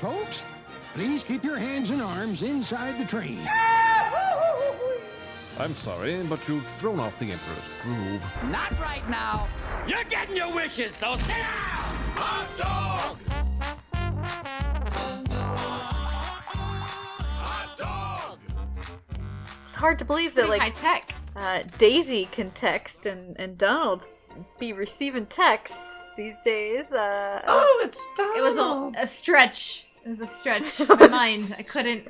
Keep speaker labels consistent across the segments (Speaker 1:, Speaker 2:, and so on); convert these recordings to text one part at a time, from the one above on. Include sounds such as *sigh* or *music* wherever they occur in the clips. Speaker 1: folks. Please keep your hands and arms inside the train.
Speaker 2: I'm sorry, but you've thrown off the Emperor's groove.
Speaker 3: Not right now. You're getting your wishes, so sit down! Hot dog!
Speaker 4: It's hard to believe that
Speaker 5: Pretty
Speaker 4: like
Speaker 5: high tech.
Speaker 4: uh, Daisy can text and and Donald be receiving texts these days. Uh,
Speaker 6: Oh, it's Donald.
Speaker 5: It was
Speaker 6: Oh.
Speaker 5: a, a stretch. It was a stretch. My mind. I couldn't.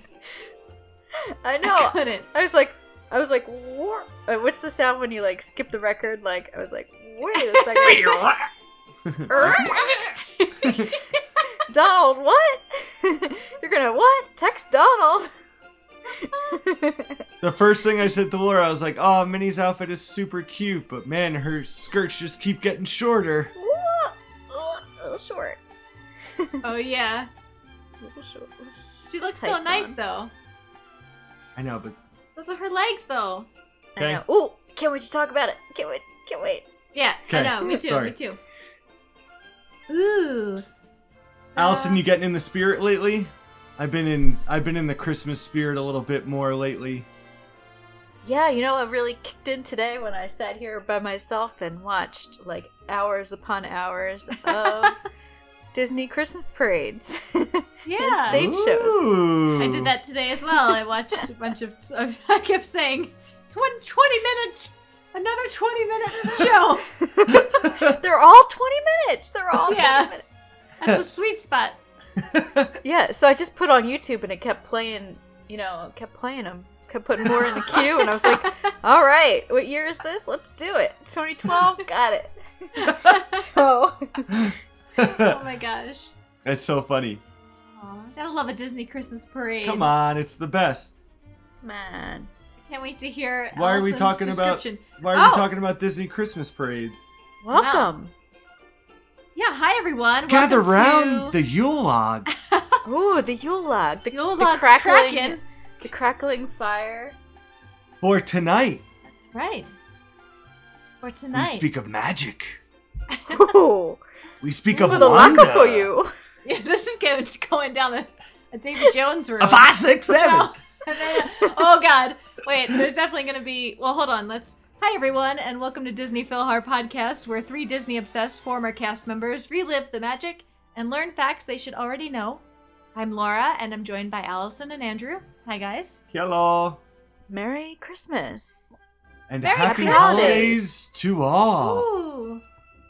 Speaker 4: I
Speaker 5: I
Speaker 4: know.
Speaker 5: couldn't.
Speaker 4: I was like, I was like, what? Uh, what's the sound when you like skip the record? Like, I was like, *laughs* wait a second. *laughs* Er? Donald, what? *laughs* You're gonna what? Text Donald? *laughs*
Speaker 6: The first thing I said to Laura, I was like, "Oh, Minnie's outfit is super cute, but man, her skirts just keep getting shorter."
Speaker 4: Whoa, ugh, a little short.
Speaker 5: Oh yeah.
Speaker 4: A little short.
Speaker 5: She looks so
Speaker 4: Tights
Speaker 5: nice
Speaker 4: on.
Speaker 5: though.
Speaker 6: I know, but
Speaker 5: Those are her legs though.
Speaker 4: I know. Ooh, can't wait to talk about it. Can't wait. Can't wait.
Speaker 5: Yeah.
Speaker 6: Okay.
Speaker 5: I know. Me too.
Speaker 6: Sorry.
Speaker 5: Me too. Ooh.
Speaker 6: Allison, you getting in the spirit lately? I've been in I've been in the Christmas spirit a little bit more lately.
Speaker 4: Yeah, you know what really kicked in today when I sat here by myself and watched like hours upon hours *laughs* of Disney Christmas parades. *laughs*
Speaker 5: Yeah.
Speaker 4: stage shows.
Speaker 6: Ooh.
Speaker 5: I did that today as well. I watched a bunch of. *laughs* I kept saying, "Twen- 20 minutes, another 20 minute show.
Speaker 4: They're all 20 minutes. They're all
Speaker 5: Yeah.
Speaker 4: 20 minutes.
Speaker 5: That's the sweet
Speaker 6: *laughs*
Speaker 5: spot. *laughs*
Speaker 4: Yeah, so I just put on YouTube and it kept playing, you know, kept playing them, kept putting more in the queue, and I was *laughs* like, all right, what year is this? Let's do it. 2012, got it. *laughs* So,
Speaker 5: Oh my gosh.
Speaker 6: *laughs* That's so funny.
Speaker 5: Aw, gotta love a Disney Christmas parade.
Speaker 6: Come on, it's the best.
Speaker 4: man.
Speaker 5: Can't wait to hear.
Speaker 6: Why are we
Speaker 5: Allison's
Speaker 6: talking about-
Speaker 5: description.
Speaker 6: Why are we
Speaker 5: Oh.
Speaker 6: talking about Disney Christmas parades?
Speaker 4: Welcome.
Speaker 5: Yeah, hi everyone.
Speaker 6: Gather
Speaker 5: Welcome
Speaker 6: round
Speaker 5: to
Speaker 6: the Yule log.
Speaker 4: Ooh, the Yule log. The,
Speaker 5: the old
Speaker 4: the
Speaker 5: log's
Speaker 4: crackling,
Speaker 5: cracking.
Speaker 4: the crackling fire.
Speaker 6: For tonight,
Speaker 5: That's right. For
Speaker 6: we
Speaker 5: tonight.
Speaker 6: speak of magic.
Speaker 4: Ooh,
Speaker 6: We *laughs* speak
Speaker 4: Oh. with
Speaker 6: of
Speaker 4: a
Speaker 6: wonder.
Speaker 4: for you.
Speaker 5: *laughs* yeah, this is going, going down a, a David Jones road.
Speaker 6: A five, six, seven.
Speaker 5: *laughs* No. And then, oh god. Wait, there's definitely gonna be well hold on, let's Hi everyone and welcome to Disney Philhar Podcast, where three Disney obsessed former cast members relive the magic and learn facts they should already know. I'm Laura and I'm joined by Allison and Andrew. Hi guys.
Speaker 6: Hello.
Speaker 4: Merry Christmas.
Speaker 6: And
Speaker 5: Very
Speaker 6: happy,
Speaker 4: happy
Speaker 6: holidays.
Speaker 4: holidays.
Speaker 6: to all.
Speaker 5: Ooh.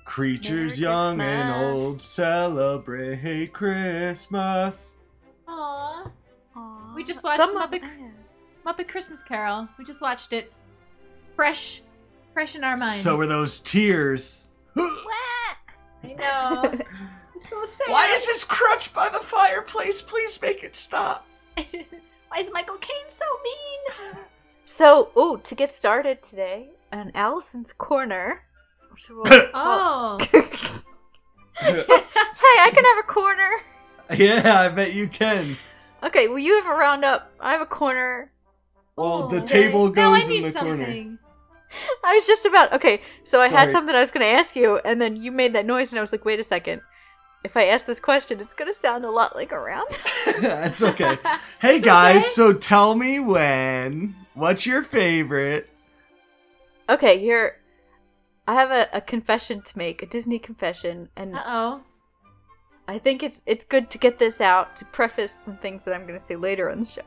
Speaker 6: Creatures
Speaker 4: Merry
Speaker 6: young and
Speaker 4: Christmas.
Speaker 6: old celebrate Christmas.
Speaker 5: Aw.
Speaker 4: Aw,
Speaker 5: We just watched
Speaker 4: of-
Speaker 5: Muppet-
Speaker 4: yeah.
Speaker 5: Muppet Christmas Carol. We just watched it. Fresh. Fresh in our minds.
Speaker 6: So were those tears.
Speaker 4: *laughs*
Speaker 5: I know. It's so sad.
Speaker 6: this crutch by the fireplace? Please make it *laughs* stop.
Speaker 5: *laughs* Why is Michael Caine so mean?
Speaker 4: So, ooh, to get started today, on Allison's Corner, which
Speaker 6: *laughs*
Speaker 4: we'll-
Speaker 5: Oh.
Speaker 4: hey, I can have a corner.
Speaker 6: yeah, I bet you *laughs* can.
Speaker 4: Okay, well, you have a roundup. I have a corner.
Speaker 6: Well, the
Speaker 5: Oh.
Speaker 6: table goes
Speaker 5: Now I
Speaker 6: in
Speaker 5: need
Speaker 6: the corner.
Speaker 5: something.
Speaker 4: I was just about. Okay, so I
Speaker 6: Sorry.
Speaker 4: had something I was going to ask you, and then you made that noise, and I was like, wait a second. If I ask this question, it's going to sound a lot like a round.
Speaker 5: *laughs*
Speaker 6: That's okay. Hey guys,
Speaker 5: okay.
Speaker 6: so tell me when. What's your favorite?
Speaker 4: okay, here. I have a, a confession to make, a Disney confession, and
Speaker 5: Uh oh.
Speaker 4: I think it's it's good to get this out to preface some things that I'm going to say later on the show.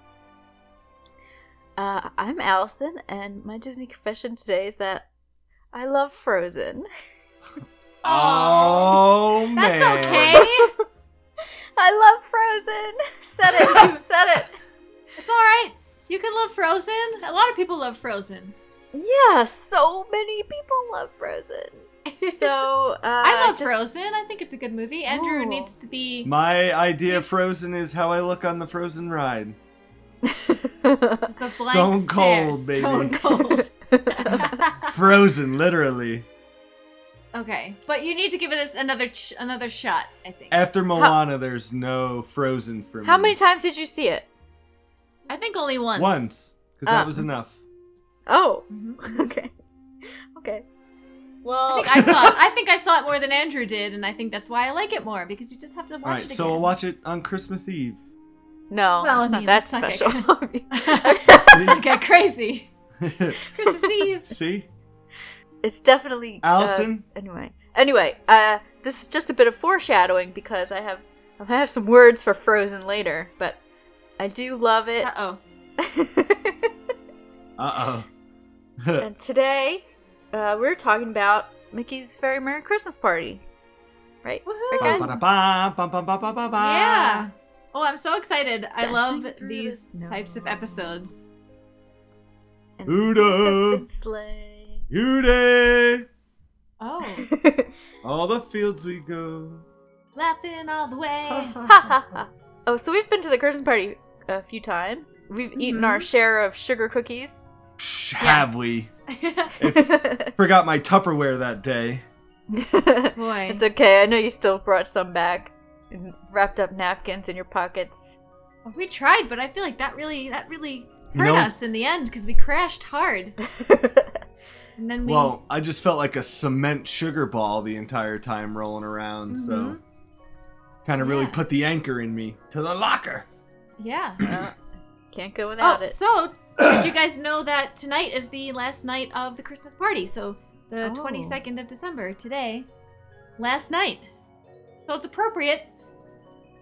Speaker 4: Uh, I'm Allison, and my Disney confession today is that I love Frozen.
Speaker 6: Oh, man.
Speaker 5: That's okay.
Speaker 4: I love Frozen. *laughs* Said it.
Speaker 5: *laughs*
Speaker 4: you said it.
Speaker 5: it's all right. You can love Frozen. A lot of people love Frozen.
Speaker 4: Yeah, so many people love
Speaker 5: *laughs*
Speaker 4: Frozen. *laughs* So uh,
Speaker 5: I love
Speaker 4: just-
Speaker 5: Frozen. I think it's a good movie. Andrew
Speaker 4: Ooh.
Speaker 5: needs to be.
Speaker 6: My idea of Frozen is how I look on the Frozen ride.
Speaker 5: *laughs* is the blank
Speaker 6: Stone cold,
Speaker 5: stare.
Speaker 6: baby.
Speaker 5: Stone cold.
Speaker 4: *laughs*
Speaker 5: *laughs*
Speaker 6: Frozen, literally.
Speaker 5: okay, but you need to give it us another ch- another shot. I think.
Speaker 6: After Moana, there's no Frozen for
Speaker 4: *laughs*
Speaker 6: me.
Speaker 4: How many times did you see it?
Speaker 5: I think only once. Uh,
Speaker 6: Once, because that
Speaker 4: Ah. *laughs*
Speaker 6: was enough.
Speaker 4: Oh,
Speaker 5: Mhm.
Speaker 4: okay, okay.
Speaker 5: I
Speaker 7: Well,
Speaker 5: think I saw it. I think I saw it more than Andrew did, and I think that's why I like it more because you just have to watch
Speaker 6: All right,
Speaker 5: it again.
Speaker 6: so we'll watch it on
Speaker 5: *laughs*
Speaker 6: Christmas Eve.
Speaker 4: No,
Speaker 5: Well,
Speaker 4: it's
Speaker 5: I
Speaker 4: not
Speaker 5: mean,
Speaker 4: that
Speaker 5: it's not that
Speaker 4: special. *laughs*
Speaker 5: *laughs* It got crazy.
Speaker 4: *laughs*
Speaker 5: Christmas Eve.
Speaker 6: See, *laughs*
Speaker 4: it's definitely uh,
Speaker 6: Allison.
Speaker 4: anyway, anyway, uh, this is just a bit of foreshadowing because I have I have some words for Frozen later, but I do love it.
Speaker 5: Uh oh.
Speaker 6: Uh oh.
Speaker 4: *laughs* and today, uh, we're talking about Mickey's Very Merry Christmas Party.
Speaker 5: Woohoo!
Speaker 4: guys-
Speaker 5: Yeah. Oh, I'm so excited. I
Speaker 4: Dashing
Speaker 5: love
Speaker 4: through the
Speaker 5: these
Speaker 4: snow.
Speaker 5: types of episodes.
Speaker 4: And
Speaker 6: Hoorah!
Speaker 4: Seth Sleigh.
Speaker 6: You day.
Speaker 5: Oh.
Speaker 4: *laughs*
Speaker 6: All the fields we go.
Speaker 5: *laughs* Laughing all
Speaker 4: *laughs*
Speaker 5: the way. *laughs*
Speaker 4: Ha, ha, ha. oh, so we've been to the Christmas party a few times. We've eaten our share of sugar cookies.
Speaker 6: Psh, Have we?
Speaker 4: *laughs* it's
Speaker 6: Forgot my Tupperware that day.
Speaker 5: Boy.
Speaker 4: okay. I know you still brought some back, and wrapped up napkins in your pockets. *laughs*
Speaker 5: we tried, but I feel like that really that really
Speaker 6: You
Speaker 5: hurt
Speaker 6: know-
Speaker 5: us in the end because we crashed hard. And then we
Speaker 6: Well, I just felt like a cement sugar ball the entire time rolling around, so
Speaker 5: Mhm.
Speaker 6: kind of really
Speaker 5: Yeah.
Speaker 6: put the anchor in me to the locker.
Speaker 5: *clears throat* Yeah.
Speaker 4: Uh, can't go without
Speaker 5: oh,
Speaker 4: it.
Speaker 5: so did you guys know that tonight is the last night of the Christmas party? So the
Speaker 4: Oh.
Speaker 5: 22nd of December, today, last night. So it's appropriate.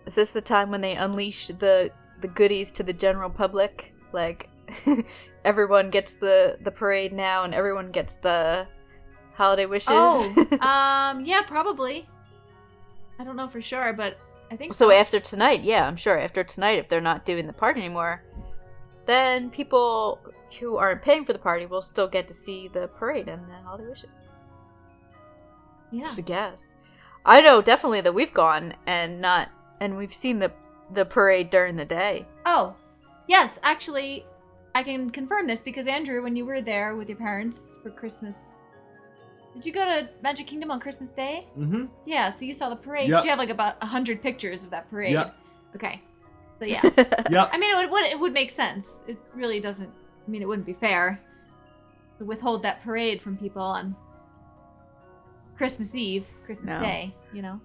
Speaker 4: Is this the time when they unleash the the goodies to the general public? Like *laughs* everyone gets the the parade now, and everyone gets the holiday wishes.
Speaker 5: Oh.
Speaker 4: Oh. *laughs*
Speaker 5: um, yeah, probably. I don't know for sure, but I think
Speaker 4: So after tonight, yeah, I'm sure after tonight, if they're not doing the party anymore, then people who aren't paying for the party will still get to see the parade and the holiday wishes.
Speaker 5: yeah.
Speaker 4: Just a guess. I know definitely that we've gone and not, and we've seen the the parade during the day.
Speaker 5: Oh, yes, actually, I can confirm this because Andrew, when you were there with your parents for Christmas, did you go to Magic Kingdom on Christmas Day?
Speaker 6: *coughs* Mm-hmm.
Speaker 5: Yeah, so you saw the parade.
Speaker 6: Yep.
Speaker 5: You have like about a hundred pictures of that parade.
Speaker 6: Yep.
Speaker 5: Okay,
Speaker 6: *laughs*
Speaker 5: so yeah,
Speaker 6: Yep.
Speaker 5: I mean, it would- would it would make sense. It really doesn't. I mean, it wouldn't be fair to withhold that parade from people on Christmas Eve, Christmas
Speaker 4: No.
Speaker 5: Day. You know.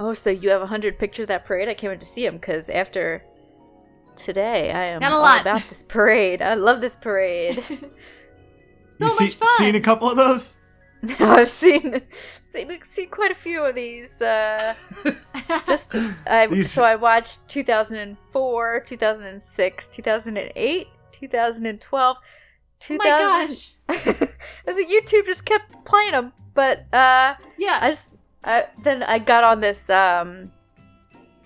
Speaker 4: Oh, so you have hundred pictures of that parade? I can't wait to see them because after today, I am
Speaker 5: Got a
Speaker 4: all
Speaker 5: lot.
Speaker 4: about this parade. I love this *laughs* parade.
Speaker 6: you
Speaker 5: So much fun!
Speaker 6: seen a couple of those?
Speaker 4: I've seen, seen seen quite a few of these. Uh, just
Speaker 6: *laughs*
Speaker 4: I,
Speaker 6: These-
Speaker 4: so I watched 2004, 2006, 2008, 2012,
Speaker 5: *laughs* Oh
Speaker 4: 2000.
Speaker 5: my gosh.
Speaker 4: *laughs* I was like, YouTube just kept playing them, but uh,
Speaker 5: Yeah.
Speaker 4: I just I, then I got on this um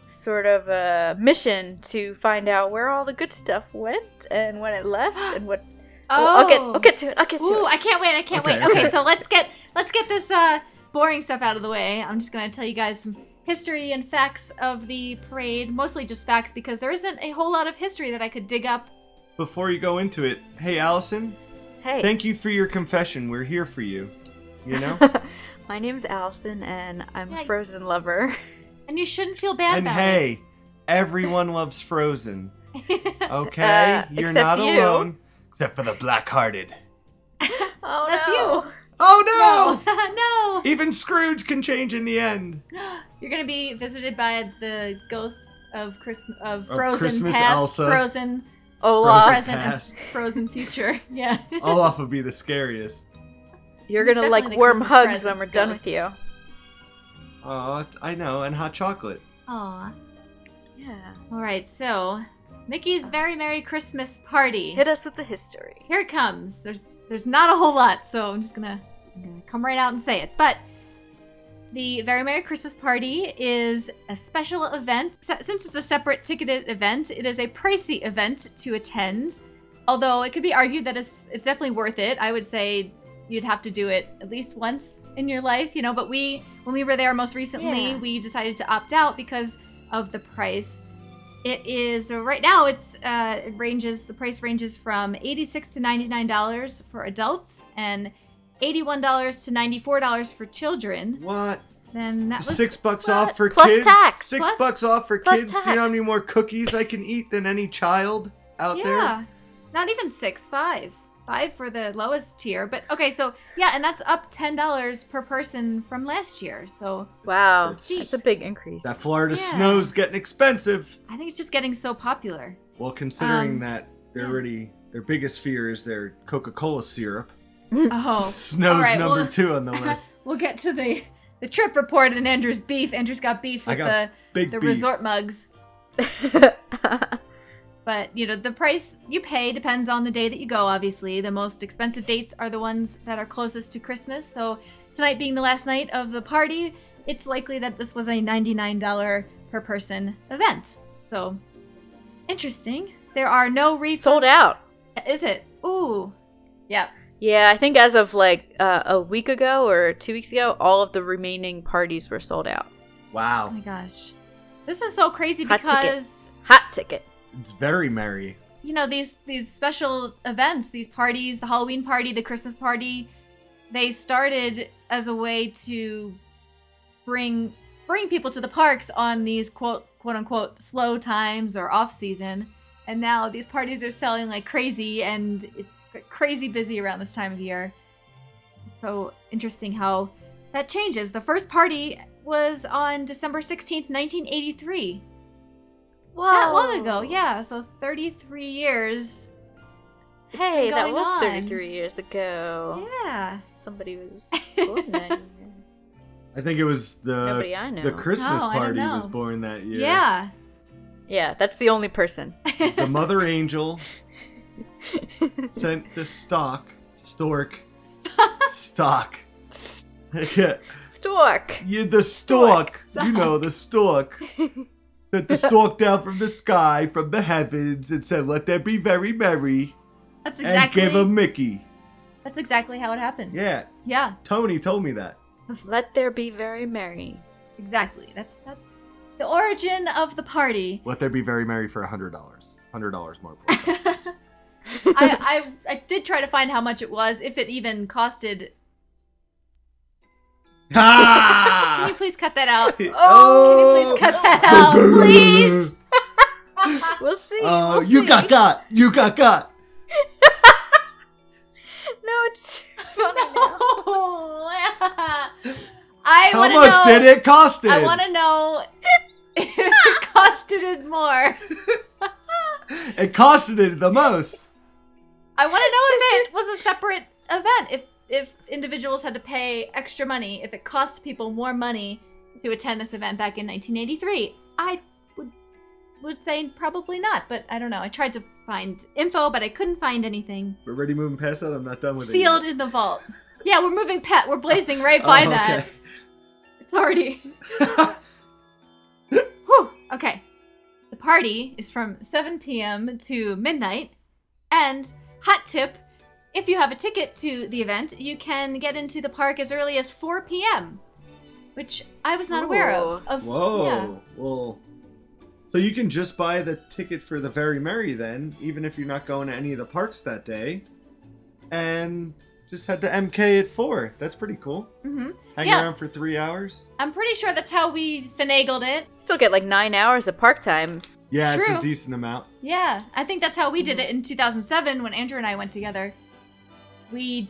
Speaker 4: sort of a mission to find out where all the good stuff went and when it left and what.
Speaker 5: *gasps* oh.
Speaker 4: I'll get I'll get to it. I'll get to
Speaker 5: Ooh,
Speaker 4: it.
Speaker 5: I can't wait! I can't
Speaker 6: Okay,
Speaker 5: wait. Okay,
Speaker 6: *laughs* okay.
Speaker 5: so let's get let's get this uh, boring stuff out of the way. I'm just gonna tell you guys some history and facts of the parade, mostly just facts because there isn't a whole lot of history that I could dig up.
Speaker 6: Before you go into it, hey Allison,
Speaker 4: hey,
Speaker 6: thank you for your confession. We're here for you. You
Speaker 5: *laughs*
Speaker 6: know?
Speaker 4: *laughs* my name's Allison and I'm
Speaker 5: Yeah,
Speaker 4: a
Speaker 5: you-
Speaker 4: Frozen lover. *laughs*
Speaker 5: And you shouldn't feel bad
Speaker 6: and
Speaker 5: about
Speaker 6: hey, everyone loves Frozen.
Speaker 5: *laughs* it.
Speaker 6: Okay?
Speaker 4: Uh,
Speaker 6: You're
Speaker 4: except
Speaker 6: not
Speaker 4: you.
Speaker 6: alone. Except for the black hearted.
Speaker 4: Oh
Speaker 5: That's
Speaker 4: no.
Speaker 5: you.
Speaker 6: Oh
Speaker 5: No,
Speaker 6: no!
Speaker 5: *laughs* no.
Speaker 6: Even Scrooge can change in the end.
Speaker 5: *laughs* You're gonna be visited by the ghosts of Christmas, of
Speaker 6: Of
Speaker 5: frozen
Speaker 6: Christmas
Speaker 5: past,
Speaker 6: Elsa.
Speaker 5: frozen
Speaker 4: Olaf.
Speaker 6: Frozen
Speaker 5: present, and
Speaker 6: past.
Speaker 5: frozen future. *laughs* Yeah.
Speaker 6: Olaf would be the scariest.
Speaker 4: You're
Speaker 5: He's
Speaker 4: gonna like
Speaker 5: definitely the
Speaker 4: warm
Speaker 5: Christmas
Speaker 4: hugs when
Speaker 5: present
Speaker 4: we're done with you.
Speaker 5: ghost.
Speaker 6: Oh, I know, and hot chocolate.
Speaker 5: Aw.
Speaker 4: Yeah.
Speaker 5: All right. So, Mickey's very merry Christmas party.
Speaker 4: Hit us with the history.
Speaker 5: here it comes. There's there's not a whole lot, so I'm just gonna, I'm gonna come right out and say it. But the Very Merry Christmas Party is a special event. S- Since it's a separate ticketed event, it is a pricey event to attend. Although it could be argued that it's it's definitely worth it. I would say you'd have to do it at least once in your life, you know. But we when we were there most recently,
Speaker 4: Yeah.
Speaker 5: we decided to opt out because of the price. It is right now. It's uh, it ranges. The price ranges from eighty-six to ninety-nine dollars for adults and eighty-one dollars to ninety-four dollars for children.
Speaker 6: What?
Speaker 5: Then that was
Speaker 6: Six bucks
Speaker 5: what?
Speaker 6: off for
Speaker 4: Plus
Speaker 6: kids.
Speaker 4: tax.
Speaker 6: Six
Speaker 5: Plus-
Speaker 6: bucks off for
Speaker 4: plus
Speaker 6: kids. You know how many
Speaker 4: tax.
Speaker 6: more cookies I can eat than any child out
Speaker 5: yeah,
Speaker 6: there?
Speaker 5: not even six, five. five for the lowest tier. But okay, so yeah, and that's up ten dollars per person from last year. So Oh,
Speaker 4: Wow,
Speaker 6: It's-
Speaker 4: that's a big increase. *laughs*
Speaker 6: That Florida
Speaker 5: Yeah.
Speaker 6: snow's getting expensive.
Speaker 5: I think it's just getting so
Speaker 6: *laughs*
Speaker 5: popular.
Speaker 6: Well, considering
Speaker 5: Um,
Speaker 6: that they're
Speaker 5: yeah.
Speaker 6: already their biggest fear is their Coca-Cola syrup.
Speaker 5: Oh,
Speaker 6: *laughs* Snow's
Speaker 5: all right,
Speaker 6: number
Speaker 5: well-
Speaker 6: two on the list.
Speaker 5: *laughs* we'll get to the the trip report and Andrew's beef. Andrew's got beef
Speaker 6: I
Speaker 5: with
Speaker 6: got
Speaker 5: the
Speaker 6: Big
Speaker 5: the
Speaker 6: beef.
Speaker 5: resort mugs. But you know, the price you pay depends on the day that you go, obviously. The most expensive dates are the ones that are closest to Christmas. So tonight being the last night of the party, it's likely that this was a $99 per person event. So interesting. There are no refunds.
Speaker 4: Sold out.
Speaker 5: Is it? Ooh. Yep.
Speaker 4: Yeah, I think as of like uh, a week ago or two weeks ago, all of the remaining parties were sold out.
Speaker 5: Oh
Speaker 6: Wow,
Speaker 5: my gosh. This is so crazy
Speaker 4: Hot ticket.
Speaker 5: because
Speaker 4: Hot ticket.
Speaker 6: it's very merry.
Speaker 5: you know these these special events these parties the halloween party the christmas party they started as a way to bring bring people to the parks on these quote quote unquote slow times or off season and now these parties are selling like crazy and it's crazy busy around this time of year so interesting how that changes the first party was on december 16th 1983
Speaker 4: Whoa.
Speaker 5: that long ago, yeah. So 33 years.
Speaker 4: Hey, that
Speaker 5: going
Speaker 4: was
Speaker 5: on.
Speaker 4: 33 years ago.
Speaker 5: Yeah.
Speaker 4: Somebody was
Speaker 5: *laughs*
Speaker 4: born that year.
Speaker 6: I think it was the
Speaker 4: Nobody I know.
Speaker 6: Uh, the Christmas
Speaker 5: No, Oh, I don't
Speaker 6: party was
Speaker 5: know.
Speaker 6: born that year.
Speaker 5: Yeah.
Speaker 4: yeah, that's the only
Speaker 5: *laughs*
Speaker 4: person.
Speaker 6: The mother angel *laughs* sent the stock
Speaker 5: *laughs*
Speaker 6: stork stock. *laughs* Yeah,
Speaker 5: *laughs*
Speaker 4: Stork.
Speaker 6: you the stork,
Speaker 4: Stork.
Speaker 6: you know the stork that
Speaker 5: *laughs*
Speaker 6: the stork down from the sky from the heavens and said, "Let there be very merry,"
Speaker 5: That's exactly.
Speaker 6: and gave a Mickey.
Speaker 5: That's exactly how it happened.
Speaker 6: Yeah,
Speaker 5: Yeah,
Speaker 6: Tony told me that.
Speaker 4: Let there be very merry.
Speaker 5: Exactly. That's that's the origin of the
Speaker 6: *laughs*
Speaker 5: party.
Speaker 6: Let there be very merry for a hundred dollars. Hundred dollars
Speaker 5: *laughs*
Speaker 6: more. please.
Speaker 5: I, I I did try to find how much it was, if it even costed. Can you
Speaker 6: ha!
Speaker 5: please cut that
Speaker 6: *laughs*
Speaker 5: out? Can you
Speaker 6: Oh,
Speaker 5: please cut that out,
Speaker 6: *laughs*
Speaker 5: please? *laughs*
Speaker 4: We'll see.
Speaker 6: Oh,
Speaker 4: we'll
Speaker 6: you
Speaker 4: see.
Speaker 6: got got. You got got.
Speaker 4: No,
Speaker 5: *laughs*
Speaker 4: it's funny now.
Speaker 5: No. I
Speaker 6: How
Speaker 5: wanna
Speaker 6: much
Speaker 5: know-
Speaker 6: did it cost?
Speaker 5: I
Speaker 6: him?
Speaker 5: want to know if it *laughs* costed it more.
Speaker 6: It costed it the most.
Speaker 5: I want to know if it was a separate event. If if individuals had to pay extra money, if it cost people more money to attend this event back in 1983, I would would say probably not. But I don't know. I tried to find info, but I couldn't find anything.
Speaker 6: We're already moving past that. I'm not done with it.
Speaker 5: Sealed in the vault. Yeah, we're moving pet. We're blazing right
Speaker 6: Oh,
Speaker 5: by that. It's already.
Speaker 6: *laughs* that.
Speaker 5: Whew. Okay. The party is from 7 p.m. to midnight. And hot tip if you have a ticket to the event, you can get into the park as early as 4 p.m., which I was not aware of.
Speaker 4: Ooh.
Speaker 5: of
Speaker 6: Whoa.
Speaker 5: yeah.
Speaker 6: Well, so you can just buy the ticket for the Very Merry then, even if you're not going to any of the parks that day, and just head to MK at four. That's pretty cool.
Speaker 5: Mhm.
Speaker 6: Hang
Speaker 5: Yeah.
Speaker 6: around for three hours.
Speaker 5: I'm pretty sure that's how we finagled it.
Speaker 4: *laughs* Still get like nine hours of park time.
Speaker 6: Yeah, it's
Speaker 5: True.
Speaker 6: a decent amount.
Speaker 5: Yeah, I think that's how we did it in 2007 when Andrew and I went together. We.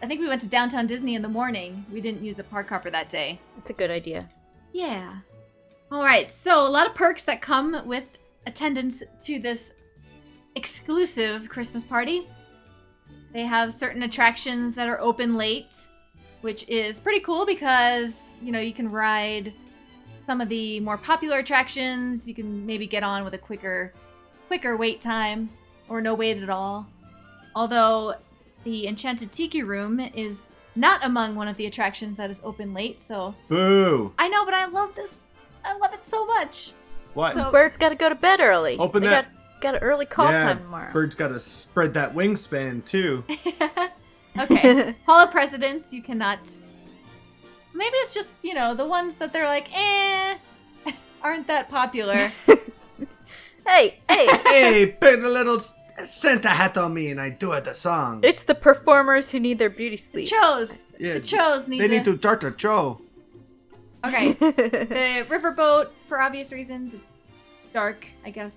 Speaker 5: I think we went to downtown Disney in the morning. We didn't use a park hopper that day.
Speaker 4: That's a good idea.
Speaker 5: Yeah. All right. So a lot of perks that come with attendance to this exclusive Christmas party. They have certain attractions that are open late, which is pretty cool because, you know, you can ride some of the more popular attractions, you can maybe get on with a quicker quicker wait time or no wait at all. Although the Enchanted Tiki Room is not among one of the attractions that is open late, so
Speaker 6: Boo!
Speaker 5: I know, but I love this. I love it so much. *laughs*
Speaker 6: What?
Speaker 5: So-
Speaker 4: Bird's got to go to bed early.
Speaker 6: Open
Speaker 4: they
Speaker 6: that-
Speaker 4: Got, got an early call
Speaker 6: Yeah,
Speaker 4: time tomorrow. *laughs*
Speaker 6: Bird's got to spread that wingspan
Speaker 5: *laughs*
Speaker 6: too.
Speaker 5: okay.
Speaker 4: *laughs*
Speaker 5: Hall of Presidents, you cannot. Maybe it's just, you know, the ones that they're like, eh, aren't that popular.
Speaker 4: hey, hey.
Speaker 6: *laughs* hey, put a little s- Santa hat on me, and I do it the song.
Speaker 4: It's the performers who need their beauty
Speaker 5: The
Speaker 4: sleep.
Speaker 5: Chos.
Speaker 6: Yeah,
Speaker 5: The Chos need
Speaker 6: they
Speaker 5: to.
Speaker 6: need to dart a cho.
Speaker 5: *laughs* Okay. The riverboat, *laughs* for obvious reasons, it's dark, I guess.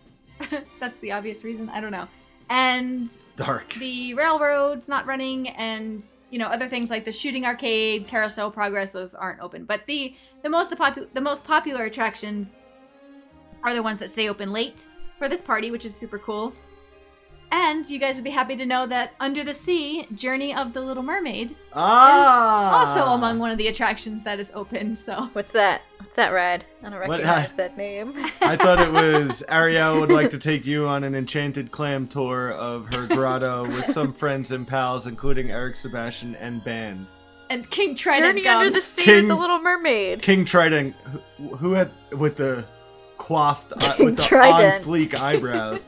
Speaker 5: That's the obvious reason. I don't know. and
Speaker 6: Dark.
Speaker 5: the railroad's not running and you know other things like the shooting arcade carousel progress those aren't open but the the most popu- the most popular attractions are the ones that stay open late for this party which is super cool and you guys would be happy to know that under the sea journey of the little mermaid
Speaker 6: Ah.
Speaker 5: also among one of the attractions that is open so
Speaker 4: *laughs* What's that? What's that ride? I don't
Speaker 6: What uh,
Speaker 4: recognize that name. *laughs*
Speaker 6: I thought it was Ariel would like to take you on an enchanted clam tour of her grotto with some friends and pals, including Eric Sebastian and Ban.
Speaker 5: and king trident
Speaker 4: Journey
Speaker 5: gum.
Speaker 4: Under the Sea with the
Speaker 6: King-
Speaker 4: Little Mermaid.
Speaker 6: King Trident, who, who had with the coiffed eye- with the on
Speaker 4: Trident.
Speaker 6: fleek eyebrows.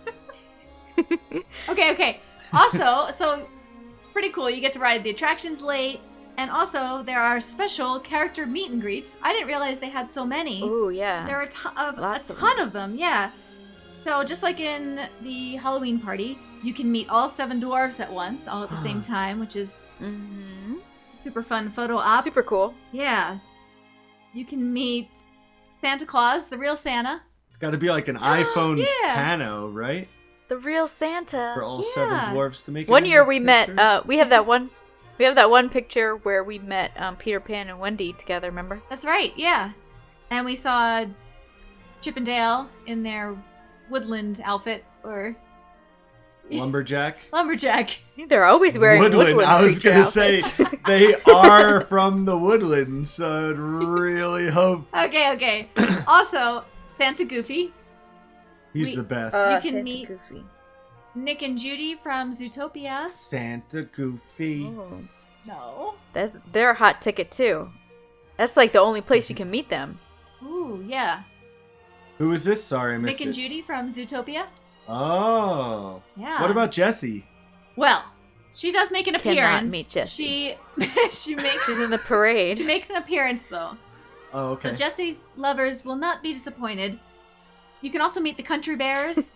Speaker 5: Okay, okay. Also, *laughs* so pretty cool. You get to ride the attractions late, and also there are special character meet and greets. I didn't realize they had so many.
Speaker 4: Ooh, yeah.
Speaker 5: There are a ton of, a
Speaker 4: Lots of
Speaker 5: ton of them. Yeah. So just like in the Halloween party, you can meet all seven dwarves at once, all at
Speaker 4: *gasps*
Speaker 5: the same time, which is
Speaker 4: hmm
Speaker 5: super fun photo op.
Speaker 4: Super cool.
Speaker 5: Yeah. You can meet Santa Claus, the real Santa.
Speaker 6: It's got to be
Speaker 4: Oh,
Speaker 6: like an iPhone
Speaker 5: Yeah.
Speaker 6: pano, right?
Speaker 4: The real
Speaker 6: For
Speaker 4: Santa.
Speaker 6: all seven
Speaker 5: Yeah.
Speaker 6: dwarfs to make. it
Speaker 4: One
Speaker 6: in
Speaker 4: year
Speaker 6: the
Speaker 4: we met.
Speaker 6: picture.
Speaker 4: Uh, we have that one. We have that one picture where we met um, Peter Pan and Wendy together. Remember?
Speaker 5: That's right, yeah. And we saw Chip and Dale in their woodland outfit or
Speaker 4: uh,
Speaker 6: lumberjack.
Speaker 5: lumberjack. *laughs*
Speaker 4: They're always wearing woodland.
Speaker 6: I was
Speaker 4: creature
Speaker 6: gonna say
Speaker 4: *laughs* outfits.
Speaker 6: they are from the woodlands, so I'd really hope
Speaker 5: Okay,
Speaker 6: *clears throat*
Speaker 5: okay. also, Santa Goofy,
Speaker 6: he's
Speaker 5: We-
Speaker 6: the best.
Speaker 4: Uh,
Speaker 5: You can
Speaker 4: Santa
Speaker 5: meet-
Speaker 4: Goofy.
Speaker 5: Nick and Judy from Zootopia.
Speaker 6: Santa Goofy.
Speaker 4: Ooh.
Speaker 5: No.
Speaker 4: Oh, That's they're a hot ticket too. That's like the only place you can meet them.
Speaker 5: Ooh, yeah.
Speaker 6: Who is this? Sorry, I missed
Speaker 5: Nick and
Speaker 6: it.
Speaker 5: Judy from Zootopia.
Speaker 6: Oh.
Speaker 5: Yeah.
Speaker 6: What about Jesse?
Speaker 5: Well, she does make an
Speaker 4: Cannot
Speaker 5: appearance.
Speaker 4: meet Jessie.
Speaker 5: She *laughs* she makes
Speaker 4: She's in the parade.
Speaker 5: she *laughs* makes an appearance though.
Speaker 6: Oh, okay.
Speaker 5: So Jesse lovers will not be disappointed. You can also meet the country *laughs* bears.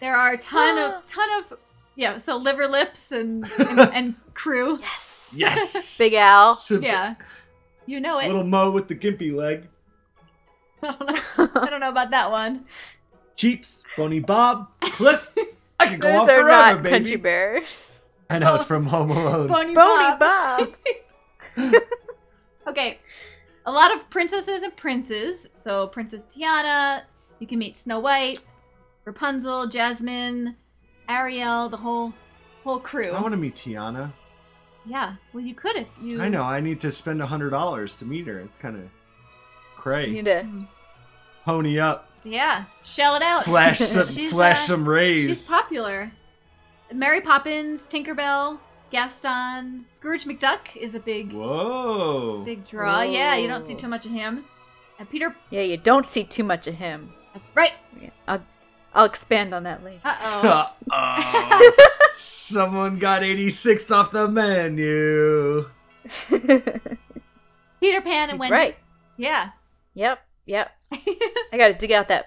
Speaker 5: there are a ton *gasps* of ton of yeah, so liver lips and *laughs* and, and crew.
Speaker 4: Yes. *laughs*
Speaker 6: yes.
Speaker 4: Big Al.
Speaker 6: So-
Speaker 5: Yeah. You know it.
Speaker 6: Little Mo with the gimpy leg.
Speaker 5: *laughs* I, don't know, I don't know about that one.
Speaker 6: Cheeps, Boney Bob,
Speaker 5: *laughs*
Speaker 6: Cliff. I could go on
Speaker 4: Those are
Speaker 6: forever,
Speaker 4: not
Speaker 6: baby.
Speaker 4: country bears.
Speaker 6: I know it's from Home Alone.
Speaker 4: Boney
Speaker 5: Bony, Bob.
Speaker 4: Bob.
Speaker 5: Okay. A lot of princesses and princes. So Princess Tiana, you can meet Snow White, Rapunzel, Jasmine, Ariel, the whole whole crew.
Speaker 6: I want to meet Tiana.
Speaker 5: Yeah. Well you could if you
Speaker 6: I know. I need to spend a hundred dollars to meet her. It's kind of cray.
Speaker 4: Need to
Speaker 6: Pony up,
Speaker 5: Yeah. Shell it out. *laughs*
Speaker 6: flash some,
Speaker 5: Oh. She's,
Speaker 6: flash
Speaker 5: uh,
Speaker 6: some rays.
Speaker 5: She's popular. Mary Poppins, Tinkerbell, Gaston, Scrooge McDuck is a big
Speaker 6: Whoa. *laughs*
Speaker 5: big draw. Yeah, you don't see
Speaker 4: Whoa.
Speaker 5: too much of him. And Peter
Speaker 4: Yeah, you don't see too much of him.
Speaker 5: that's right.
Speaker 4: Yeah, I'll, I'll expand on that later.
Speaker 5: Uh-oh.
Speaker 6: *laughs* Uh-oh.
Speaker 5: *laughs*
Speaker 6: Someone got 86 off the menu.
Speaker 4: *laughs*
Speaker 5: Peter Pan and
Speaker 4: He's
Speaker 5: Wendy.
Speaker 4: right.
Speaker 5: Yeah. *laughs*
Speaker 4: Yep, yep. I gotta dig out that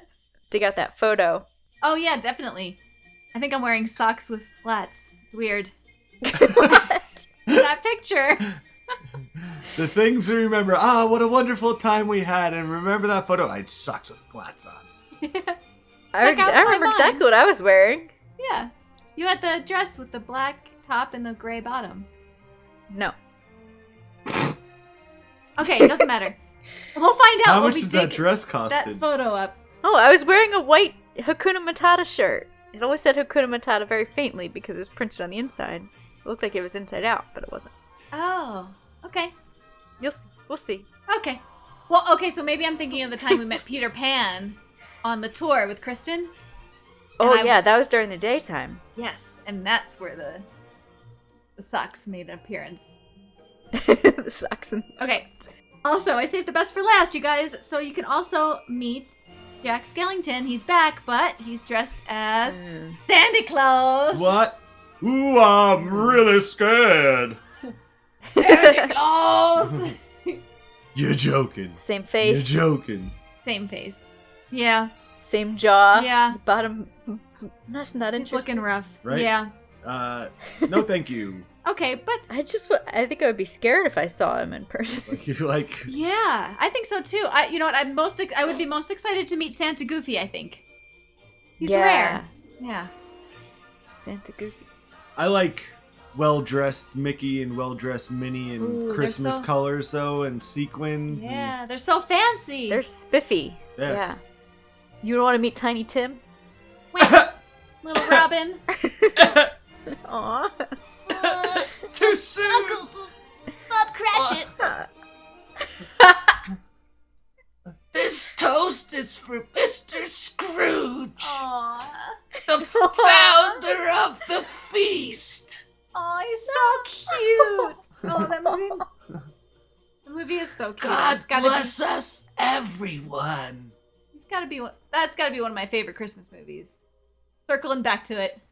Speaker 4: dig out that photo.
Speaker 5: Oh yeah, definitely. I think I'm wearing socks with flats. It's weird. that picture. *laughs*
Speaker 6: The things we remember. Ah, what a wonderful time we had. And remember that photo? I sucked with flats on.
Speaker 4: I,
Speaker 5: Check
Speaker 4: ex-
Speaker 5: out
Speaker 4: I remember
Speaker 5: my
Speaker 4: exactly what I was wearing.
Speaker 5: Yeah. You had the dress with the black top and the gray bottom.
Speaker 4: No.
Speaker 5: Okay, it
Speaker 4: *laughs*
Speaker 5: doesn't matter. We'll find out
Speaker 6: How
Speaker 5: when
Speaker 6: much
Speaker 5: we
Speaker 6: did
Speaker 5: dig
Speaker 6: that dress cost?
Speaker 5: that photo up.
Speaker 4: Oh, I was wearing a white Hakuna Matata shirt. It only said Hakuna Matata very faintly because it was printed on the inside. It looked like it was inside out, but it wasn't.
Speaker 5: Oh. Okay.
Speaker 4: You'll see. We'll see.
Speaker 5: Okay. Well, okay, so maybe I'm thinking of the time we met Peter Pan on the tour with Kristen.
Speaker 4: Oh
Speaker 5: I-
Speaker 4: yeah, that was during the daytime. *laughs*
Speaker 5: Yes, and that's where the the socks made an appearance.
Speaker 4: the socks and
Speaker 5: Okay. Also, I saved the best for last, you guys. So you can also meet Jack Skellington. He's back, but he's dressed as
Speaker 4: Mm.
Speaker 5: Santa Claus.
Speaker 6: *laughs* What? Ooh, I'm really scared.
Speaker 5: Santa Claus.
Speaker 6: You're joking.
Speaker 4: same face,
Speaker 6: You're joking.
Speaker 5: Same face. Yeah.
Speaker 4: same jaw.
Speaker 5: Yeah.
Speaker 4: Bottom. That's not
Speaker 5: It's
Speaker 4: Uh, interesting.
Speaker 5: looking rough.
Speaker 6: Right?
Speaker 5: Yeah.
Speaker 6: Uh, no, thank
Speaker 5: *laughs*
Speaker 6: you.
Speaker 5: Okay, but
Speaker 4: I just. wa- I think I would be scared if I saw him in person.
Speaker 6: Like, you like,
Speaker 5: yeah, I think so too. I, you know what? I'm most. Ex- I would be most excited to meet Santa Goofy. I think. He's
Speaker 4: Yeah.
Speaker 5: rare. Yeah.
Speaker 4: Santa Goofy.
Speaker 6: I like well dressed Mickey and well dressed Minnie and
Speaker 5: Ooh, they're
Speaker 6: Christmas
Speaker 5: so-
Speaker 6: colors though and sequins. and-
Speaker 5: Yeah, they're so fancy.
Speaker 4: They're spiffy.
Speaker 6: Yes.
Speaker 4: Yeah. You don't want to meet Tiny
Speaker 5: *laughs*
Speaker 4: Tim?
Speaker 5: Wait, little Robin.
Speaker 4: *laughs* Aw.
Speaker 6: Too soon.
Speaker 5: Bob Cratchit.
Speaker 7: This toast is for Mr. Scrooge,
Speaker 5: Aww.
Speaker 7: uh, the
Speaker 5: Oh,
Speaker 7: founder of the feast.
Speaker 5: Aw, he's so cute. Oh, that movie. The movie is so cute.
Speaker 7: God
Speaker 5: It's gotta
Speaker 7: bless us, everyone.
Speaker 5: Be, it's gotta be one, that's gotta be one of my favorite Christmas movies. Circling back to it.
Speaker 4: *laughs*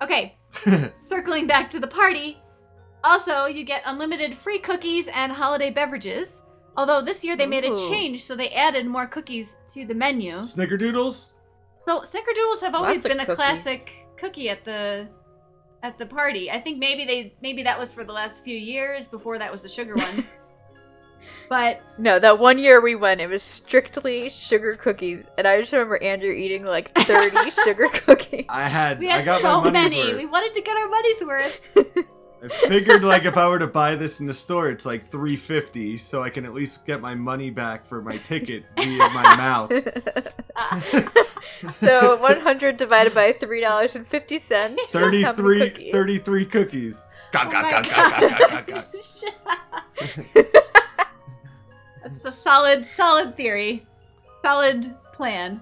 Speaker 5: Okay, circling back to the party. Also, you get unlimited free cookies and holiday beverages. Although this year they made a
Speaker 4: Ooh.
Speaker 5: change, so they added more cookies to the menu.
Speaker 6: Snickerdoodles.
Speaker 5: So snickerdoodles have always
Speaker 4: Lots of
Speaker 5: been a
Speaker 4: cookies.
Speaker 5: classic cookie at the at the party. I think maybe they maybe that was for the last few years before that was the sugar
Speaker 4: *laughs*
Speaker 5: ones. but
Speaker 4: No, that one year we went, it was strictly sugar cookies, and I just remember Andrew eating like
Speaker 5: *laughs*
Speaker 4: 30 sugar cookies.
Speaker 6: I had.
Speaker 5: we had
Speaker 6: I got
Speaker 5: so
Speaker 6: my money's
Speaker 5: many. We
Speaker 6: worth.
Speaker 5: wanted to get our money's worth.
Speaker 6: I figured like if I were to buy this in the store, it's like three fifty, so I can at least get my money back for my ticket via
Speaker 5: *laughs*
Speaker 6: my mouth. *laughs*
Speaker 5: Oh.
Speaker 4: *laughs*
Speaker 5: Uh,
Speaker 4: so 100 divided by $3.50. is how many
Speaker 6: 33,
Speaker 4: cookies.
Speaker 6: 33 cookies.
Speaker 5: Oh
Speaker 2: Gah,
Speaker 5: my
Speaker 2: gah, gah,
Speaker 5: God.
Speaker 2: gah, gah, gah, gah, gah.
Speaker 5: *laughs* that's a solid solid theory. Solid plan.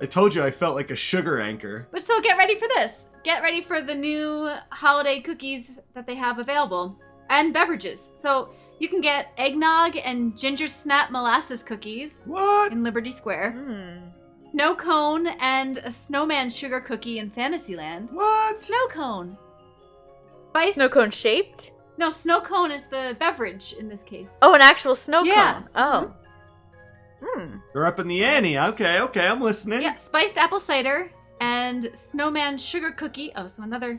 Speaker 6: I told you I felt like a sugar anchor.
Speaker 5: But so get ready for this. Get ready for the new holiday cookies that they have available and beverages. So you can get eggnog and ginger snap molasses cookies
Speaker 6: What?
Speaker 5: in Liberty Square,
Speaker 4: Hmm.
Speaker 5: snow cone and a snowman sugar cookie in Fantasyland.
Speaker 6: What?
Speaker 5: Snow cone. Spice.
Speaker 4: Snow cone shaped?
Speaker 5: no, snow cone is the beverage in this case.
Speaker 4: Oh, an actual snow
Speaker 5: Yeah. Uh-huh.
Speaker 4: cone. Oh. Hmm.
Speaker 6: They're up in the ante. Okay, okay, I'm listening.
Speaker 5: Yeah, spiced apple cider and snowman sugar cookie. Oh, so another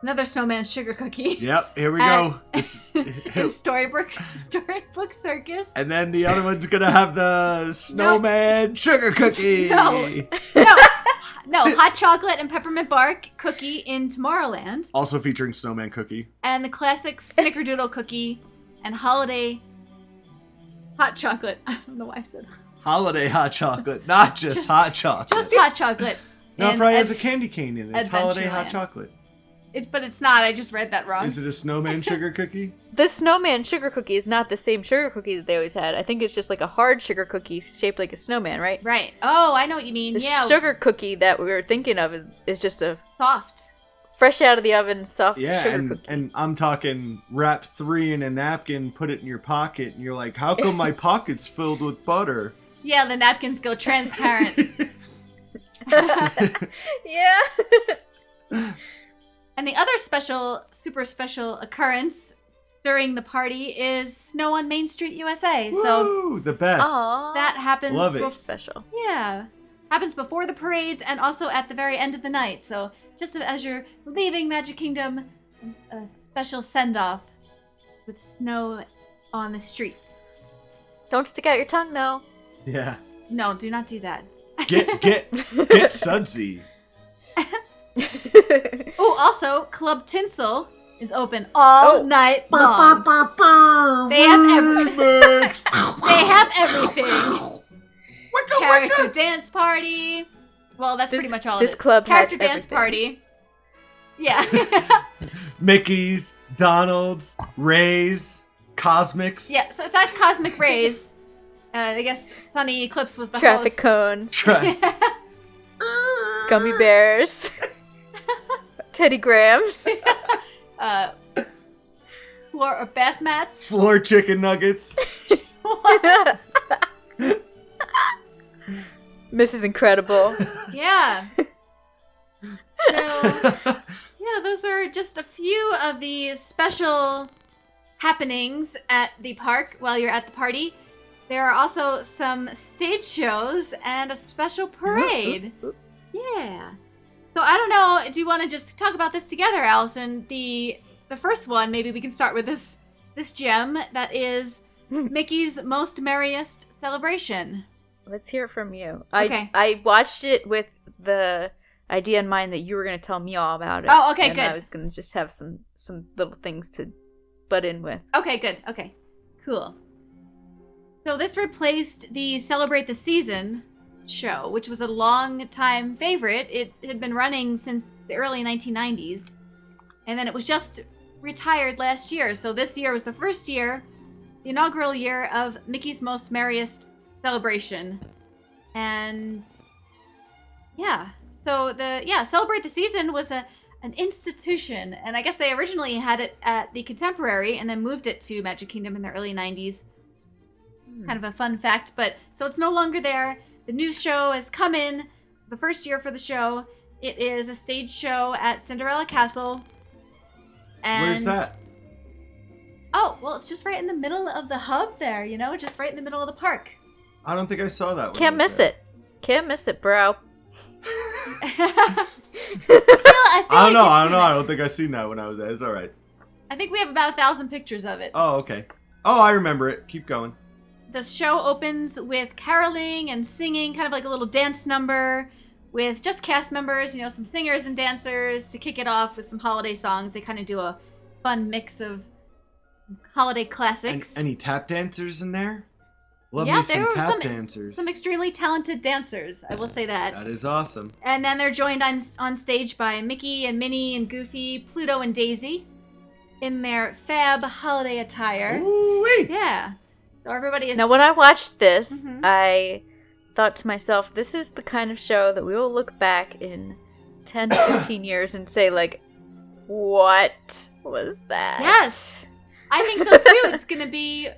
Speaker 5: another snowman sugar cookie. *laughs*
Speaker 6: Yep, here we
Speaker 5: Uh,
Speaker 6: go. *laughs*
Speaker 5: in *laughs* Storybook Storybook Circus.
Speaker 6: and then the other one's gonna have the snowman sugar
Speaker 5: *laughs*
Speaker 6: cookie.
Speaker 5: No. No, no, hot chocolate and peppermint bark cookie in Tomorrowland,
Speaker 6: Also featuring snowman cookie.
Speaker 5: and the classic Snickerdoodle cookie and holiday hot chocolate. *laughs* I don't know why I said
Speaker 6: Holiday hot chocolate, not just,
Speaker 5: Just-
Speaker 6: hot chocolate.
Speaker 5: just hot chocolate.
Speaker 6: no, it
Speaker 5: in
Speaker 6: probably has a
Speaker 5: Ad-
Speaker 6: candy cane in it. It's holiday
Speaker 5: Adventureland.
Speaker 6: hot chocolate.
Speaker 5: it- but it's not. I just read that wrong.
Speaker 6: Is it
Speaker 5: *laughs*
Speaker 6: a snowman sugar cookie?
Speaker 4: The snowman sugar cookie is not the same sugar cookie that they always had. I think it's just like a hard sugar cookie shaped like a snowman, right?
Speaker 5: Right. Oh, I know what you mean.
Speaker 4: The
Speaker 5: yeah,
Speaker 4: sugar cookie that we were thinking of is, is just a
Speaker 5: soft.
Speaker 4: fresh out of the oven soft
Speaker 6: Yeah,
Speaker 4: sugar
Speaker 6: and,
Speaker 4: cookie.
Speaker 5: *laughs*
Speaker 6: and I'm talking wrap three in a napkin, put it in your pocket, and you're like, how
Speaker 5: *laughs*
Speaker 6: come my pocket's filled with butter?
Speaker 5: Yeah, the napkins go
Speaker 6: *laughs*
Speaker 5: transparent. *laughs*
Speaker 4: yeah.
Speaker 5: And the other special, super special occurrence during the party is Snow on Main Street, USA. So
Speaker 6: Woo, the best.
Speaker 4: Aww.
Speaker 5: that happens.
Speaker 6: Love it.
Speaker 4: real special.
Speaker 5: Yeah, happens before the parades and also at the very end of the night. So just as you're leaving Magic Kingdom, a special send off with snow on the streets.
Speaker 4: Don't stick out your tongue
Speaker 5: *laughs*
Speaker 4: though.
Speaker 6: Yeah.
Speaker 5: No, do not do that. *laughs*
Speaker 6: Get get get sudsy.
Speaker 5: Oh, also Club Tinsel is open all
Speaker 4: Oh.
Speaker 5: night long. They have every-
Speaker 6: Remix.
Speaker 5: *laughs* They have everything.
Speaker 7: Wicca,
Speaker 5: character dance party. Well, that's
Speaker 4: This-
Speaker 5: pretty much all
Speaker 4: this
Speaker 5: of it.
Speaker 4: club has
Speaker 5: character dance
Speaker 4: everything.
Speaker 5: party. Yeah. *laughs*
Speaker 6: Mickey's, Donald's, Ray's, Cosmics.
Speaker 5: yeah, so it's that Cosmic Rays. Uh, I guess Sunny Eclipse was the
Speaker 4: Traffic
Speaker 5: host.
Speaker 4: cones,
Speaker 5: *laughs*
Speaker 6: Try-
Speaker 4: gummy bears, Teddy
Speaker 5: *laughs*
Speaker 4: Grahams.
Speaker 5: uh, floor or
Speaker 4: *laughs*
Speaker 5: bath mats. *laughs*
Speaker 6: floor chicken nuggets.
Speaker 4: Mrs. Incredible.
Speaker 5: *laughs*
Speaker 4: *laughs*
Speaker 5: Yeah.
Speaker 6: *laughs*
Speaker 5: So yeah, those are just a few of the special happenings at the park while you're at the party. There are also some stage shows and a special parade. Yeah. So I don't know. Do you want to just talk about this together, Allison? The the first one, maybe we can start with this this gem that is Mickey's most merriest celebration.
Speaker 4: Let's hear it from you. I
Speaker 5: Okay.
Speaker 4: I watched it with the idea in mind that you were going to tell me all about it.
Speaker 5: Oh, okay,
Speaker 4: and
Speaker 5: good.
Speaker 4: I was going to just have some some little things to butt in with.
Speaker 5: Okay, good. Okay, cool. So this replaced the Celebrate the Season show, which was a long time favorite. It had been running since the early 1990s, and then it was just retired last year. So this year was the first year, the inaugural year of Mickey's Most Merriest Celebration, and yeah. So the yeah Celebrate the Season was a an institution. And I guess they originally had it at the Contemporary and then moved it to Magic Kingdom in the early 90s.
Speaker 6: Hmm.
Speaker 5: Kind of a fun fact, but so it's no longer there. The new show has come in. It's the first year for the show. It is a stage show at Cinderella Castle. And
Speaker 6: Where's that?
Speaker 5: Oh, well, it's just right in the middle of the hub there, you know, just right in the middle of the park. *laughs*
Speaker 6: I don't think I saw that. When
Speaker 4: Can't
Speaker 6: I was
Speaker 4: miss
Speaker 6: there.
Speaker 4: it. Can't miss it,
Speaker 5: *laughs*
Speaker 4: bro.
Speaker 5: I feel, I, feel
Speaker 6: I
Speaker 5: like we've seen
Speaker 6: don't know. I don't know. I
Speaker 5: it.
Speaker 6: don't think I seen that when I was there. It's all right.
Speaker 5: I think we have about a thousand pictures of it.
Speaker 6: Oh, okay. Oh, I remember it. Keep going.
Speaker 5: the show opens with caroling and singing, kind of like a little dance number with just cast members, you know, some singers and dancers to kick it off with some holiday songs. They kind of do a fun mix of holiday
Speaker 6: And,
Speaker 5: classics.
Speaker 6: any tap dancers in there? Love
Speaker 5: Yeah,
Speaker 6: me
Speaker 5: there
Speaker 6: some
Speaker 5: were
Speaker 6: tap
Speaker 5: some-
Speaker 6: dancers.
Speaker 5: some extremely talented dancers, I will say that.
Speaker 6: that is awesome.
Speaker 5: And then they're joined on on stage by Mickey and Minnie and Goofy, Pluto and Daisy in their fab holiday attire.
Speaker 6: Ooh-wee.
Speaker 5: Yeah. So everybody is
Speaker 4: Now, when I watched this,
Speaker 5: Mhm.
Speaker 4: I thought to myself, this is the kind of show that we will look back in 10 to
Speaker 5: *coughs*
Speaker 4: 15 years and say, like, what was that?
Speaker 5: Yes. I think so too. It's going to be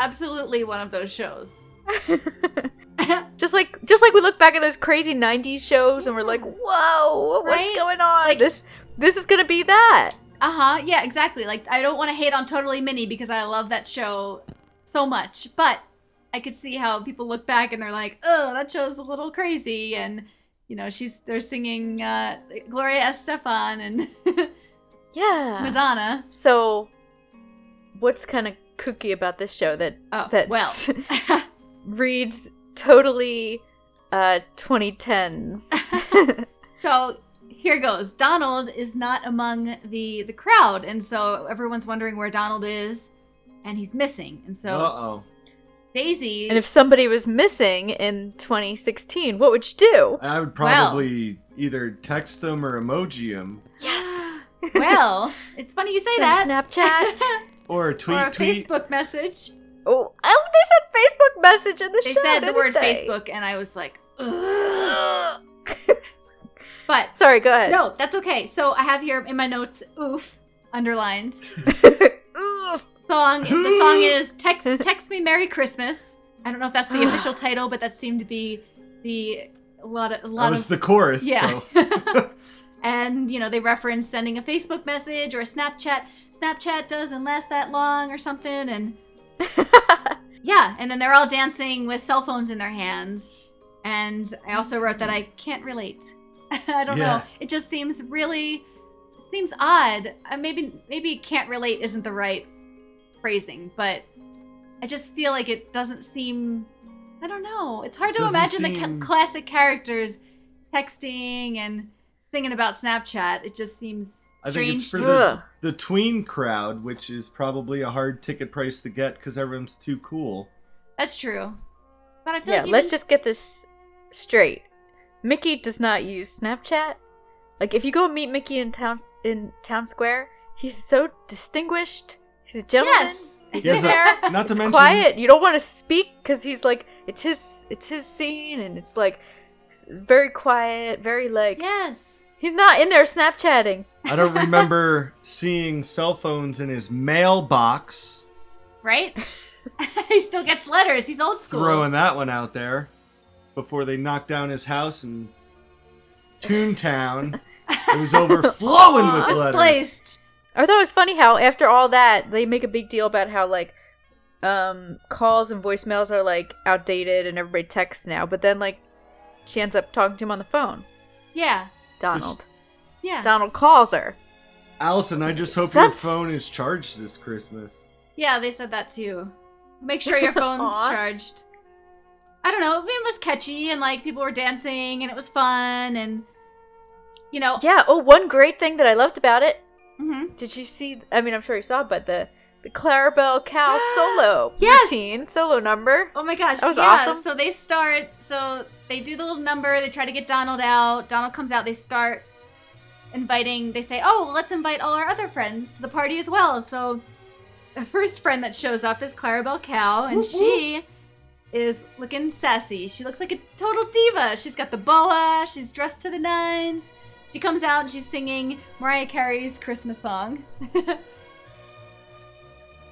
Speaker 5: absolutely one of those shows. *laughs* Uh-huh.
Speaker 4: Just like just like we look back at those crazy 90s shows and we're like, "Whoa,
Speaker 5: Right?
Speaker 4: what's going on?
Speaker 5: Like-
Speaker 4: this this is going to be that."
Speaker 5: Uh huh. Yeah, exactly. Like, I don't want to hate on Totally Mini because I love that show so much, but I could see how people look back and they're like, oh, that show's a little crazy. And, you know, she's they're singing uh, Gloria Estefan and *laughs*
Speaker 4: Yeah.
Speaker 5: Madonna.
Speaker 4: So what's kind of kooky about this show that
Speaker 5: Oh,
Speaker 4: that
Speaker 5: well.
Speaker 4: *laughs* reads totally uh 2010s?
Speaker 5: So here goes. Donald is not among the the crowd, and so everyone's wondering where Donald is, and he's missing. And so
Speaker 6: Uh
Speaker 5: Daisy.
Speaker 4: and if somebody was missing in 2016, what would you do?
Speaker 6: oh. I would probably either text them or emoji them
Speaker 4: *gasps* Yes. *laughs*
Speaker 5: *laughs* well, it's funny you say
Speaker 4: Some
Speaker 5: that. *laughs*
Speaker 4: Snapchat.
Speaker 6: or a tweet
Speaker 5: or a
Speaker 6: tweet.
Speaker 5: Facebook message.
Speaker 4: oh, oh, they said Facebook message in the
Speaker 5: They
Speaker 4: show.
Speaker 5: said the
Speaker 4: didn't
Speaker 5: word
Speaker 4: they?
Speaker 5: Facebook, and I was like, Ugh.
Speaker 4: *gasps*
Speaker 5: but
Speaker 4: Sorry, go *laughs* ahead.
Speaker 5: no, that's okay. So I have here in my notes, oof, underlined.
Speaker 4: Ugh.
Speaker 5: Song.
Speaker 4: *gasps*
Speaker 5: The song is text text me Merry Christmas. I don't know if
Speaker 4: *gasps*
Speaker 5: that's the official title, but that seemed to be the a lot of a lot
Speaker 6: That was
Speaker 5: of
Speaker 6: the chorus.
Speaker 5: Yeah.
Speaker 6: So.
Speaker 5: *laughs* and you know, they reference sending a Facebook message or a Snapchat. Snapchat doesn't last that long or something and yeah, and then they're all dancing with cell phones in their hands. And I also wrote that I can't relate. *laughs* I don't know.
Speaker 6: Yeah.
Speaker 5: It just seems really seems odd. Uh, maybe maybe can't relate isn't the right phrasing, but I just feel like it doesn't seem. I don't know. It's hard to
Speaker 6: Doesn't
Speaker 5: imagine the
Speaker 6: seem-
Speaker 5: ca- classic characters texting and singing about Snapchat. It just seems
Speaker 6: I think it's
Speaker 5: strange.
Speaker 6: for
Speaker 5: to-
Speaker 6: the,
Speaker 4: Ugh.
Speaker 6: the tween crowd, which is probably a hard ticket price to get because everyone's
Speaker 5: *laughs*
Speaker 6: too cool.
Speaker 5: That's true. But I feel
Speaker 4: yeah,
Speaker 5: like
Speaker 4: let's
Speaker 5: even-
Speaker 4: just get this straight. Mickey does not use Snapchat. Like, if you go meet Mickey in town in town square, he's so distinguished. He's a gentleman.
Speaker 5: yes.
Speaker 4: He's
Speaker 6: He has
Speaker 4: in there.
Speaker 6: uh, Not to
Speaker 4: It's
Speaker 6: mention,
Speaker 4: quiet. You don't want to speak because he's like, it's his, it's his scene, and it's like, it's very quiet, very like.
Speaker 5: yes.
Speaker 4: He's not in there Snapchatting.
Speaker 6: I don't remember seeing cell phones in his mailbox.
Speaker 5: Right.
Speaker 4: *laughs*
Speaker 5: *laughs* he still gets letters. He's old school.
Speaker 6: Throwing that one out there before they knocked down his house in Toontown.
Speaker 5: *laughs*
Speaker 6: it was overflowing with letters.
Speaker 5: Displaced.
Speaker 4: I thought it was funny how after all that they make a big deal about how like um calls and voicemails are like outdated and everybody texts now, but then like she ends up talking to him on the phone.
Speaker 5: Yeah.
Speaker 4: Donald.
Speaker 5: Yeah.
Speaker 4: Donald calls her.
Speaker 6: Allison, I just hope
Speaker 4: Sucks.
Speaker 6: your phone is charged this Christmas.
Speaker 5: Yeah, they said that too. Make sure your phone's
Speaker 4: Aw.
Speaker 5: charged. I don't know. I mean, It was catchy and like people were dancing and it was fun and You know,
Speaker 4: Yeah. Oh, one great thing that I loved about it.
Speaker 5: hmm
Speaker 4: Did you see? I mean, I'm sure you saw, it, but the the Clarabelle
Speaker 5: *gasps*
Speaker 4: Cow solo
Speaker 5: Yes!
Speaker 4: routine, solo number.
Speaker 5: Oh my gosh,
Speaker 4: That was
Speaker 5: yeah.
Speaker 4: awesome.
Speaker 5: So they start, so they do the little number, they try to get Donald out. Donald comes out, they start inviting, they say, oh, well, let's invite all our other friends to the party as well. So the first friend that shows up is Clarabelle Cow, and she is looking sassy. She looks like a total diva. She's got the boa, she's dressed to the nines. She comes out and she's singing Mariah Carey's Christmas song.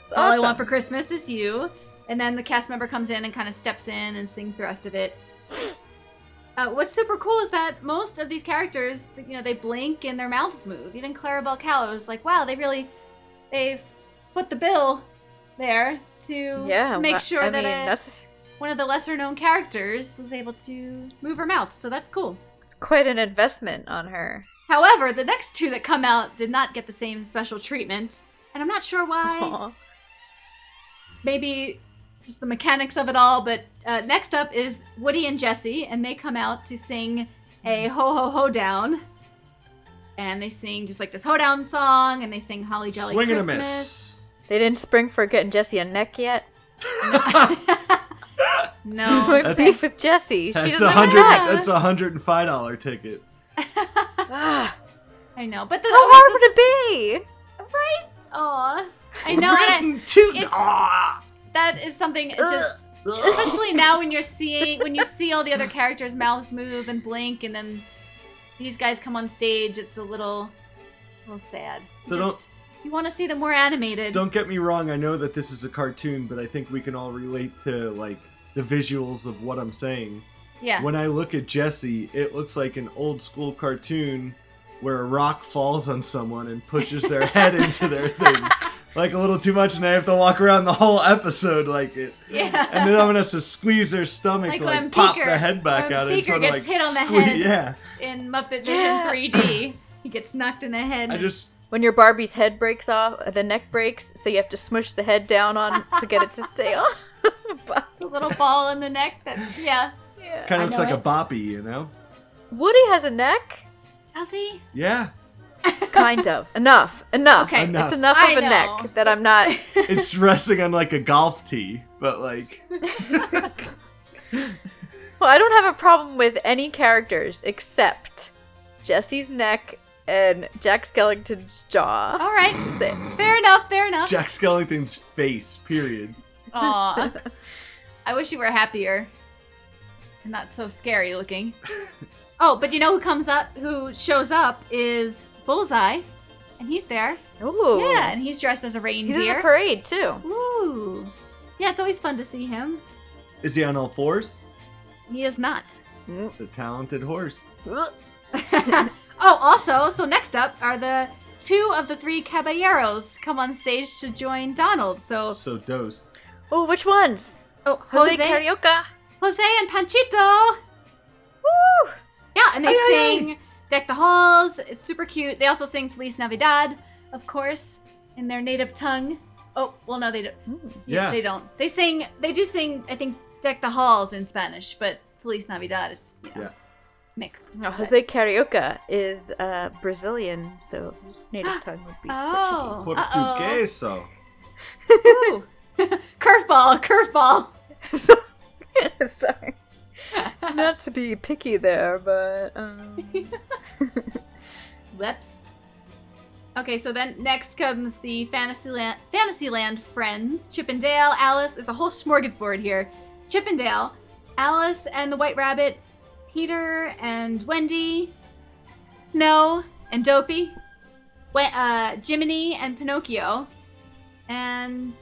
Speaker 4: It's
Speaker 5: All I
Speaker 4: awesome.
Speaker 5: want for Christmas is you. And then the cast member comes in and kind of steps in and sings the rest of it.
Speaker 4: *gasps*
Speaker 5: Uh, what's super cool is that most of these characters, you know, they blink and their mouths move. Even Clarabelle Cow was like, wow, they really, they've put the bill there to
Speaker 4: yeah.
Speaker 5: make
Speaker 4: wha-
Speaker 5: sure
Speaker 4: I
Speaker 5: that
Speaker 4: mean,
Speaker 5: a-
Speaker 4: that's
Speaker 5: one of the lesser known characters was able to move her mouth. So that's cool.
Speaker 4: it's quite an investment on her.
Speaker 5: However, the next two that come out did not get the same special treatment. And I'm not sure why.
Speaker 4: *laughs* Aw.
Speaker 5: maybe just the mechanics of it all. But uh, next up is Woody and Jesse, and they come out to sing a ho ho ho down. And they sing just like this ho down song, and they sing Holly Jolly
Speaker 6: Swing and a
Speaker 5: Christmas.
Speaker 6: miss.
Speaker 4: They didn't spring for getting Jesse a neck yet.
Speaker 6: *laughs*
Speaker 5: *laughs*
Speaker 4: *laughs*
Speaker 5: no.
Speaker 4: Swing
Speaker 6: That's-
Speaker 4: beef with Jesse. She
Speaker 6: That's
Speaker 4: doesn't
Speaker 6: a
Speaker 4: have a
Speaker 6: hundred.
Speaker 4: neck.
Speaker 6: *laughs*
Speaker 5: back.
Speaker 6: That's a hundred and five dollar ticket.
Speaker 4: Ah,
Speaker 5: I know, but the
Speaker 4: how hard would it be?
Speaker 5: right? Aw, I know and I-
Speaker 6: *laughs*
Speaker 7: Two.
Speaker 5: it's-
Speaker 7: Ah.
Speaker 5: that is something.
Speaker 6: Uh,
Speaker 5: It just especially now when you're seeing when you see all the other characters' mouths move and blink, and then these guys come on stage. It's a little, little sad.
Speaker 6: So
Speaker 5: Just-
Speaker 6: don't-
Speaker 5: you want to see them more animated.
Speaker 6: Don't get me wrong. I know that this is a cartoon, but I think we can all relate to like the visuals of what I'm saying.
Speaker 5: yeah.
Speaker 6: When I look at Jesse, it looks like an old school cartoon where a rock falls on someone and pushes their
Speaker 5: *laughs*
Speaker 6: head into their thing, like a little too much, and they have to walk around the whole episode like it.
Speaker 5: yeah.
Speaker 6: And then I'm gonna have to squeeze their stomach
Speaker 5: Like
Speaker 6: to like
Speaker 5: when
Speaker 6: pop
Speaker 5: Peeker-
Speaker 6: the head back
Speaker 5: when
Speaker 6: out and
Speaker 5: Peeker
Speaker 6: try to
Speaker 5: gets
Speaker 6: like
Speaker 5: hit on the
Speaker 6: squeeze.
Speaker 5: head.
Speaker 6: Yeah,
Speaker 5: in Muppet
Speaker 6: *laughs*
Speaker 5: Vision
Speaker 4: Yeah.
Speaker 5: 3D, he gets knocked in the head.
Speaker 6: I
Speaker 5: and
Speaker 6: just
Speaker 4: When your Barbie's head breaks off, uh, the neck breaks, so you have to smush the head down on *laughs* to get it to stay on. But-
Speaker 5: the little ball in the neck. That yeah.
Speaker 4: yeah.
Speaker 6: kind
Speaker 5: I
Speaker 6: of looks
Speaker 5: know
Speaker 6: like
Speaker 5: it.
Speaker 6: a boppy, you know?
Speaker 4: Woody has a neck.
Speaker 5: Does he? *laughs*
Speaker 6: Yeah,
Speaker 4: Kind *laughs* of. Enough. Enough.
Speaker 5: Okay.
Speaker 6: Enough.
Speaker 4: It's enough
Speaker 5: I
Speaker 4: of a
Speaker 5: know.
Speaker 4: neck that I'm not. *laughs*
Speaker 6: it's resting on like a golf tee, but like
Speaker 4: Well, I don't have a problem with any characters except Jesse's neck and Jack Skellington's jaw.
Speaker 5: All right.
Speaker 4: That's it.
Speaker 5: Fair enough. Fair enough.
Speaker 6: Jack Skellington's face. Period.
Speaker 4: *laughs*
Speaker 5: Aw. I wish you were happier. And not so scary looking. Oh, but you know who comes up, who shows up is Bullseye, and he's there.
Speaker 4: Ooh.
Speaker 5: Yeah, and he's dressed as a
Speaker 4: He's in the
Speaker 5: reindeer.
Speaker 4: parade too.
Speaker 5: Ooh. Yeah, it's always fun to see him.
Speaker 6: Is he on all fours?
Speaker 5: He
Speaker 4: *laughs*
Speaker 5: is not.
Speaker 6: The talented horse.
Speaker 5: oh, also, so next up are the two of the three caballeros come on stage to join Donald. So,
Speaker 6: So dose.
Speaker 4: Oh, which ones?
Speaker 5: oh,
Speaker 4: Jose,
Speaker 5: Jose, Jose,
Speaker 4: Carioca.
Speaker 5: and Panchito.
Speaker 4: Woo!
Speaker 5: Yeah, and they
Speaker 4: Ay, ay,
Speaker 5: sing "Deck the Halls." It's super cute. They also sing "Feliz Navidad," of course, in their native tongue. Oh, well, no, they don't.
Speaker 6: Yeah.
Speaker 5: they don't. They sing. They do sing. I think "Deck the Halls" in Spanish, but "Feliz Navidad" is you know,
Speaker 6: Yeah.
Speaker 5: mixed.
Speaker 4: Now, Jose Carioca is uh, Brazilian, so his *gasps* native tongue would be
Speaker 5: Oh.
Speaker 4: Portuguese.
Speaker 5: Uh-oh.
Speaker 6: Portugueso.
Speaker 5: Ooh. *laughs* curveball, curveball.
Speaker 4: *laughs* Sorry. Not to be picky there, but *laughs* um,
Speaker 5: Whoops. Okay, so then next comes the Fantasyland, Fantasyland friends. Chippendale, Alice. There's a whole smorgasbord here. Chippendale, Alice and the White Rabbit, Peter and Wendy, Snow and Dopey, we- uh, Jiminy and Pinocchio, and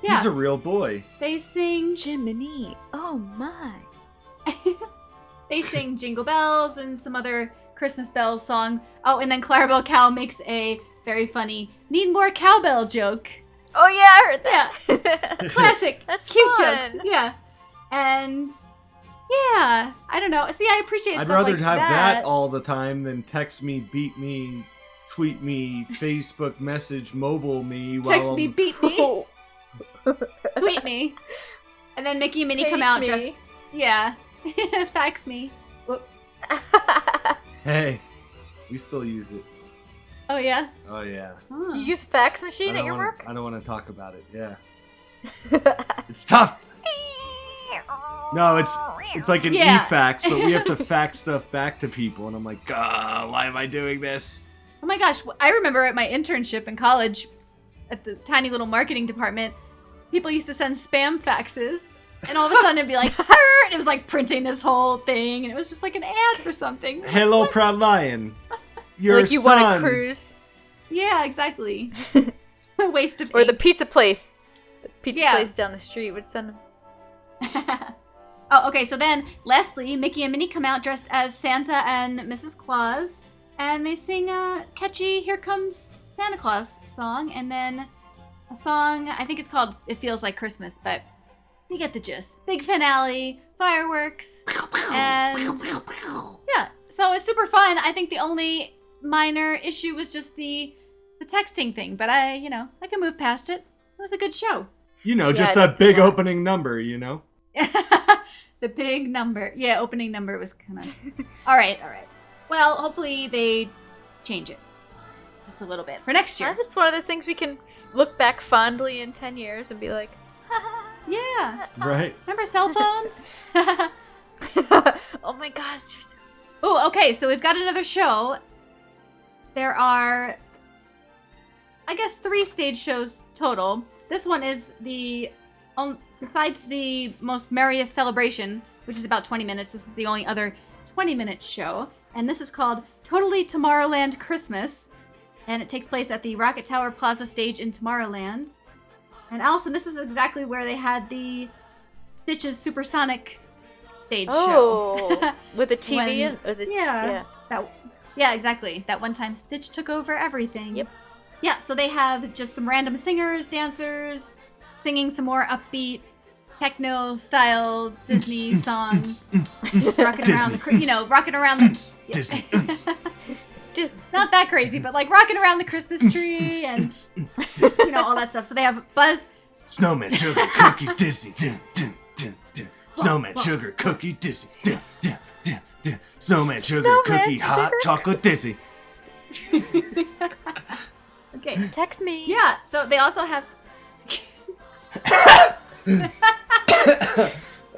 Speaker 5: yeah,
Speaker 6: He's a real boy.
Speaker 5: they sing
Speaker 4: Jiminy. Oh my.
Speaker 5: they sing Jingle Bells and some other Christmas bells song. Oh, and then Clarabelle Cow makes a very funny need more cowbell joke.
Speaker 4: Oh yeah, I heard
Speaker 5: Yeah,
Speaker 4: that. *laughs*
Speaker 5: *laughs* classic.
Speaker 4: That's
Speaker 5: cute
Speaker 4: fun.
Speaker 5: jokes. Yeah, and yeah, I don't know. See, I appreciate.
Speaker 6: I'd
Speaker 5: stuff
Speaker 6: rather
Speaker 5: like
Speaker 6: have that.
Speaker 5: that.
Speaker 6: all the time than text me, beat me, tweet me, Facebook message, mobile me while
Speaker 5: Text me,
Speaker 6: I'm-
Speaker 5: beat me,
Speaker 4: *laughs*
Speaker 5: tweet me, and then Mickey and Minnie come
Speaker 4: Page
Speaker 5: out
Speaker 4: me.
Speaker 5: just *laughs* yeah, fax me.
Speaker 6: Hey, We still use it.
Speaker 5: Oh yeah.
Speaker 6: Oh yeah.
Speaker 5: *laughs*
Speaker 4: You use a fax machine at
Speaker 6: I don't
Speaker 4: your
Speaker 6: wanna-
Speaker 4: work?
Speaker 6: I don't want to talk about it. Yeah. It's tough. No, it's it's like an
Speaker 5: Yeah.
Speaker 6: e-fax, but we have to fax stuff back to people, and I'm like, God, why am I doing this?
Speaker 5: Oh my gosh, wh- I remember at my internship in college at the tiny little marketing department, people used to send spam faxes. And all of a sudden it'd be like, "Arr!" and it was like printing this whole thing, and it was just like an ad for something.
Speaker 6: Hello, proud lion. Your
Speaker 4: like you
Speaker 6: son.
Speaker 4: want a cruise
Speaker 5: Yeah, exactly. *laughs* a waste of
Speaker 4: or the
Speaker 5: ink.
Speaker 4: pizza place. The pizza
Speaker 5: Yeah.
Speaker 4: place down the street would send them.
Speaker 5: *laughs* oh, okay. So then, lastly, Mickey and Minnie come out dressed as Santa and Mrs. Claus, and they sing a catchy "Here Comes Santa Claus" song, and then a song I think it's called "It Feels Like Christmas," but you get the gist. Big finale, fireworks, and yeah. So it's super fun. I think the only minor issue was just the the texting thing, but I, you know, I can move past it. It was a good show.
Speaker 6: You know, just
Speaker 4: Yeah,
Speaker 6: that
Speaker 4: that's a
Speaker 6: big
Speaker 4: lot.
Speaker 6: opening number. You know.
Speaker 5: *laughs* the big number. Yeah, opening number was kind of. all right, all right. Well, hopefully they change it just a little bit for next
Speaker 4: Yeah,
Speaker 5: year.
Speaker 4: it's one of those things we can look back fondly in ten years and be like,
Speaker 5: Yeah.
Speaker 6: Right.
Speaker 5: Remember cell phones?
Speaker 4: oh my god, it's just
Speaker 5: oh, okay. So we've got another show. There are, I guess, three stage shows total. This one is the, on, besides the most merriest celebration, which is about 20 minutes. This is the only other 20 minute show, and this is called Totally Tomorrowland Christmas, and it takes place at the Rocket Tower Plaza stage in Tomorrowland. And Allison, this is exactly where they had the Stitches Supersonic stage show. *laughs*
Speaker 4: oh with a TV
Speaker 5: When-
Speaker 4: and with a,
Speaker 5: Yeah. That, yeah, exactly. That one time Stitch took over everything.
Speaker 4: Yep.
Speaker 5: Yeah, so they have just some random singers, dancers, singing some more upbeat techno style
Speaker 6: *laughs*
Speaker 5: Disney songs, rocking around the, cr- you know, rocking around the,
Speaker 6: *laughs*
Speaker 5: *laughs*
Speaker 6: Disney.
Speaker 4: Just
Speaker 5: not that crazy, but like rocking around the Christmas
Speaker 6: *laughs*
Speaker 5: tree and you know all that stuff. So they have Buzz.
Speaker 6: Snowman, sugar, cookies, Disney. Dun, dun, dun, dun. Snowman, sugar, cookie, Disney. Dun, dun, dun, dun. Snowman, sugar,
Speaker 4: Snowman,
Speaker 6: cookie, hot
Speaker 4: sugar.
Speaker 6: chocolate, Disney.
Speaker 5: Okay.
Speaker 4: text me.
Speaker 5: Yeah. So they also have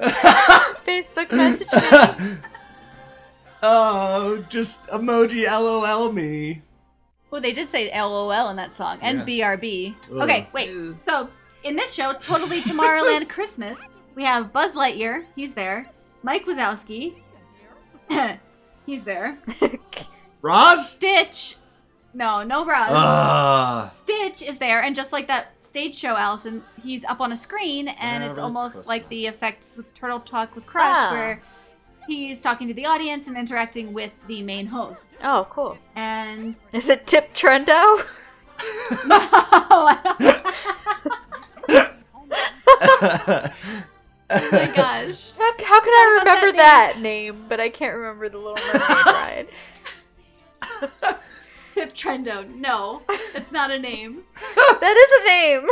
Speaker 4: Facebook message me.
Speaker 6: *laughs* oh, just emoji LOL me.
Speaker 5: Well, oh, they did say LOL in that song and
Speaker 6: Yeah.
Speaker 5: BRB.
Speaker 6: Ugh.
Speaker 5: Okay, wait. So in this show, Totally Tomorrowland Christmas, we have Buzz Lightyear. He's there. Mike Wazowski. *coughs* he's there.
Speaker 6: Roz?
Speaker 5: Stitch. No, no Roz.
Speaker 6: Ah. *laughs*
Speaker 5: Stitch is there, and just like that stage show, Allison, he's up on a screen, and it's
Speaker 6: Merry
Speaker 5: almost
Speaker 6: Christmas.
Speaker 5: like the effects with Turtle Talk with Crush,
Speaker 4: Ah.
Speaker 5: where he's talking to the audience and interacting with the main host.
Speaker 4: Oh, cool.
Speaker 5: And *laughs*
Speaker 4: Is it Tip Trendo?
Speaker 5: no, I don't- oh my gosh.
Speaker 4: How, how can I
Speaker 5: about
Speaker 4: remember
Speaker 5: that
Speaker 4: that name? but I can't remember the Little Mermaid ride?
Speaker 5: Pip Trendo. No, it's not a name.
Speaker 4: That is a name.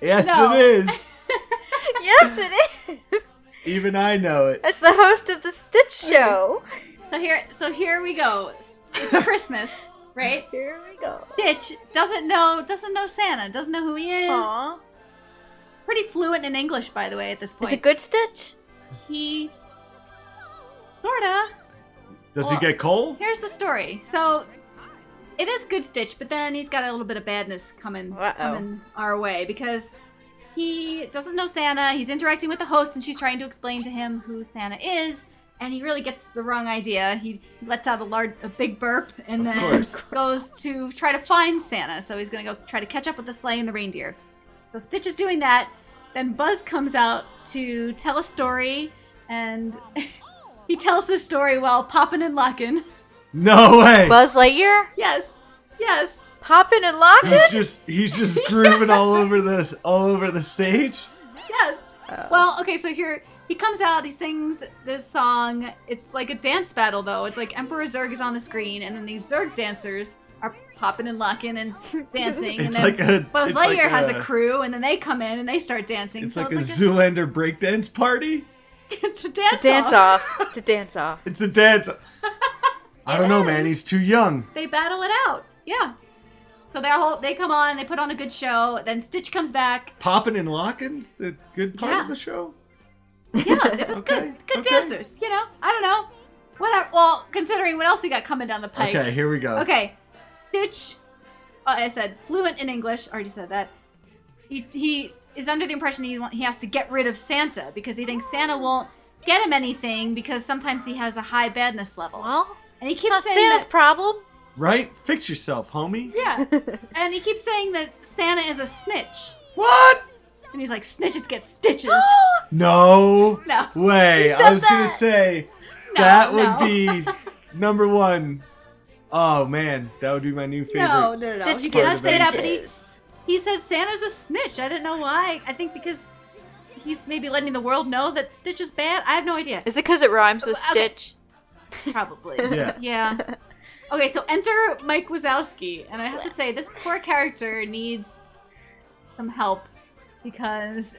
Speaker 6: yes,
Speaker 5: No.
Speaker 6: it is.
Speaker 4: Yes, it is.
Speaker 6: Even I know it.
Speaker 4: That's the host of the Stitch Show.
Speaker 5: So here, so here we go. It's
Speaker 4: *laughs*
Speaker 5: Christmas, right?
Speaker 4: Here we go.
Speaker 5: Stitch doesn't know, doesn't know Santa, doesn't know who he is.
Speaker 4: Aww.
Speaker 5: Pretty fluent in English, by the way, at this
Speaker 4: Is
Speaker 5: point.
Speaker 4: it good Stitch?
Speaker 5: He sorta.
Speaker 6: Does
Speaker 5: Well-
Speaker 6: he get coal?
Speaker 5: Here's the story. So it is good Stitch, but then he's got a little bit of badness coming
Speaker 4: Uh-oh.
Speaker 5: coming our way because he doesn't know Santa. He's interacting with the host, and she's trying to explain to him who Santa is, and he really gets the wrong idea. He lets out a large, a big burp, and
Speaker 6: Of
Speaker 5: then
Speaker 6: course.
Speaker 5: *laughs* goes to try to find Santa. So he's gonna go try to catch up with the sleigh and the reindeer. So Stitch is doing that. Then Buzz comes out to tell a story, and *laughs* he tells this story while popping and locking.
Speaker 6: No way.
Speaker 4: Buzz Lightyear?
Speaker 5: Yes, yes.
Speaker 4: Poppin' and lockin'?
Speaker 6: *laughs* He's just he's
Speaker 4: *laughs*
Speaker 6: just grooving all over the all over the stage.
Speaker 5: Yes. Well, okay, so here he comes out, he sings this song. It's like a dance battle though. It's like Emperor Zurg is on the screen and then these Zurg dancers are popping and locking and dancing
Speaker 6: It's
Speaker 5: and then
Speaker 6: like a
Speaker 5: Buzz
Speaker 6: it's
Speaker 5: Lightyear
Speaker 6: like
Speaker 5: has a crew and then they come in and they start dancing.
Speaker 6: It's
Speaker 5: so
Speaker 6: like a
Speaker 5: it's like
Speaker 6: Zoolander breakdance party.
Speaker 5: a, *laughs* it's a
Speaker 4: It's
Speaker 5: dance
Speaker 4: a dance off. It's a dance off.
Speaker 6: It's a dance. I don't know,
Speaker 5: ends. *laughs*
Speaker 6: man. He's too young.
Speaker 5: They battle it out. Yeah. So their whole they come on, they put on a good show. Then Stitch comes back.
Speaker 6: Poppin' and Lockin's the good part
Speaker 5: Yeah.
Speaker 6: of the show.
Speaker 5: *laughs* Yeah, it was
Speaker 6: Okay,
Speaker 5: good. Good
Speaker 6: okay.
Speaker 5: dancers. You know, I don't know. Whatever. Well, considering what else we got coming down the pike.
Speaker 6: Okay, here we go.
Speaker 5: Okay. Stitch, uh, I said fluent in English. Already said that. He he is under the impression he want, he has to get rid of Santa because he thinks Santa won't get him anything because sometimes he has a high badness level.
Speaker 4: Well,
Speaker 5: and he keeps
Speaker 4: it's not
Speaker 5: saying
Speaker 4: Santa's *laughs*
Speaker 5: that-
Speaker 4: problem.
Speaker 6: Right? Fix yourself, homie.
Speaker 4: *laughs*
Speaker 5: Yeah. and he keeps saying that Santa is a snitch.
Speaker 6: What?
Speaker 5: And he's like, snitches get
Speaker 4: *gasps*
Speaker 5: stitches.
Speaker 6: No
Speaker 5: no. no,
Speaker 6: way.
Speaker 4: You
Speaker 6: I
Speaker 4: said
Speaker 6: was
Speaker 4: that.
Speaker 6: gonna say that
Speaker 5: no.
Speaker 6: would be
Speaker 5: *laughs*
Speaker 6: number one. Oh man, that would be my new favorite.
Speaker 5: No, no, no.
Speaker 4: Stitch
Speaker 5: He
Speaker 6: gets
Speaker 5: does say that, but he,
Speaker 4: stitches.
Speaker 5: he says Santa's a snitch. I didn't know why. I think because he's maybe letting the world know that Stitch is bad. I have no idea.
Speaker 4: Is it because it rhymes with
Speaker 5: Okay.
Speaker 4: Stitch?
Speaker 5: Probably. *laughs*
Speaker 6: Yeah.
Speaker 5: yeah. Okay, so enter Mike Wazowski. And I have to say, this poor character needs some help because. *laughs*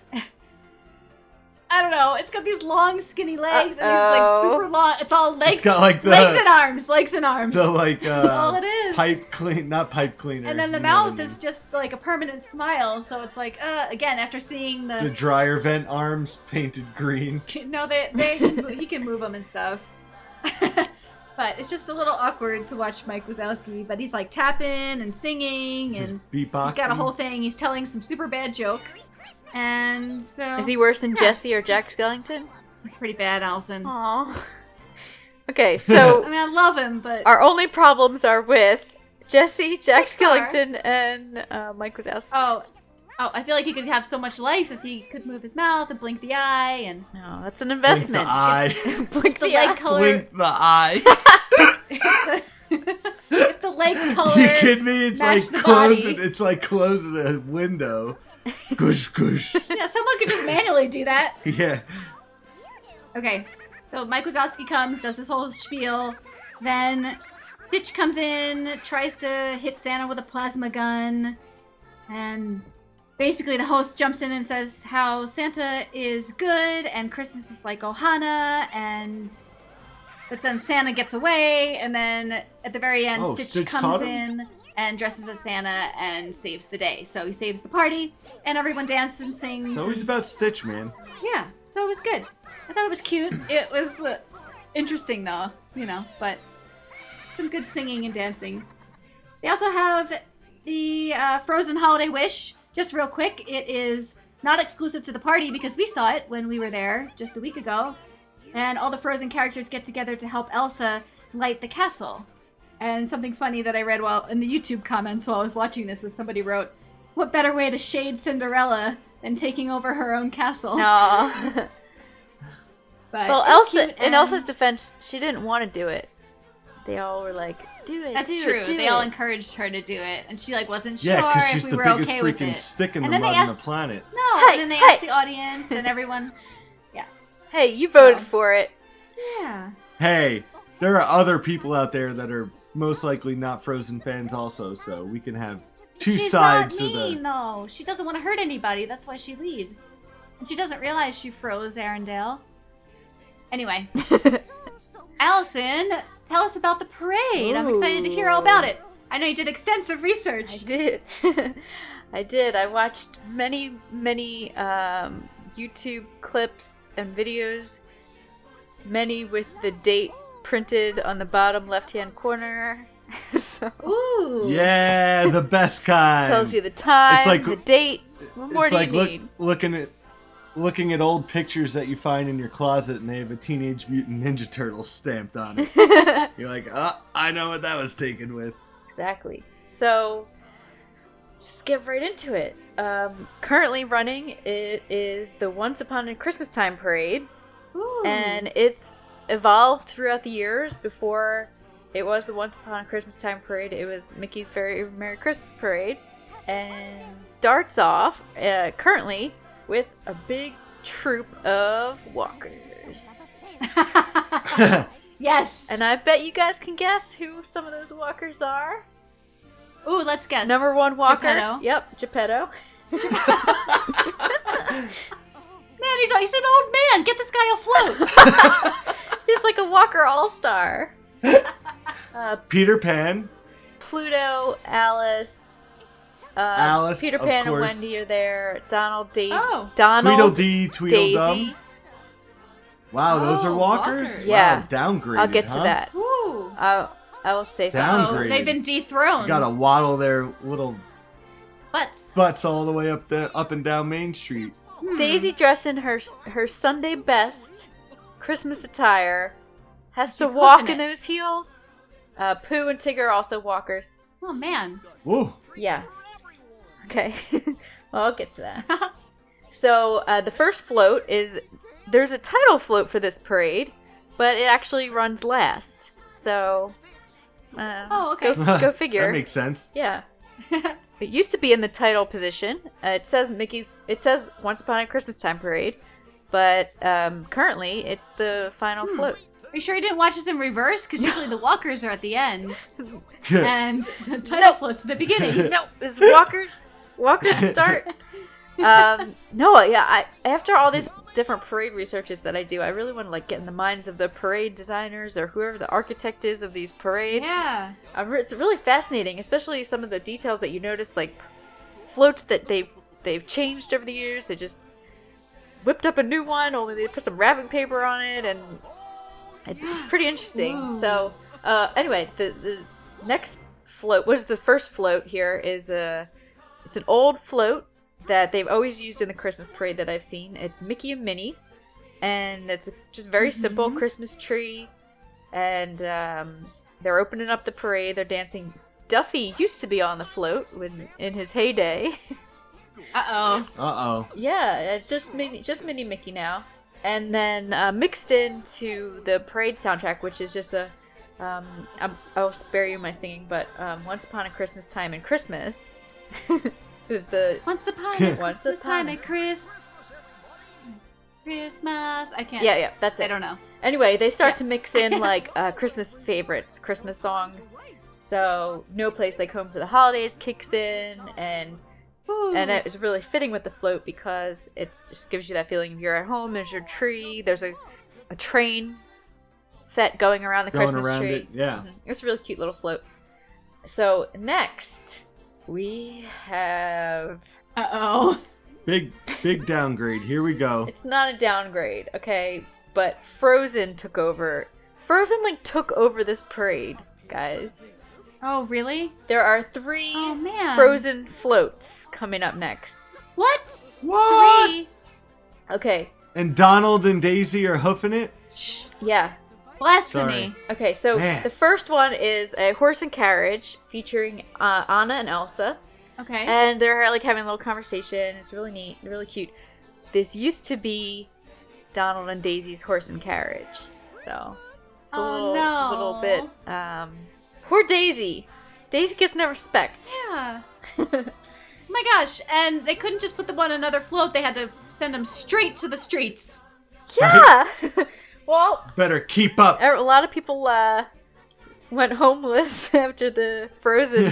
Speaker 5: I don't know. It's got these long, skinny legs, and he's like
Speaker 4: Uh-oh.
Speaker 5: super long. It's all legs,
Speaker 6: It's got like the
Speaker 5: legs and arms, legs and arms.
Speaker 6: the
Speaker 5: *laughs*
Speaker 6: like
Speaker 5: That's all it
Speaker 6: uh,
Speaker 5: is.
Speaker 6: pipe clean, not pipe cleaner.
Speaker 5: and then the
Speaker 6: you know what I
Speaker 5: mouth is
Speaker 6: mean.
Speaker 5: just like a permanent smile. So it's like, uh, again, after seeing
Speaker 6: the
Speaker 5: the,
Speaker 6: dryer vent arms painted green.
Speaker 5: *laughs* no, they they can, mo- he can move them and stuff. *laughs* but it's just a little awkward to watch Mike Wazowski. But he's like tapping and singing, and
Speaker 6: Beatbox.
Speaker 5: he's got a whole thing. He's telling some super bad jokes, and so
Speaker 4: Is he worse than Jesse or Jack Skellington?
Speaker 5: he's pretty bad, Allison.
Speaker 4: Oh. Aw. *laughs* Okay,
Speaker 5: I
Speaker 4: so *laughs*
Speaker 5: mean, I love him, but
Speaker 4: our only problems are with Jesse, Jack
Speaker 5: Pixar.
Speaker 4: Skellington, and uh, Mike Wazowski.
Speaker 5: oh. Oh, I feel like he could have so much life if he could move his mouth and blink the eye and
Speaker 4: No, that's an
Speaker 6: Blink the
Speaker 4: investment.
Speaker 6: eye.
Speaker 4: Blink
Speaker 5: the
Speaker 4: the eye.
Speaker 5: leg *laughs* color.
Speaker 6: *laughs* Blink the eye.
Speaker 5: *laughs* if the
Speaker 6: *laughs*
Speaker 5: leg color.
Speaker 6: You kidding me? It's
Speaker 5: match
Speaker 6: like
Speaker 5: the
Speaker 6: closing.
Speaker 5: body.
Speaker 6: It's like closing a
Speaker 5: *laughs*
Speaker 6: window. Gush gush.
Speaker 5: Yeah, someone could just manually do that.
Speaker 6: Yeah.
Speaker 5: Okay, so Mike Wazowski comes, does his whole spiel. Then Stitch comes in, tries to hit Santa with a plasma gun, and basically the host jumps in and says how Santa is good and Christmas is like Ohana, and but then Santa gets away, and then at the very end,
Speaker 6: Oh,
Speaker 5: Stitch,
Speaker 6: Stitch
Speaker 5: comes
Speaker 6: caught him?
Speaker 5: in and dresses as Santa and saves the day. So he saves the party, and everyone dances and sings.
Speaker 6: It's
Speaker 5: and-
Speaker 6: always about Stitch, man.
Speaker 5: yeah, so it was good. I thought it was cute. It was uh, interesting though, you know, but some good singing and dancing. They also have the uh, Frozen Holiday Wish. Just real quick, it is not exclusive to the party because we saw it when we were there just a week ago. And all the Frozen characters get together to help Elsa light the castle. And something funny that I read while in the YouTube comments while I was watching this is somebody wrote, "What better way to shade Cinderella than taking over her own castle?"
Speaker 4: *laughs* No.
Speaker 5: But
Speaker 4: well,
Speaker 5: it's
Speaker 4: Elsa.
Speaker 5: cute
Speaker 4: In
Speaker 5: and-
Speaker 4: Elsa's defense, she didn't want to do it. They all were like, "Do it."
Speaker 5: That's
Speaker 4: do
Speaker 5: true.
Speaker 4: It, do
Speaker 5: they
Speaker 4: it.
Speaker 5: all encouraged her to do it, and she like wasn't sure
Speaker 6: Yeah, because
Speaker 5: if
Speaker 6: she's
Speaker 5: we
Speaker 6: the
Speaker 5: were
Speaker 6: biggest
Speaker 5: okay with
Speaker 6: freaking
Speaker 5: it.
Speaker 6: stick in
Speaker 5: And
Speaker 6: the
Speaker 5: then they
Speaker 6: mud on the
Speaker 5: asked-
Speaker 6: planet.
Speaker 5: No,
Speaker 4: Hey,
Speaker 5: and then they
Speaker 4: hey.
Speaker 5: asked the audience and
Speaker 4: *laughs*
Speaker 5: everyone.
Speaker 4: hey, you voted
Speaker 5: No.
Speaker 4: for
Speaker 5: *laughs*
Speaker 4: it.
Speaker 5: Yeah.
Speaker 6: Hey, there are other people out there that are most likely not Frozen fans, also. So we can have two
Speaker 5: She's
Speaker 6: sides
Speaker 5: not
Speaker 6: of
Speaker 5: mean,
Speaker 6: the.
Speaker 5: though. She doesn't want to hurt anybody. That's why she leaves. And she doesn't realize she froze Arendelle. Anyway, Allison, tell us about the parade. I'm excited to hear all about it. I know you did extensive
Speaker 4: I
Speaker 5: research.
Speaker 4: did. *laughs* I did. I watched many, many um, YouTube clips and videos, many with the date printed on the bottom left hand corner. *laughs* so
Speaker 5: Ooh.
Speaker 6: Yeah,
Speaker 5: *laughs*
Speaker 6: the best kind.
Speaker 4: tells you the time,
Speaker 6: It's like-
Speaker 4: the date. What more
Speaker 6: it's
Speaker 4: do
Speaker 6: like
Speaker 4: you
Speaker 6: look,
Speaker 4: need?
Speaker 6: looking at looking at old pictures that you find in your closet, and they have a Teenage Mutant Ninja Turtles stamped on it.
Speaker 4: *laughs*
Speaker 6: You're like, ah, I know what that was taken with. *laughs*
Speaker 4: exactly. So just get right into it. Um, currently running it is the Once Upon a Christmas Time parade.
Speaker 5: Ooh.
Speaker 4: and it's evolved throughout the years. Before it was the Once Upon a Christmas Time parade, it was Mickey's Very Merry Christmas parade, and starts off uh, currently with a big troop of walkers.
Speaker 5: *laughs* yes.
Speaker 4: And I bet you guys can guess who some of those walkers are.
Speaker 5: Ooh, let's guess.
Speaker 4: Number one walker.
Speaker 5: Geppetto.
Speaker 4: Yep, Geppetto.
Speaker 5: Man, he's, he's an old
Speaker 4: *laughs*
Speaker 5: man. Get this guy afloat. *laughs*
Speaker 4: He's like a walker all star. Uh,
Speaker 6: Peter Pan.
Speaker 4: Pluto, Alice, uh,
Speaker 6: Alice,
Speaker 4: Peter
Speaker 6: of
Speaker 4: Pan and
Speaker 6: course.
Speaker 4: Wendy are there. Donald, Daisy,
Speaker 5: Oh.
Speaker 4: Donald,
Speaker 6: Tweedledee, Tweedledum.
Speaker 4: Daisy.
Speaker 6: Wow, those
Speaker 5: Oh,
Speaker 6: are walkers?
Speaker 5: walkers.
Speaker 4: Yeah.
Speaker 6: Wow, downgraded.
Speaker 4: I'll get to
Speaker 6: huh?
Speaker 4: that.
Speaker 5: Woo.
Speaker 4: I'll, I will say
Speaker 6: Down-
Speaker 4: something.
Speaker 5: Oh, they've been dethroned.
Speaker 6: Gotta waddle their little
Speaker 5: But
Speaker 6: butts all the way up the up and down Main Street.
Speaker 4: Daisy dressed in her her Sunday best Christmas attire has to
Speaker 5: She's
Speaker 4: walk
Speaker 5: hoofing
Speaker 4: in
Speaker 5: it.
Speaker 4: those heels. Uh, Pooh and Tigger are also walkers.
Speaker 5: oh man, *laughs*
Speaker 6: *laughs* Whoa.
Speaker 4: Yeah. Okay. *laughs* well, I'll get to that. so uh, the first float is there's a title float for this parade, but it actually runs last. So. Uh,
Speaker 5: Oh, okay.
Speaker 4: Go, go figure.
Speaker 6: *laughs* that makes sense. *laughs*
Speaker 5: *laughs*
Speaker 4: Yeah. it used to be in the title position. Uh, it says Mickey's. It says Once Upon a Christmas Time Parade, but um, currently it's the final
Speaker 5: Hmm.
Speaker 4: float.
Speaker 5: are you sure you didn't watch this in reverse? Because usually the walkers are at
Speaker 4: *laughs*
Speaker 5: the end and the title
Speaker 4: Nope.
Speaker 5: float's at
Speaker 4: *laughs*
Speaker 5: the beginning.
Speaker 4: no, it's Walker's. Walker's start. um, no, yeah. I, after all these different parade researches that I do, I really want to like get in the minds of the parade designers or whoever the architect is of these parades.
Speaker 5: yeah.
Speaker 4: Uh, re- it's really fascinating, especially some of the details that you notice, like floats that they've they've changed over the years. They just whipped up a new one, only they put some wrapping paper on it, and it's, it's pretty interesting.
Speaker 5: Whoa.
Speaker 4: So, uh, anyway, the the next float was the first float here is a it's an old float that they've always used in the Christmas parade that I've seen. It's Mickey and Minnie, and it's just very simple
Speaker 5: Mhm.
Speaker 4: Christmas tree, and um, they're opening up the parade. They're dancing. Duffy used to be on the float when in his heyday. *laughs*
Speaker 5: Uh oh.
Speaker 6: Uh oh.
Speaker 4: yeah, it's just mini, just mini Mickey now, and then uh, mixed into the parade soundtrack, which is just a. Um, I'm, I'll spare you my singing, but um, once upon a Christmas time in Christmas *laughs* is the *laughs*
Speaker 5: Once upon a
Speaker 4: Once
Speaker 5: Christmas
Speaker 4: upon
Speaker 5: time
Speaker 4: a-
Speaker 5: at Chris. Christmas. I can't.
Speaker 4: yeah yeah that's it.
Speaker 5: I don't know.
Speaker 4: Anyway, they start
Speaker 5: Yeah.
Speaker 4: to mix in like uh, Christmas favorites, Christmas songs. So "No Place Like Home for the Holidays" kicks in, and and it was really fitting with the float because it just gives you that feeling of you're at home. There's your tree. There's a a train set going around the
Speaker 6: Going
Speaker 4: Christmas
Speaker 6: around
Speaker 4: tree.
Speaker 6: it, yeah.
Speaker 4: Mhm. it's a really cute little float. So next we have
Speaker 5: Uh oh.
Speaker 6: Big big downgrade. Here we go.
Speaker 4: It's not a downgrade, okay? But Frozen took over. Frozen like took over this parade, guys.
Speaker 5: Oh really?
Speaker 4: There are three
Speaker 5: Oh man.
Speaker 4: Frozen floats coming up next.
Speaker 5: What?
Speaker 4: Oh!
Speaker 6: What?
Speaker 5: Three.
Speaker 4: Okay.
Speaker 6: And Donald and Daisy are hoofing it?
Speaker 4: Yeah.
Speaker 5: Blasphemy.
Speaker 4: Okay, so
Speaker 6: Man.
Speaker 4: the first one is a horse and carriage featuring uh, Anna and Elsa.
Speaker 5: Okay.
Speaker 4: And they're like having a little conversation. It's really neat, really cute. This used to be Donald and Daisy's horse and carriage. So it's a
Speaker 5: Oh,
Speaker 4: little,
Speaker 5: no.
Speaker 4: little bit um poor Daisy. Daisy gets no
Speaker 5: *laughs*
Speaker 4: respect.
Speaker 5: yeah. oh my gosh! And they couldn't just put them on another float. They had to send them straight to the streets. *laughs*
Speaker 4: Yeah. *laughs* well, er,
Speaker 6: Better keep up. *laughs*
Speaker 4: a lot of people uh went homeless *laughs* after the
Speaker 6: *laughs*
Speaker 4: frozen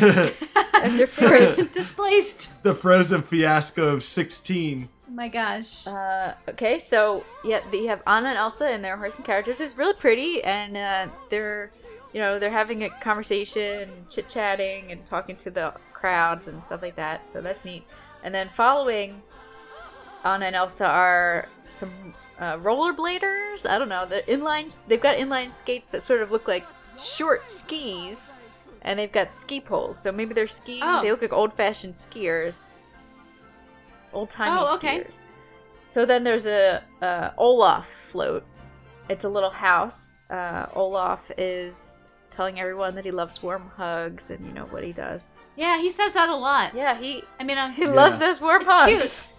Speaker 4: after frozen.
Speaker 5: *laughs* Displaced.
Speaker 6: the frozen fiasco of 16
Speaker 5: Oh my gosh.
Speaker 4: Uh, okay, so yeah, they have Anna and Elsa in their horse and carriage, which is really pretty, and uh, they're, you know, they're having a conversation, chit chatting, and talking to the crowds and stuff like that. So that's neat. And then following Anna and Elsa are some uh, rollerbladers. I don't know. They're inline. They've got inline skates that sort of look like short skis, and they've got ski poles. So maybe they're skiing.
Speaker 5: Oh.
Speaker 4: They look like old-fashioned skiers. Old-timey
Speaker 5: Oh, okay.
Speaker 4: skiers. So then there's a uh, Olaf float. It's a little house. Uh, Olaf is telling everyone that he loves warm hugs and you know what he does.
Speaker 5: Yeah, he says that a lot.
Speaker 4: Yeah, he *laughs*
Speaker 5: I mean, I'm
Speaker 4: he loves
Speaker 6: Yeah.
Speaker 4: those warm
Speaker 5: it's
Speaker 4: hugs. *laughs*
Speaker 5: cute,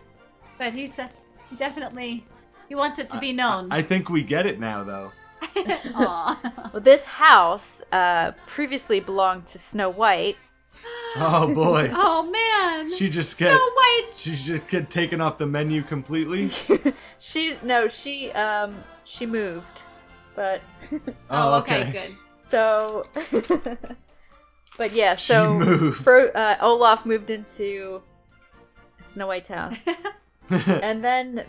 Speaker 5: but he's uh, he definitely he wants it to be known.
Speaker 6: i think we get it now though
Speaker 5: *laughs* Aw.
Speaker 4: Well, this house uh, previously belonged to Snow White. *laughs*
Speaker 5: *laughs*
Speaker 6: oh boy
Speaker 5: oh man.
Speaker 6: she just
Speaker 5: so
Speaker 6: get
Speaker 5: white.
Speaker 6: she just get taken off the menu completely
Speaker 4: She's no, she um she moved, but
Speaker 5: Oh, okay, good.
Speaker 4: so, *laughs* but yeah,
Speaker 6: She
Speaker 4: so
Speaker 6: moved.
Speaker 4: Fro- uh, Olaf moved into Snow White's house, and then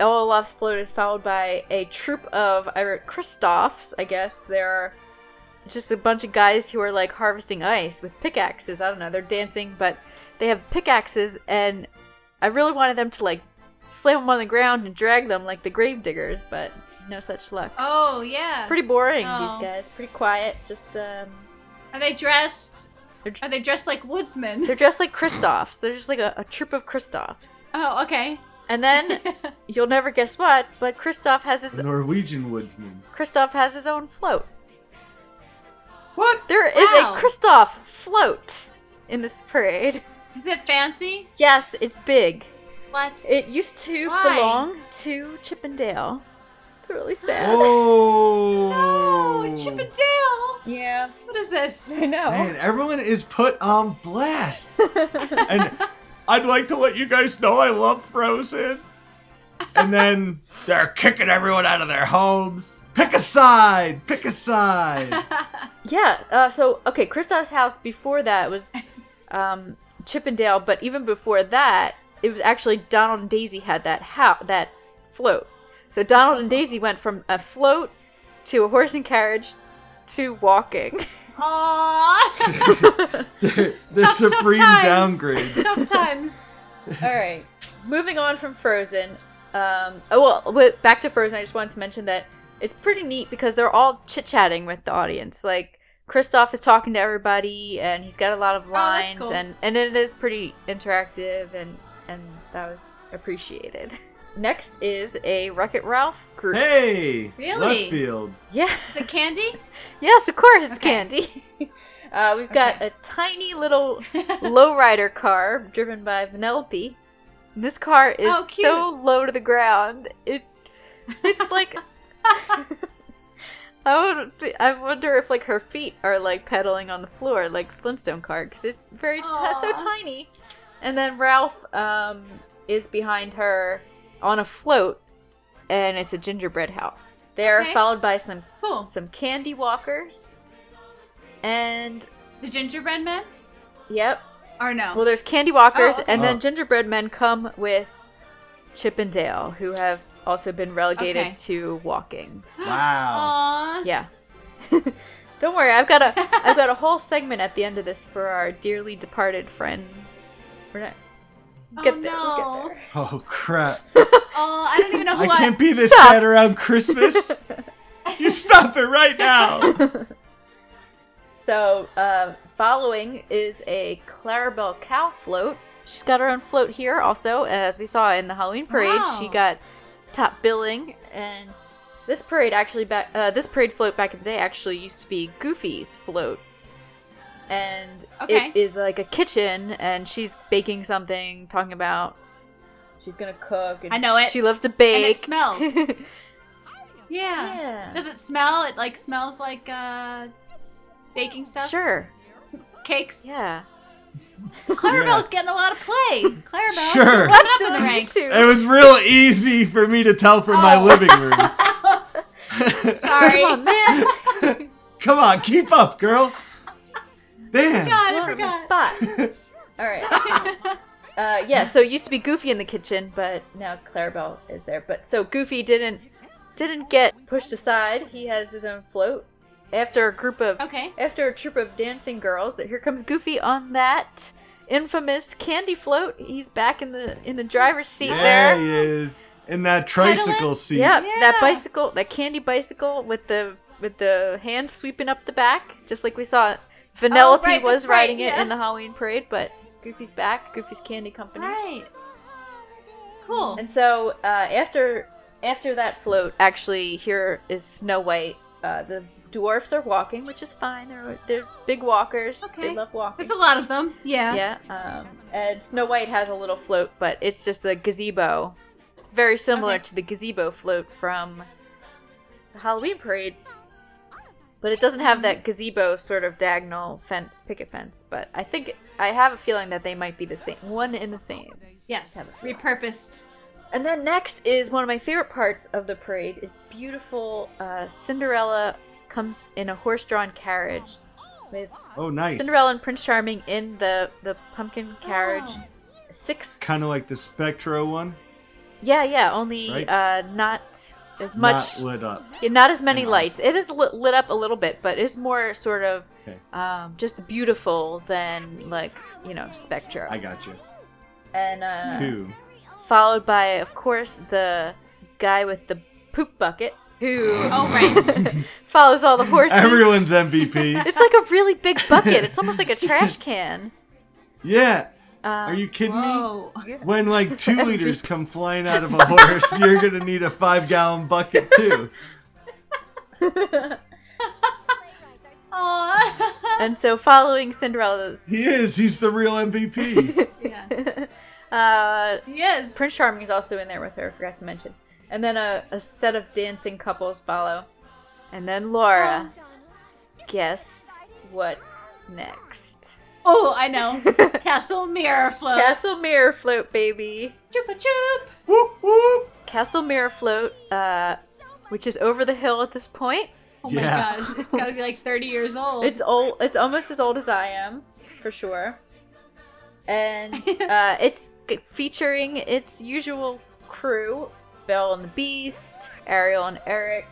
Speaker 4: Olaf's float is followed by a troop of I wrote Kristoffs. I guess they're just a bunch of guys who are like harvesting ice with pickaxes. I don't know, they're dancing, but they have pickaxes, and I really wanted them to like slam them on the ground and drag them like the gravediggers, but no such luck.
Speaker 5: Oh yeah.
Speaker 4: Pretty boring,
Speaker 5: Oh.
Speaker 4: these guys. Pretty quiet. Just um,
Speaker 5: Are they dressed?
Speaker 4: They're dr-
Speaker 5: Are they dressed like woodsmen?
Speaker 4: they're dressed like Kristoffs. They're just like a, a troop of Kristoffs.
Speaker 5: Oh,
Speaker 4: *laughs*
Speaker 5: okay.
Speaker 4: And
Speaker 5: *laughs*
Speaker 4: then you'll never guess what, but Kristoff has his
Speaker 6: *laughs* Norwegian woodsman.
Speaker 4: Kristoff has his own float.
Speaker 6: What?
Speaker 4: There is
Speaker 5: Wow.
Speaker 4: a Kristoff float in this parade.
Speaker 5: Is it fancy?
Speaker 4: Yes, it's big.
Speaker 5: What?
Speaker 4: It used to
Speaker 5: Why?
Speaker 4: belong to Chippendale. It's really sad.
Speaker 6: Oh.
Speaker 5: No, Chip and Dale.
Speaker 8: Yeah,
Speaker 5: What is this?
Speaker 8: I know.
Speaker 5: *laughs*
Speaker 6: Man, everyone is put on blast. and I'd like to let you guys know I love Frozen. And then they're kicking everyone out of their homes. Pick a side. Pick
Speaker 5: *laughs*
Speaker 6: a side.
Speaker 4: *laughs* Yeah. Uh, so okay, Kristoff's house before that was um, Chippendale, but even before that, it was actually Donald and Daisy had that how that float. So Donald and Daisy went from a float to a horse and carriage to walking. *laughs*
Speaker 5: Aww.
Speaker 6: They're, they're
Speaker 5: Tough, tough
Speaker 6: supreme
Speaker 5: times. *laughs*
Speaker 6: downgrade.
Speaker 5: Sometimes.
Speaker 4: All right. Moving on from Frozen. Um, oh well, wi- back to Frozen. I just wanted to mention that it's pretty neat because they're all chit chatting with the audience. Like Kristoff is talking to everybody, and he's got a lot of
Speaker 5: Oh, that's
Speaker 4: lines,
Speaker 5: cool.
Speaker 4: and and it is pretty interactive, and and that was appreciated. *laughs* Next is a Wreck It Ralph group.
Speaker 6: Hey.
Speaker 5: Really?
Speaker 6: Left field.
Speaker 4: Yeah.
Speaker 5: Is it candy?
Speaker 4: Yes, of course, it's
Speaker 5: Okay.
Speaker 4: candy. *laughs* Uh, we've got a tiny little lowrider car driven by Vanellope. This car is
Speaker 5: Oh, cute.
Speaker 4: so low to the ground. It it's *laughs* like I would be- I wonder if like her feet are like pedaling on the floor like Flintstone car because it's very it's so
Speaker 5: Aw.
Speaker 4: tiny. And then Ralph um, is behind her on a float, and it's a gingerbread house. They're
Speaker 5: Okay.
Speaker 4: followed by some
Speaker 5: Cool.
Speaker 4: some candy walkers, and
Speaker 5: The gingerbread men?
Speaker 4: yep,
Speaker 5: Or no? *gasps*
Speaker 4: well, there's candy walkers,
Speaker 5: Oh, okay.
Speaker 4: and then
Speaker 6: Oh.
Speaker 4: gingerbread men come with Chip and Dale, who have also been relegated
Speaker 5: Okay.
Speaker 4: to walking.
Speaker 5: Oh.
Speaker 6: Wow.
Speaker 5: Aww.
Speaker 4: Yeah. *laughs* Don't worry, I've got a I've got a whole segment at the end of this for our dearly departed friends. We're not
Speaker 5: Oh,
Speaker 4: get there.
Speaker 5: no.
Speaker 4: We'll get there.
Speaker 6: Oh crap.
Speaker 5: Oh, I don't even know
Speaker 6: *laughs* I
Speaker 5: who I.
Speaker 6: can't be this
Speaker 4: Stop.
Speaker 6: sad
Speaker 5: *laughs*
Speaker 6: around Christmas. you stop it right now.
Speaker 4: *laughs* So, uh, following is a Clarabelle cow float. She's got her own float here, also, as we saw in the Halloween parade. She
Speaker 5: Wow.
Speaker 4: got top billing, and this parade actually back uh, this parade float back in the day actually used to be Goofy's float, and
Speaker 5: Okay.
Speaker 4: it is like a kitchen, and she's baking something, talking about she's gonna cook. And
Speaker 5: I know it.
Speaker 4: She loves to
Speaker 5: and it
Speaker 4: bake. *laughs*
Speaker 5: smells. yeah.
Speaker 4: yeah.
Speaker 5: Does it smell? It like smells like uh, baking stuff.
Speaker 4: Sure. *laughs*
Speaker 5: Cakes.
Speaker 4: Yeah.
Speaker 5: Clarabelle's getting a lot of play. Clarabelle.
Speaker 6: Sure.
Speaker 5: What's
Speaker 4: Question
Speaker 5: the
Speaker 4: on *laughs*
Speaker 5: ranks?
Speaker 4: YouTube.
Speaker 6: It was real easy for me to tell from my
Speaker 5: Oh.
Speaker 6: living room.
Speaker 5: *laughs* Sorry.
Speaker 4: Come *laughs* on, man.
Speaker 6: *laughs* Come on, keep
Speaker 5: *laughs*
Speaker 6: up, girl. Damn.
Speaker 5: God, I
Speaker 4: Well, the
Speaker 5: forgot.
Speaker 4: spot.
Speaker 6: *laughs*
Speaker 4: All right. Uh, yeah. So it used to be Goofy in the kitchen, but now Clarabelle is there. But so Goofy didn't didn't get pushed aside. He has his own float. After a group of
Speaker 5: *laughs* Okay.
Speaker 4: after a troop of dancing girls, here comes Goofy on that infamous candy float. He's back in the in the driver's seat there.
Speaker 6: There he is. In that tricycle seat.
Speaker 4: Yeah, that
Speaker 5: Yeah.
Speaker 4: bicycle, that candy bicycle with the with the hand sweeping up the back, just like we saw. Vanellope
Speaker 5: right,
Speaker 4: was
Speaker 5: that's right,
Speaker 4: riding it
Speaker 5: yeah.
Speaker 4: in the Halloween parade, but Goofy's back, Goofy's Candy Company.
Speaker 5: Right. Cool.
Speaker 4: And so uh, after after that float, actually, here is Snow White. Uh, the dwarfs are walking, which is fine. They're they're big walkers.
Speaker 5: Okay.
Speaker 4: They love walking.
Speaker 5: There's a lot of them. Yeah.
Speaker 4: yeah. Um, and Snow White has a little float, but it's just a gazebo. It's very similar
Speaker 5: Okay.
Speaker 4: to the gazebo float from the Halloween parade, but it doesn't have
Speaker 5: Mm-hmm.
Speaker 4: that gazebo sort of diagonal fence, picket fence. But I think I have a feeling that they might be the same, one in the same.
Speaker 5: Yes. Repurposed.
Speaker 4: And then next is one of my favorite parts of the parade is beautiful uh, Cinderella comes in a horse-drawn carriage with
Speaker 6: Oh, nice.
Speaker 4: Cinderella and Prince Charming in the the pumpkin carriage.
Speaker 5: Oh.
Speaker 4: Six
Speaker 6: Kind of like the Spectro one.
Speaker 4: Yeah, yeah, only
Speaker 6: Right?
Speaker 4: uh not as much.
Speaker 6: not lit up.
Speaker 4: Yeah, not as many
Speaker 6: Hang on.
Speaker 4: lights. It is lit, lit up a little bit, but it's more sort of
Speaker 6: Okay.
Speaker 4: um, just beautiful than like you know Spectra.
Speaker 6: I got you.
Speaker 4: and uh,
Speaker 6: Who?
Speaker 4: followed by, of course, the guy with the poop bucket
Speaker 6: *laughs*
Speaker 4: who
Speaker 5: Oh right.
Speaker 4: *laughs* follows all the horses.
Speaker 5: *laughs*
Speaker 6: Everyone's MVP.
Speaker 4: *laughs* It's like a really big bucket. It's almost like a trash can.
Speaker 6: yeah.
Speaker 4: Um,
Speaker 6: Are you kidding me?
Speaker 5: Uh, Whoa.
Speaker 6: When like two liters come flying out of a horse, *laughs* you're gonna need a five gallon bucket too.
Speaker 5: Aw.
Speaker 4: Um, *laughs*
Speaker 5: *laughs*
Speaker 4: And so, following Cinderella's, *laughs*
Speaker 6: He is. He's the real
Speaker 5: *laughs*
Speaker 6: MVP.
Speaker 5: yeah.
Speaker 4: uh,
Speaker 5: Yes.
Speaker 4: Prince Charming is also in there with her. I forgot to mention. And then a, a set of dancing couples follow. And then Laura. Guess what's next?
Speaker 5: Oh, I know. Castle Mirror Float.
Speaker 4: Castle Mirror Float, baby.
Speaker 5: Chupa chup.
Speaker 6: whoop whoop.
Speaker 4: Castle Mirror Float, uh, which is over the hill at this point.
Speaker 5: Oh
Speaker 6: Yeah.
Speaker 5: my gosh, it's gotta be like 30 years old. Oh
Speaker 4: It's old. It's almost as old as I am, for sure.
Speaker 5: *laughs*
Speaker 4: And uh, it's g- featuring its usual crew: Belle and the Beast, Ariel and Eric,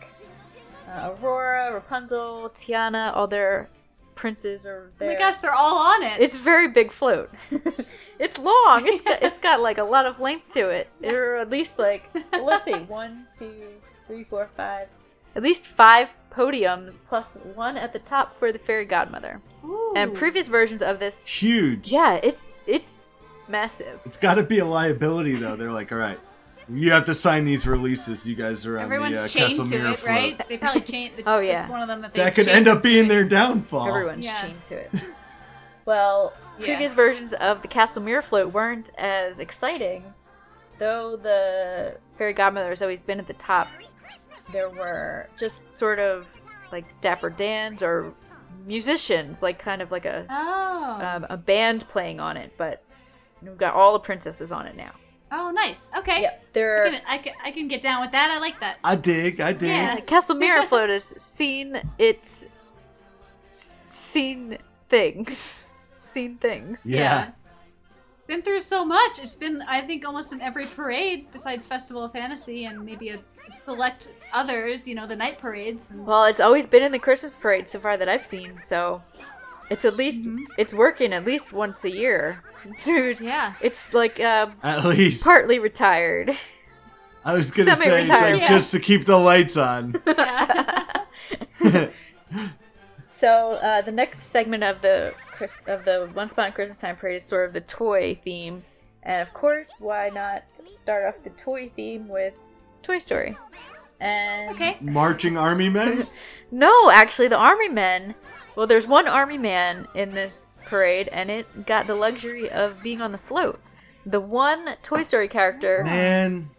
Speaker 4: uh, Aurora, Rapunzel, Tiana. All their princes are
Speaker 5: oh
Speaker 4: there.
Speaker 5: my gosh, they're all on it.
Speaker 4: It's a very big float. *laughs* it's long. It's got, it's got like a lot of length to it, or at least like well, let's see, one, two, three, four, five, at least five podiums plus one at the top for the fairy godmother.
Speaker 5: Ooh.
Speaker 4: And previous versions of this,
Speaker 6: Huge.
Speaker 4: yeah, it's it's massive.
Speaker 6: It's got to be a liability though. They're like, all right, you have to sign these releases. You guys are on
Speaker 5: Everyone's
Speaker 6: the uh,
Speaker 5: chained
Speaker 6: Castle
Speaker 5: to
Speaker 6: Mirror
Speaker 5: it,
Speaker 6: float.
Speaker 5: right? They probably chained.
Speaker 4: *laughs*
Speaker 5: It's,
Speaker 4: Oh, yeah.
Speaker 5: It's one of them that they
Speaker 6: That could
Speaker 5: chained
Speaker 6: end up being
Speaker 5: it.
Speaker 6: their downfall.
Speaker 4: Everyone's
Speaker 5: Yeah.
Speaker 4: chained
Speaker 5: *laughs*
Speaker 4: to it. Well,
Speaker 5: Yeah.
Speaker 4: previous versions of the Castle Mirror Float weren't as exciting, though the fairy godmother has always been at the top. There were just sort of like Dapper Dans or musicians, like kind of like a
Speaker 5: Oh.
Speaker 4: um, a band playing on it, but we've got all the princesses on it now.
Speaker 5: oh, nice. Okay.
Speaker 4: Yep,
Speaker 5: I,
Speaker 4: there. Are,
Speaker 5: can, I, can, I can get down with that. I like that.
Speaker 6: I dig. I dig.
Speaker 5: Yeah.
Speaker 4: uh,
Speaker 5: *laughs*
Speaker 4: Castle Mirror Float has seen its s- seen things, *laughs* seen things.
Speaker 6: Yeah.
Speaker 5: Been through so much. It's been, I think, almost in every parade besides Festival of Fantasy and maybe a select others, you know, the night parades. And,
Speaker 4: Well, it's always been in the Christmas parade so far that I've seen, so it's at least
Speaker 5: Mhm.
Speaker 4: it's working at least once a year. *laughs* So it's,
Speaker 5: yeah.
Speaker 4: it's like uh,
Speaker 6: At least.
Speaker 4: partly retired. *laughs*
Speaker 6: I was gonna say it's
Speaker 4: Semi-retired.
Speaker 6: like
Speaker 5: Yeah.
Speaker 6: just to keep the
Speaker 4: *laughs*
Speaker 6: lights on. *laughs*
Speaker 5: yeah. *laughs*
Speaker 4: So uh, the next segment of the Chris- of the Once Upon a Christmas Time parade is sort of the toy theme, and of course, why not start off the toy theme with Toy Story? And
Speaker 5: okay.
Speaker 6: Marching army men.
Speaker 4: No, actually, the army men. Well, there's one army man in this parade, and it got the luxury of being on the float. The one Toy Story character,
Speaker 6: Man,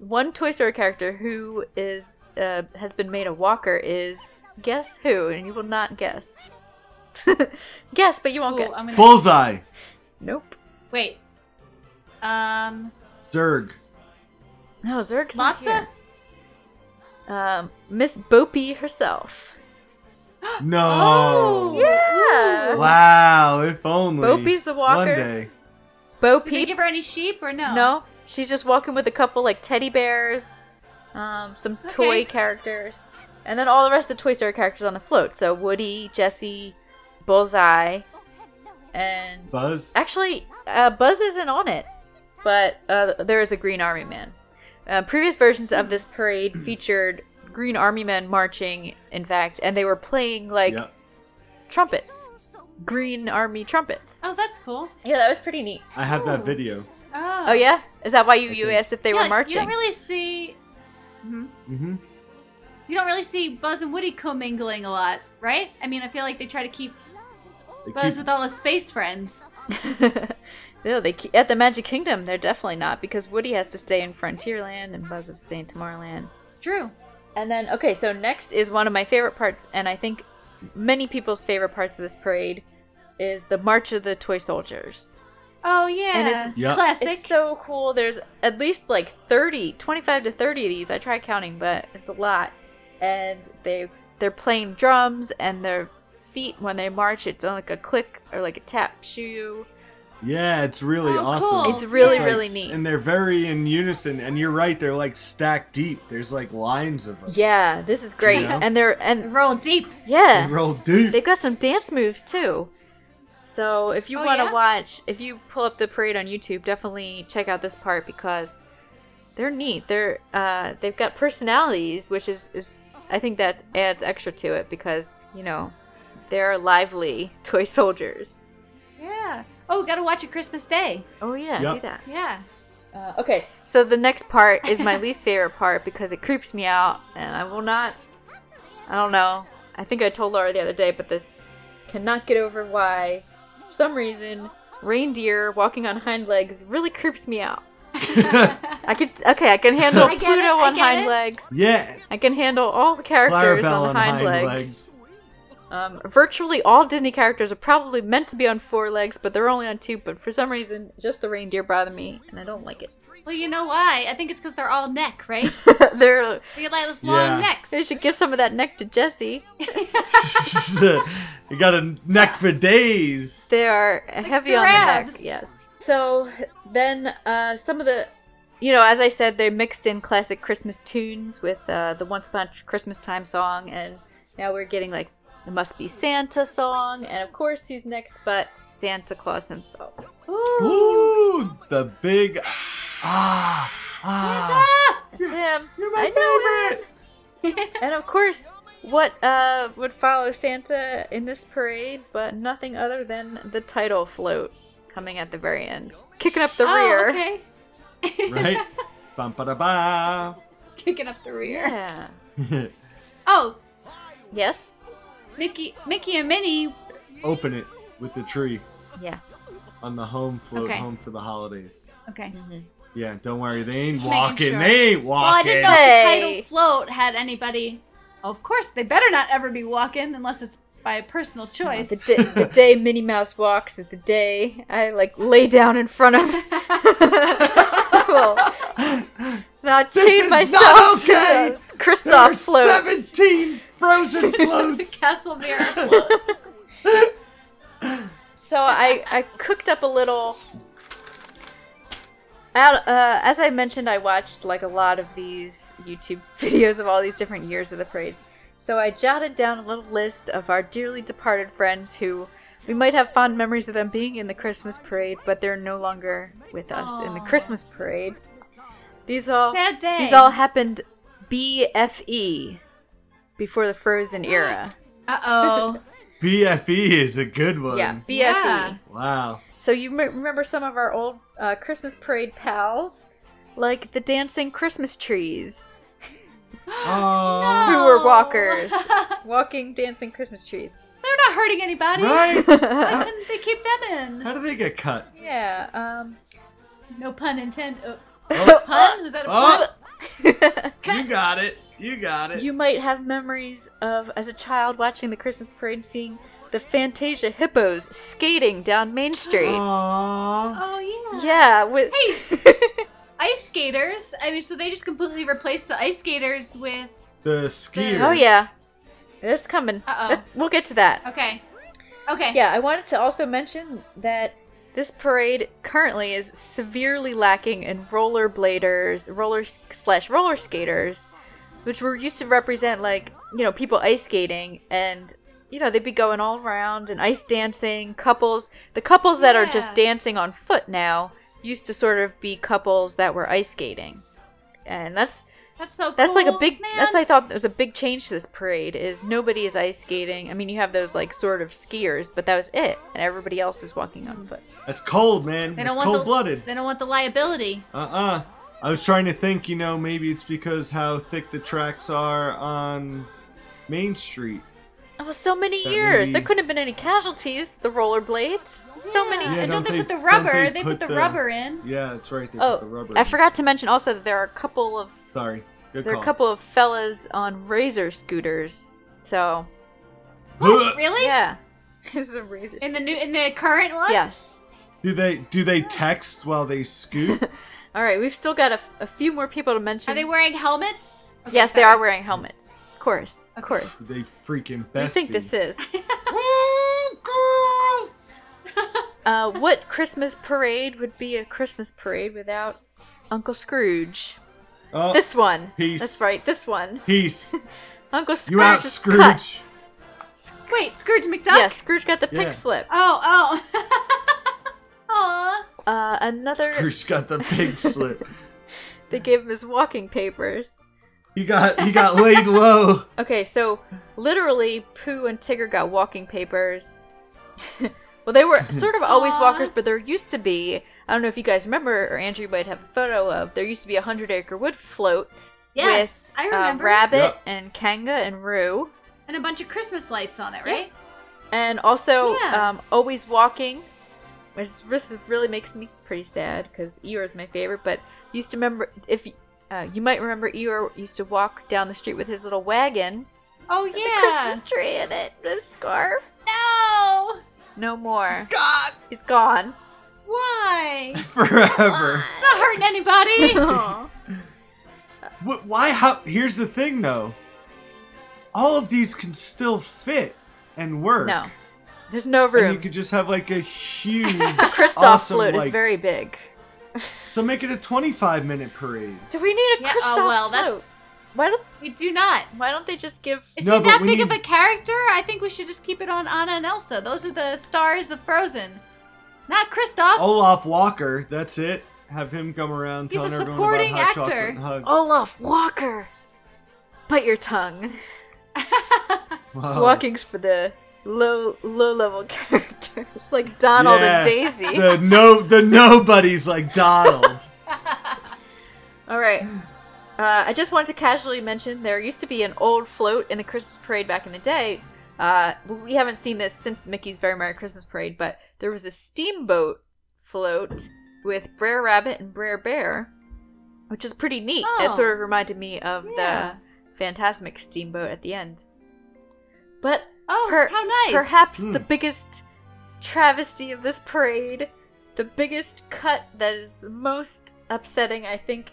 Speaker 4: one Toy Story character who is uh, has been made a walker is guess who, and you will not guess. *laughs* guess, but you won't
Speaker 5: Ooh,
Speaker 4: guess.
Speaker 5: I'm gonna,
Speaker 6: bullseye.
Speaker 4: Nope.
Speaker 5: wait. Um,
Speaker 6: Zerg.
Speaker 4: No, Zerg's not
Speaker 5: Matza?
Speaker 4: here. Um, Miss Bopi herself.
Speaker 6: No.
Speaker 4: Oh, Yeah.
Speaker 6: Oh. Wow. If only.
Speaker 4: Opie's the walker.
Speaker 6: One day.
Speaker 4: Bo
Speaker 5: Did they
Speaker 4: Peep
Speaker 5: give her any sheep or no?
Speaker 4: No, she's just walking with a couple like teddy bears, um, some toy
Speaker 5: Okay.
Speaker 4: characters, and then all the rest of the Toy Story characters on the float. So Woody, Jesse, Bullseye, and
Speaker 6: Buzz.
Speaker 4: actually uh, Buzz isn't on it, but uh, there is a Green Army Man. Uh, previous versions of this
Speaker 6: Hmm.
Speaker 4: parade featured Green Army Men marching, in fact, and they were playing like
Speaker 6: Yep.
Speaker 4: trumpets, Green Army trumpets.
Speaker 5: Oh, that's cool.
Speaker 4: Yeah, that was pretty neat.
Speaker 6: I have that video.
Speaker 5: Oh,
Speaker 4: Oh yeah, is that why you,
Speaker 6: I
Speaker 4: you
Speaker 6: think-
Speaker 4: asked if they
Speaker 5: Yeah,
Speaker 4: were marching?
Speaker 5: You don't really see. Mhm.
Speaker 6: hmm
Speaker 5: You don't really see Buzz and Woody commingling a lot, right? I mean, I feel like they try to keep Buzz with all his space friends.
Speaker 4: *laughs* no, they ke- at the Magic Kingdom they're definitely not because Woody has to stay in Frontierland and Buzz is staying in Tomorrowland.
Speaker 5: True.
Speaker 4: And then okay, so next is one of my favorite parts, and I think many people's favorite parts of this parade is the March of the Toy Soldiers.
Speaker 5: Oh yeah.
Speaker 4: And
Speaker 6: Yeah.
Speaker 5: Classic.
Speaker 4: It's so cool. There's at least like 30, 25 to 30 of these. I try counting, but it's a lot. And they they're playing drums and their feet when they march it's on like a click or like a tap shoe
Speaker 6: Yeah, it's really
Speaker 5: Oh,
Speaker 6: awesome.
Speaker 5: cool.
Speaker 4: It's really,
Speaker 6: like-
Speaker 4: really neat.
Speaker 6: And they're very in unison. And you're right, they're like stacked deep. There's like lines of them.
Speaker 4: Yeah, this is great.
Speaker 6: know?
Speaker 4: And they're and
Speaker 5: Roll deep.
Speaker 6: They
Speaker 4: yeah,
Speaker 6: roll deep.
Speaker 4: they've got some dance moves too. So if you
Speaker 5: Oh,
Speaker 4: want to
Speaker 5: yeah?
Speaker 4: watch, if you pull up the parade on YouTube, definitely check out this part because they're neat. They're uh, they've got personalities, which is is I think that adds extra to it because you know they're lively *laughs* toy soldiers.
Speaker 5: Yeah. Oh, gotta watch it Christmas Day.
Speaker 4: Oh yeah,
Speaker 6: Yep.
Speaker 4: do that.
Speaker 5: Yeah.
Speaker 4: Uh, okay, so the next part is
Speaker 5: *laughs*
Speaker 4: my least favorite part because it creeps me out, and I will not. I don't know. I think I told Laura the other day, but this cannot get over why, for some reason, reindeer walking on hind legs really creeps me out. I could okay, I can handle
Speaker 5: *laughs* I get it,
Speaker 4: Pluto
Speaker 5: I
Speaker 4: on
Speaker 5: get
Speaker 4: hind
Speaker 5: it.
Speaker 4: legs.
Speaker 6: *laughs* yeah.
Speaker 4: I can handle all the characters
Speaker 6: Clarabelle
Speaker 4: on,
Speaker 6: on
Speaker 4: hind,
Speaker 6: hind
Speaker 4: legs.
Speaker 6: legs.
Speaker 4: Um, virtually all Disney characters are probably meant to be on four legs, but they're only on two. But for some reason, just the reindeer bother me, and I don't like it.
Speaker 5: Well, you know why? I think it's because they're all neck, right?
Speaker 4: *laughs* they're
Speaker 5: They got those long
Speaker 6: Yeah.
Speaker 5: necks.
Speaker 4: They should give some of that neck to Jesse.
Speaker 6: *laughs* you got a neck for days.
Speaker 4: They are heavy on the neck.
Speaker 5: giraffes.
Speaker 4: Yes. So then, uh, some of the, you know, as I said, they mixed in classic Christmas tunes with uh, the Once Upon a Christmas Time song, and now we're getting like the Must Be Santa song, and of course, who's next but Santa Claus himself?
Speaker 6: Ooh, the big ah ah.
Speaker 4: That's him.
Speaker 6: You're
Speaker 4: I know
Speaker 6: my favorite.
Speaker 4: And of course, what uh, would follow Santa in this parade but nothing other than the title float coming at the very end, kicking up the rear.
Speaker 5: *laughs* Oh,
Speaker 4: *laughs*
Speaker 5: okay.
Speaker 6: Right. Bum ba da ba.
Speaker 5: *laughs*
Speaker 6: *laughs*
Speaker 5: Kicking up the rear.
Speaker 4: Yeah.
Speaker 5: Oh,
Speaker 4: Yes.
Speaker 5: Mickey, Mickey and Minnie.
Speaker 6: Open it with the tree
Speaker 4: Yeah.
Speaker 6: on the home float
Speaker 5: Okay.
Speaker 6: home for the holidays.
Speaker 5: Okay.
Speaker 6: Mm-hmm. Yeah, don't worry, they ain't
Speaker 5: Just making
Speaker 6: walking.
Speaker 5: sure.
Speaker 6: They ain't
Speaker 5: Well, I
Speaker 6: walking.
Speaker 5: didn't know if
Speaker 6: *laughs*
Speaker 5: the
Speaker 4: Hey.
Speaker 5: title float had anybody. Of course, they better not ever be walking unless it's by a personal choice. *laughs*
Speaker 4: The, day, the
Speaker 6: *laughs*
Speaker 4: day Minnie Mouse walks is the day I like lay down in front
Speaker 6: *laughs*
Speaker 4: of. *laughs* well, now
Speaker 6: This
Speaker 4: chain
Speaker 6: is
Speaker 4: myself
Speaker 6: not
Speaker 4: to *laughs* the
Speaker 6: okay. There are
Speaker 4: Kristoff float.
Speaker 6: seventeen
Speaker 5: *laughs*
Speaker 6: frozen floats.
Speaker 5: Castle
Speaker 6: *laughs*
Speaker 5: mirror.
Speaker 4: So I I cooked up a little. Out, uh, as I mentioned, I watched like a lot of these YouTube *laughs* videos of all these different years of the parades. So I jotted down a little list of our dearly departed friends who we might have fond memories of them being in the Christmas parade, but they're no longer with us in the
Speaker 5: Aw.
Speaker 4: Christmas parade. These all
Speaker 5: Sad day.
Speaker 4: these all happened BFE before the Frozen era.
Speaker 5: Uh oh.
Speaker 6: BFE E is a good one.
Speaker 4: Yeah, E. BFE.
Speaker 5: Yeah.
Speaker 6: Wow.
Speaker 4: So you m- remember some of our old uh, Christmas parade pals, like the dancing Christmas trees,
Speaker 6: *laughs* Oh,
Speaker 4: who were walkers,
Speaker 5: *laughs*
Speaker 4: walking dancing Christmas trees.
Speaker 5: They're not hurting anybody.
Speaker 6: right.
Speaker 5: Why couldn't they keep them
Speaker 6: *laughs*
Speaker 5: in?
Speaker 6: How do they
Speaker 5: *laughs*
Speaker 6: get cut?
Speaker 4: yeah. Um.
Speaker 5: No pun intended. Oh,
Speaker 6: Oh,
Speaker 5: pun? Is that a pun?
Speaker 6: oh, you got it. You got it.
Speaker 4: you might have memories of, as a child, watching the Christmas parade, seeing the Fantasia hippos skating down Main Street.
Speaker 5: *gasps*
Speaker 6: Aww.
Speaker 5: Oh yeah.
Speaker 4: yeah. With *laughs* Oh,
Speaker 5: Hey. Ice skaters. I mean, so they just completely replaced the ice skaters with.
Speaker 6: The skiers.
Speaker 4: oh yeah, that's coming.
Speaker 5: Uh-oh.
Speaker 4: That's, we'll get to that.
Speaker 5: Okay. Okay.
Speaker 4: Yeah, I wanted to also mention that this parade currently is severely lacking in rollerbladers, roller s- slash roller skaters, which were used to represent like you know people ice skating and you know they'd be going all around and ice dancing couples. The couples that are just
Speaker 5: Yeah.
Speaker 4: dancing on foot now used to sort of be couples that were ice skating, and that's
Speaker 5: That's so.
Speaker 4: that's like a
Speaker 5: cool,
Speaker 4: big.
Speaker 5: Oh, Man.
Speaker 4: That's I thought was a big change to this parade. Is nobody is ice skating. I mean, you have those like sort of skiers, but that was it, and everybody else is walking on foot.
Speaker 6: That's cold, man.
Speaker 5: They don't
Speaker 6: That's
Speaker 5: want the-
Speaker 6: cold blooded.
Speaker 5: They don't want the liability.
Speaker 6: Uh uh. I was trying to think, you know, maybe it's because how thick the tracks are on Main Street.
Speaker 4: That was Oh, so many
Speaker 6: But
Speaker 4: years. There
Speaker 6: maybe-
Speaker 4: couldn't have been any casualties. The rollerblades. So many.
Speaker 5: Yeah,
Speaker 6: Yeah,
Speaker 5: and don't,
Speaker 6: don't
Speaker 5: they,
Speaker 6: they-
Speaker 5: put the
Speaker 6: don't
Speaker 5: rubber?
Speaker 6: they
Speaker 5: They, put,
Speaker 6: put
Speaker 5: the,
Speaker 6: the-
Speaker 5: rubber
Speaker 6: *laughs*
Speaker 5: in.
Speaker 6: Yeah, that's right. They
Speaker 4: Oh,
Speaker 6: put the rubber.
Speaker 4: I
Speaker 6: in.
Speaker 4: forgot to mention also that there are a couple of
Speaker 6: Sorry. Good
Speaker 4: there are
Speaker 6: call.
Speaker 4: a couple of fellas on razor scooters. So
Speaker 5: What? Oh, Really? *laughs*
Speaker 4: yeah, this is a razor.
Speaker 5: In the new, in the current one.
Speaker 4: Yes.
Speaker 6: Do they do they text while
Speaker 4: *laughs*
Speaker 6: they scoot?
Speaker 4: All right, we've still got a, a few more people to mention.
Speaker 5: Are they wearing helmets? Okay,
Speaker 4: yes, they
Speaker 5: sorry.
Speaker 4: are wearing helmets. Of course, of course.
Speaker 6: Do they
Speaker 5: *laughs*
Speaker 6: freaking
Speaker 4: You
Speaker 6: best.
Speaker 4: think
Speaker 6: be?
Speaker 4: this is? Uh, what Christmas parade would be a Christmas parade without Uncle Scrooge?
Speaker 6: Oh,
Speaker 4: This one.
Speaker 6: peace.
Speaker 4: That's right. This one. *laughs*
Speaker 6: Peace.
Speaker 4: Uncle Scrooge.
Speaker 6: You out,
Speaker 4: is
Speaker 6: Scrooge.
Speaker 4: cut.
Speaker 5: Wait, Scrooge McDuck?
Speaker 4: Yeah, Scrooge got the
Speaker 6: Yeah.
Speaker 4: pig slip.
Speaker 5: Oh, oh. *laughs* Aw.
Speaker 4: Uh, another.
Speaker 6: Scrooge got
Speaker 4: *laughs*
Speaker 6: the pig slip.
Speaker 4: They gave him his walking papers.
Speaker 6: He got he got
Speaker 4: *laughs*
Speaker 6: laid low.
Speaker 4: Okay, so literally, Pooh and Tigger got walking papers. *laughs* well, they
Speaker 6: *laughs*
Speaker 4: were sort of always
Speaker 5: Aw.
Speaker 4: walkers, but there used to be. I don't know if you guys remember, or Andrew might have a photo of. There used to be a hundred acre wood float
Speaker 5: Yes, I
Speaker 4: with uh,
Speaker 5: remember.
Speaker 4: Rabbit
Speaker 6: Yeah.
Speaker 4: and Kanga and Roo,
Speaker 5: and a bunch of Christmas lights on it, right?
Speaker 4: and also
Speaker 5: Yeah.
Speaker 4: um, always walking. Which this is- really makes me pretty sad because Eeyore is my favorite. But used to remember if y- uh, you might remember Eeyore used to walk down the street with his little wagon,
Speaker 5: Oh
Speaker 4: the
Speaker 5: yeah.
Speaker 4: Christmas tree in it, the scarf.
Speaker 5: No.
Speaker 4: No more.
Speaker 7: God,
Speaker 4: He's
Speaker 5: *laughs*
Speaker 4: gone.
Speaker 5: Why? It's
Speaker 6: Forever.
Speaker 4: *laughs*
Speaker 5: not hurting anybody.
Speaker 6: Wh- Why? How? Here's the thing, though. All of these can still fit and work.
Speaker 4: no, there's no
Speaker 6: And you
Speaker 4: room.
Speaker 6: could just have like a huge.
Speaker 4: The Kristoff
Speaker 6: awesome,
Speaker 4: float
Speaker 6: like-
Speaker 4: is very big.
Speaker 6: so make it a 25 minute parade.
Speaker 4: Do we need a
Speaker 5: yeah,
Speaker 4: Kristoff
Speaker 5: oh well,
Speaker 4: float?
Speaker 5: that's
Speaker 4: Why don't
Speaker 5: we do not.
Speaker 4: uh, Why don't they just give?
Speaker 5: Is
Speaker 6: No,
Speaker 5: he
Speaker 6: but
Speaker 5: that
Speaker 6: we
Speaker 5: big of
Speaker 6: need-
Speaker 5: a character? I think we should just keep it on Anna and Elsa. Those are the stars of Frozen. Not Kristoff.
Speaker 6: Olaf Walker. That's it. Have him come around
Speaker 5: He's a
Speaker 6: telling everyone about
Speaker 5: supporting
Speaker 6: hot chocolate
Speaker 5: actor.
Speaker 6: and
Speaker 4: Oh,
Speaker 6: hugs.
Speaker 4: Olaf Walker. Bite your tongue.
Speaker 6: Wow.
Speaker 4: Walking's for the low low level *laughs* characters like Donald
Speaker 6: Yeah.
Speaker 4: and Daisy.
Speaker 6: *laughs* The no, the nobodies like Donald.
Speaker 4: All right. Uh, I just wanted to casually mention there used to be an old float in the Christmas parade back in the day. Uh, we haven't seen this since Mickey's Very Merry Christmas Parade, but there was a steamboat float with Brer Rabbit and Brer Bear, which is pretty neat. It
Speaker 5: Oh.
Speaker 4: sort of reminded me of
Speaker 5: Yeah.
Speaker 4: the Fantasmic steamboat at the end. But
Speaker 5: Oh,
Speaker 4: Per-
Speaker 5: how nice.
Speaker 4: Perhaps
Speaker 6: Hmm.
Speaker 4: the biggest travesty of this parade, the biggest cut that is the most upsetting, I think,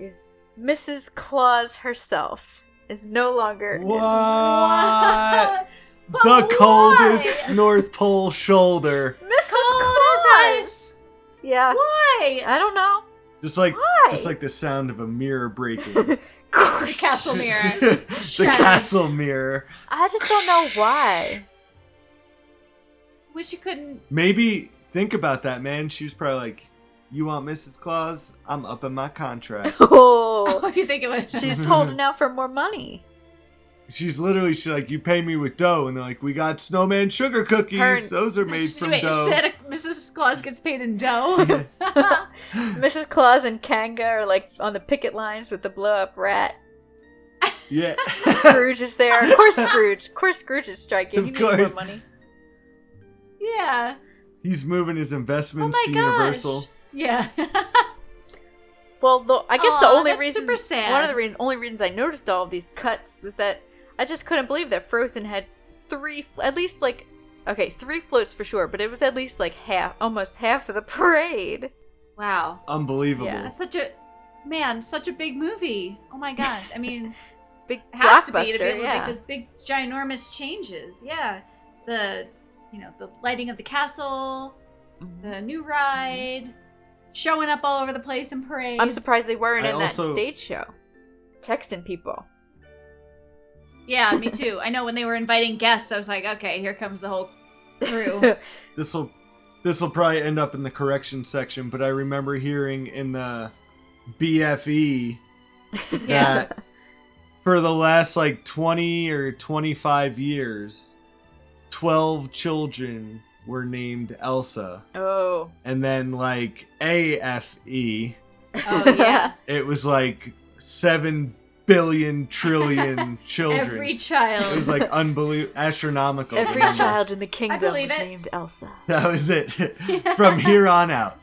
Speaker 4: is Mrs. Claus herself is no longer.
Speaker 6: What? *laughs*
Speaker 5: But
Speaker 6: the
Speaker 5: why?
Speaker 6: coldest North Pole shoulder.
Speaker 4: Mrs. Claus!
Speaker 5: Claus!
Speaker 4: Yeah.
Speaker 5: Why?
Speaker 4: I don't know.
Speaker 6: Just like
Speaker 4: Why?
Speaker 6: just like the sound of a mirror breaking. *laughs*
Speaker 5: The castle mirror.
Speaker 6: the castle mirror.
Speaker 4: I just don't know why.
Speaker 5: Wish you couldn't.
Speaker 6: Maybe think about that, man. She was probably like, "You want Mrs. Claus? I'm up in
Speaker 5: *laughs*
Speaker 6: my contract."
Speaker 4: Oh,
Speaker 5: *laughs* Oh, you think it was?
Speaker 6: *laughs*
Speaker 4: she's holding out for more money.
Speaker 6: She's literally she's like, "You pay me with dough," and they're like, "We got snowman sugar cookies.
Speaker 4: Her-
Speaker 6: Those are made from
Speaker 5: Wait,
Speaker 6: dough."
Speaker 5: Santa, Mrs. Claus gets paid in
Speaker 6: *laughs*
Speaker 5: dough.
Speaker 4: Mrs. Claus and Kanga are like on the picket lines with the blow up rat.
Speaker 6: yeah.
Speaker 5: *laughs*
Speaker 6: *laughs*
Speaker 4: Scrooge is there. Of course, Scrooge. Of course, Scrooge is striking.
Speaker 6: Of
Speaker 4: he needs more
Speaker 6: course.
Speaker 4: money.
Speaker 5: yeah.
Speaker 6: He's moving his
Speaker 5: Oh
Speaker 6: investments
Speaker 5: my
Speaker 6: to
Speaker 5: gosh.
Speaker 6: Universal.
Speaker 5: Yeah.
Speaker 4: Well, the, I guess the
Speaker 5: Aw,
Speaker 4: only
Speaker 5: that's
Speaker 4: reason,
Speaker 5: super sad.
Speaker 4: one of the reasons, only reasons I noticed all of these cuts was that I just couldn't believe that Frozen had three, at least like, okay, three floats for sure, but it was at least like half, almost half of the parade.
Speaker 5: wow.
Speaker 6: Unbelievable.
Speaker 4: Yeah.
Speaker 5: That's such a man, such a big movie. Oh my gosh.
Speaker 4: *laughs*
Speaker 5: I mean,
Speaker 4: Big
Speaker 5: it has to be to be
Speaker 4: blockbuster,
Speaker 5: able
Speaker 4: yeah.
Speaker 5: to make those big ginormous changes. Yeah. The you know, the lighting of the castle,
Speaker 4: Mm-hmm.
Speaker 5: the new ride, showing up all over the place in parades.
Speaker 4: I'm surprised they weren't
Speaker 6: I
Speaker 4: in
Speaker 6: also-
Speaker 4: that stage show. Texting people.
Speaker 5: Yeah, me too. I know when they were inviting guests, I was like, okay, here comes the whole
Speaker 4: *laughs*
Speaker 5: crew.
Speaker 6: this will this will probably end up in the correction section but i remember hearing in the E bfe
Speaker 5: Yeah.
Speaker 6: that for the last like 20 or 25 years 12 children were named elsa
Speaker 4: Oh.
Speaker 6: and then like afe
Speaker 5: oh
Speaker 4: *laughs*
Speaker 5: yeah.
Speaker 6: it was like 7
Speaker 4: *laughs*
Speaker 6: billion trillion children
Speaker 5: Every
Speaker 6: it was
Speaker 5: child.
Speaker 6: like unbelievable astronomical the
Speaker 4: Every
Speaker 6: number.
Speaker 4: child in the kingdom was
Speaker 5: believe it.
Speaker 4: named Elsa.
Speaker 6: that was it *laughs* from here on out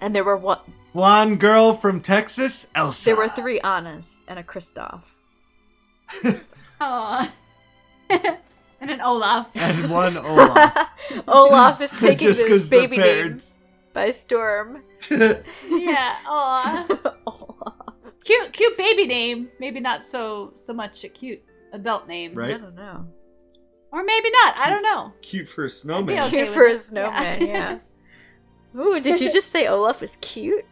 Speaker 4: And there were one,
Speaker 6: Blonde girl from Texas, Elsa.
Speaker 4: there were three Annas and a Kristoff.
Speaker 5: Aw. *laughs* and an Olaf.
Speaker 6: and one Olaf.
Speaker 4: *laughs* Olaf is taking
Speaker 6: *laughs* Just
Speaker 4: the
Speaker 6: 'cause the
Speaker 4: baby name
Speaker 6: parents-
Speaker 4: by storm.
Speaker 6: *laughs*
Speaker 5: yeah. Aw.
Speaker 4: *laughs* Olaf.
Speaker 5: Cute, cute baby name. Maybe not so so much a cute adult name.
Speaker 6: Right?
Speaker 4: I don't know.
Speaker 5: Or maybe not. I don't know.
Speaker 6: Cute for a
Speaker 5: I'd be
Speaker 6: snowman.
Speaker 5: okay
Speaker 4: Cute
Speaker 5: with
Speaker 4: for
Speaker 5: it.
Speaker 4: a snowman,
Speaker 6: *laughs*
Speaker 4: yeah. Ooh, did you just say Olaf is cute?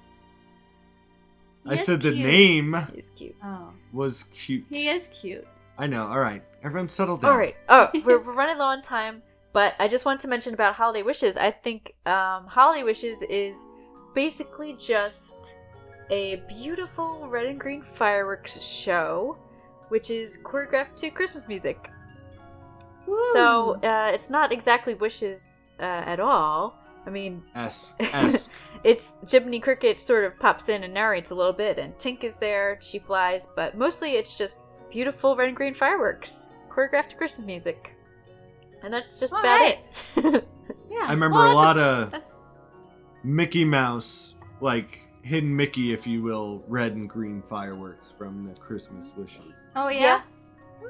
Speaker 6: I
Speaker 5: Yes,
Speaker 6: said the
Speaker 5: cute.
Speaker 6: name
Speaker 4: He's cute.
Speaker 5: Oh,
Speaker 6: was cute.
Speaker 5: he is cute.
Speaker 6: I know. All right, everyone, settle down.
Speaker 4: All right. Oh, we're, we're running low on time, but I just want to mention about Holiday Wishes. I think um, Holiday Wishes is basically just a beautiful red and green fireworks show, which is choreographed to Christmas music. So uh, it's not exactly wishes uh, at all. I mean, *laughs*
Speaker 6: S S.
Speaker 4: it's Jiminy Cricket sort of pops in and narrates a little bit, and Tink is there. She flies, but mostly it's just beautiful red and green fireworks, choreographed to Christmas music, and that's just
Speaker 5: All
Speaker 4: about
Speaker 5: right.
Speaker 4: it. *laughs*
Speaker 5: yeah.
Speaker 6: I remember
Speaker 5: Well,
Speaker 6: a
Speaker 5: that's
Speaker 6: lot of
Speaker 5: that's-
Speaker 6: Mickey Mouse, like hidden Mickey, if you will, red and green fireworks from the Christmas wishes.
Speaker 5: Oh yeah.
Speaker 4: Yeah.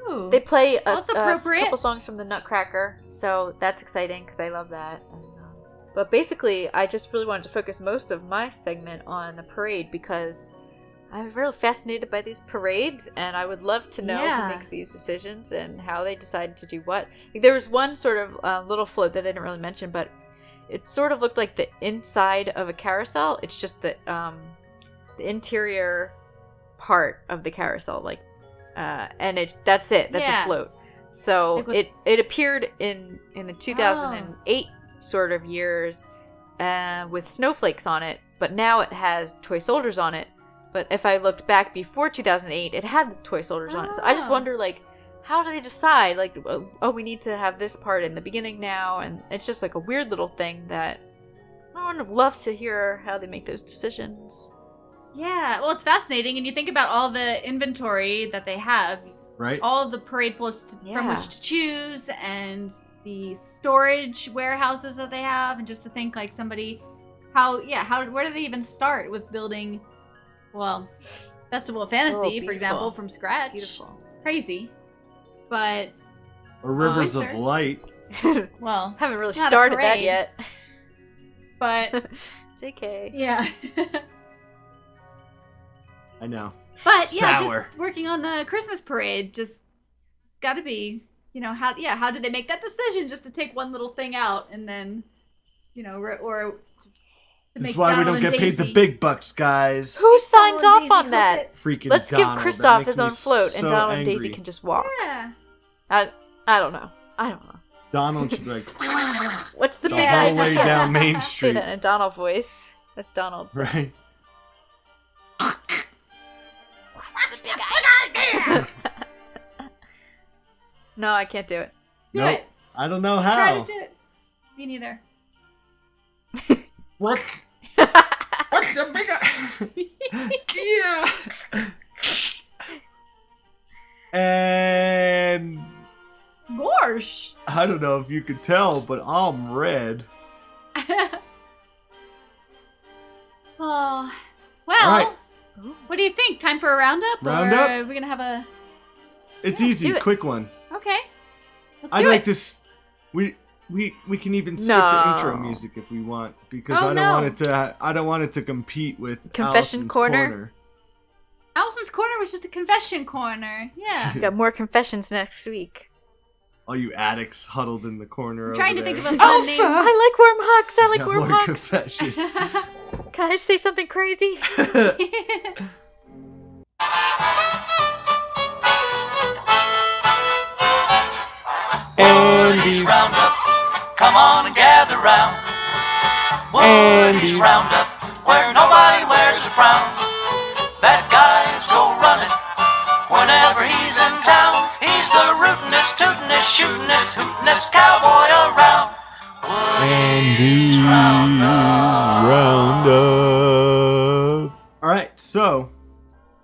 Speaker 5: Ooh.
Speaker 4: they play a,
Speaker 5: Well, it's
Speaker 4: a
Speaker 5: appropriate.
Speaker 4: couple songs from the Nutcracker, so that's exciting because I love that. And, um, But basically, I just really wanted to focus most of my segment on the parade because I'm really fascinated by these parades, and I would love to know
Speaker 5: Yeah.
Speaker 4: who makes these decisions and how they decide to do what. Like, there was one sort of uh, little float that I didn't really mention, but it sort of looked like the inside of a carousel. It's just the um, the interior part of the carousel, like, uh, and it that's it. That's
Speaker 5: Yeah.
Speaker 4: a float. So
Speaker 5: Like Oh. with-
Speaker 4: it it appeared in in the 2008 sort of years uh, with snowflakes on it, but now it has toy soldiers on it. But if I looked back before 2008, it had the toy soldiers on it. So I just
Speaker 5: Oh.
Speaker 4: wonder like how do they decide like oh, oh, we need to have this part in the beginning now and it's just like a weird little thing that I would love to hear how they make those decisions.
Speaker 5: Yeah. Well, it's fascinating, and you think about all the inventory that they have,
Speaker 6: Right?
Speaker 4: Oh,
Speaker 5: all the parade floats to, from
Speaker 4: Yeah.
Speaker 5: which to choose, and the storage warehouses that they have, and just to think like somebody, how yeah, how where do they even start with building? Well, Festival of Fantasy, for
Speaker 4: Oh, beautiful.
Speaker 5: example, from scratch.
Speaker 4: Beautiful.
Speaker 5: Crazy. But
Speaker 6: Or rivers
Speaker 4: oh,
Speaker 6: of
Speaker 5: sure.
Speaker 6: light.
Speaker 4: Haven't
Speaker 5: well,
Speaker 4: really
Speaker 5: Not a
Speaker 4: started that
Speaker 5: parade.
Speaker 4: yet. *laughs*
Speaker 5: but
Speaker 4: JK.
Speaker 5: *laughs* yeah.
Speaker 6: I know.
Speaker 5: But yeah,
Speaker 6: Sour.
Speaker 5: just working on the Christmas parade, just got to be, you know, how yeah, how did they make that decision just to take one little thing out and then, you know, or, or to
Speaker 6: This
Speaker 5: make
Speaker 6: is why we don't
Speaker 5: Donald
Speaker 6: get
Speaker 5: and
Speaker 6: paid the
Speaker 5: Daisy-
Speaker 6: big bucks, guys.
Speaker 4: Who signs
Speaker 5: Donald and
Speaker 4: off
Speaker 5: Daisy
Speaker 4: on
Speaker 5: hook
Speaker 4: that?
Speaker 5: it.
Speaker 6: Freaking
Speaker 4: Let's give
Speaker 6: Donald. That
Speaker 4: Kristoff
Speaker 6: makes
Speaker 4: his
Speaker 6: me
Speaker 4: own float,
Speaker 6: so
Speaker 4: and Donald and Daisy
Speaker 6: angry.
Speaker 4: can just walk.
Speaker 5: Yeah.
Speaker 4: I, I don't know. I don't know.
Speaker 6: *laughs* Donald should be
Speaker 4: *laughs*
Speaker 6: like
Speaker 4: What's the
Speaker 6: the
Speaker 4: big
Speaker 5: Yeah.
Speaker 6: hallway
Speaker 4: idea? *laughs*
Speaker 6: down Main
Speaker 4: Say
Speaker 6: Street,
Speaker 4: that in a Donald voice. That's Donald's.
Speaker 6: *laughs* right?
Speaker 4: No, I can't do it.
Speaker 5: Do
Speaker 6: *laughs* Nope.
Speaker 5: it.
Speaker 6: I don't know
Speaker 5: Try
Speaker 6: how.
Speaker 5: to do it. Me neither.
Speaker 6: What? What's the
Speaker 5: *laughs*
Speaker 6: bigger? yeah. And
Speaker 5: Gorsh. *laughs*
Speaker 6: I don't know if you could tell, but I'm red.
Speaker 5: oh. Well,
Speaker 6: right.
Speaker 5: what do you think? Time for a roundup?
Speaker 6: Round
Speaker 5: or
Speaker 6: up.
Speaker 5: are we going to have a.
Speaker 6: It's
Speaker 4: Yeah, let's
Speaker 6: easy,
Speaker 4: do it.
Speaker 6: quick one.
Speaker 5: Okay. Let's
Speaker 6: I'd
Speaker 5: do
Speaker 6: like
Speaker 5: it.
Speaker 6: to. S- we we we can even skip the intro
Speaker 4: No.
Speaker 6: music if we want because
Speaker 5: Oh,
Speaker 6: I don't
Speaker 5: no.
Speaker 6: want it to. I don't want it to compete with
Speaker 4: Confession
Speaker 6: Allison's
Speaker 4: corner?
Speaker 5: Allison's Corner was just a confession corner. Yeah.
Speaker 6: *laughs*
Speaker 5: *laughs*
Speaker 4: We got more confessions next week.
Speaker 6: All you addicts huddled in the corner.
Speaker 5: I'm trying
Speaker 6: over
Speaker 5: to think
Speaker 6: there.
Speaker 5: of a fun
Speaker 4: *laughs* I
Speaker 5: name.
Speaker 4: like warm hugs.
Speaker 6: *laughs*
Speaker 4: I like
Speaker 6: Got
Speaker 4: warm
Speaker 6: more
Speaker 4: hugs.
Speaker 6: confessions.
Speaker 5: *laughs*
Speaker 4: Can I say something crazy?
Speaker 8: Andy's
Speaker 7: Roundup, come on and gather round. Woody's
Speaker 8: Andy.
Speaker 7: Roundup, where nobody wears a frown. Bad guys go running whenever he's in town. He's the rootinest, tootinest, shootinest, hootinest cowboy around. Woody's Roundup.
Speaker 8: Roundup.
Speaker 6: All right, so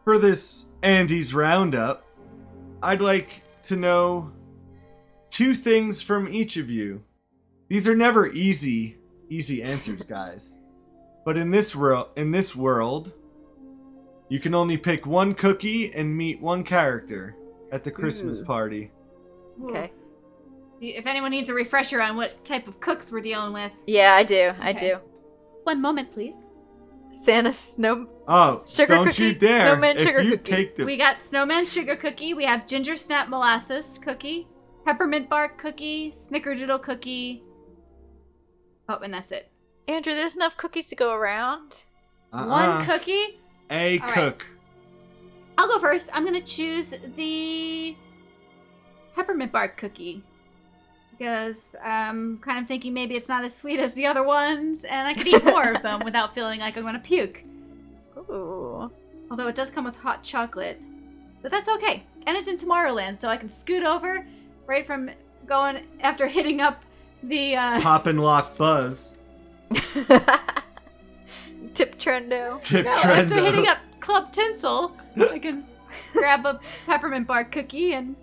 Speaker 6: for this Andy's roundup, I'd like to know two things from each of you. These are never easy, easy answers, guys. But in this world, in this world, you can only pick one cookie and meet one character at the Christmas
Speaker 4: Ooh.
Speaker 6: party.
Speaker 4: okay.
Speaker 5: if anyone needs a refresher on what type of cooks we're dealing with,
Speaker 4: Yeah, I do. I
Speaker 5: Okay.
Speaker 4: do.
Speaker 5: one moment, please.
Speaker 4: Santa snow.
Speaker 6: Oh,
Speaker 4: sugar
Speaker 6: don't
Speaker 4: cookie.
Speaker 6: you dare!
Speaker 4: Snowman
Speaker 6: if
Speaker 4: sugar
Speaker 6: you
Speaker 4: cookie.
Speaker 6: take this,
Speaker 5: We got snowman sugar cookie. We have ginger snap molasses cookie, peppermint bark cookie, snickerdoodle cookie. Oh, and that's it.
Speaker 4: Andrew, there's enough cookies to go around.
Speaker 6: Uh-uh.
Speaker 5: One cookie.
Speaker 6: A
Speaker 5: All right.
Speaker 6: cook.
Speaker 5: I'll go first. I'm gonna choose the peppermint bark cookie because I'm kind of thinking maybe it's not as sweet as the other ones, and I could eat more of them without feeling like I'm gonna puke.
Speaker 4: Ooh.
Speaker 5: Although it does come with hot chocolate, but that's okay. And it's in Tomorrowland, so I can scoot over right from going after hitting up the uh,
Speaker 6: Pop and lock buzz.
Speaker 4: Tip Trendo.
Speaker 6: Tip
Speaker 5: No,
Speaker 6: trend.
Speaker 5: Oh, after hitting up Club Tinsel, I
Speaker 6: *laughs*
Speaker 5: can grab a peppermint bark cookie and,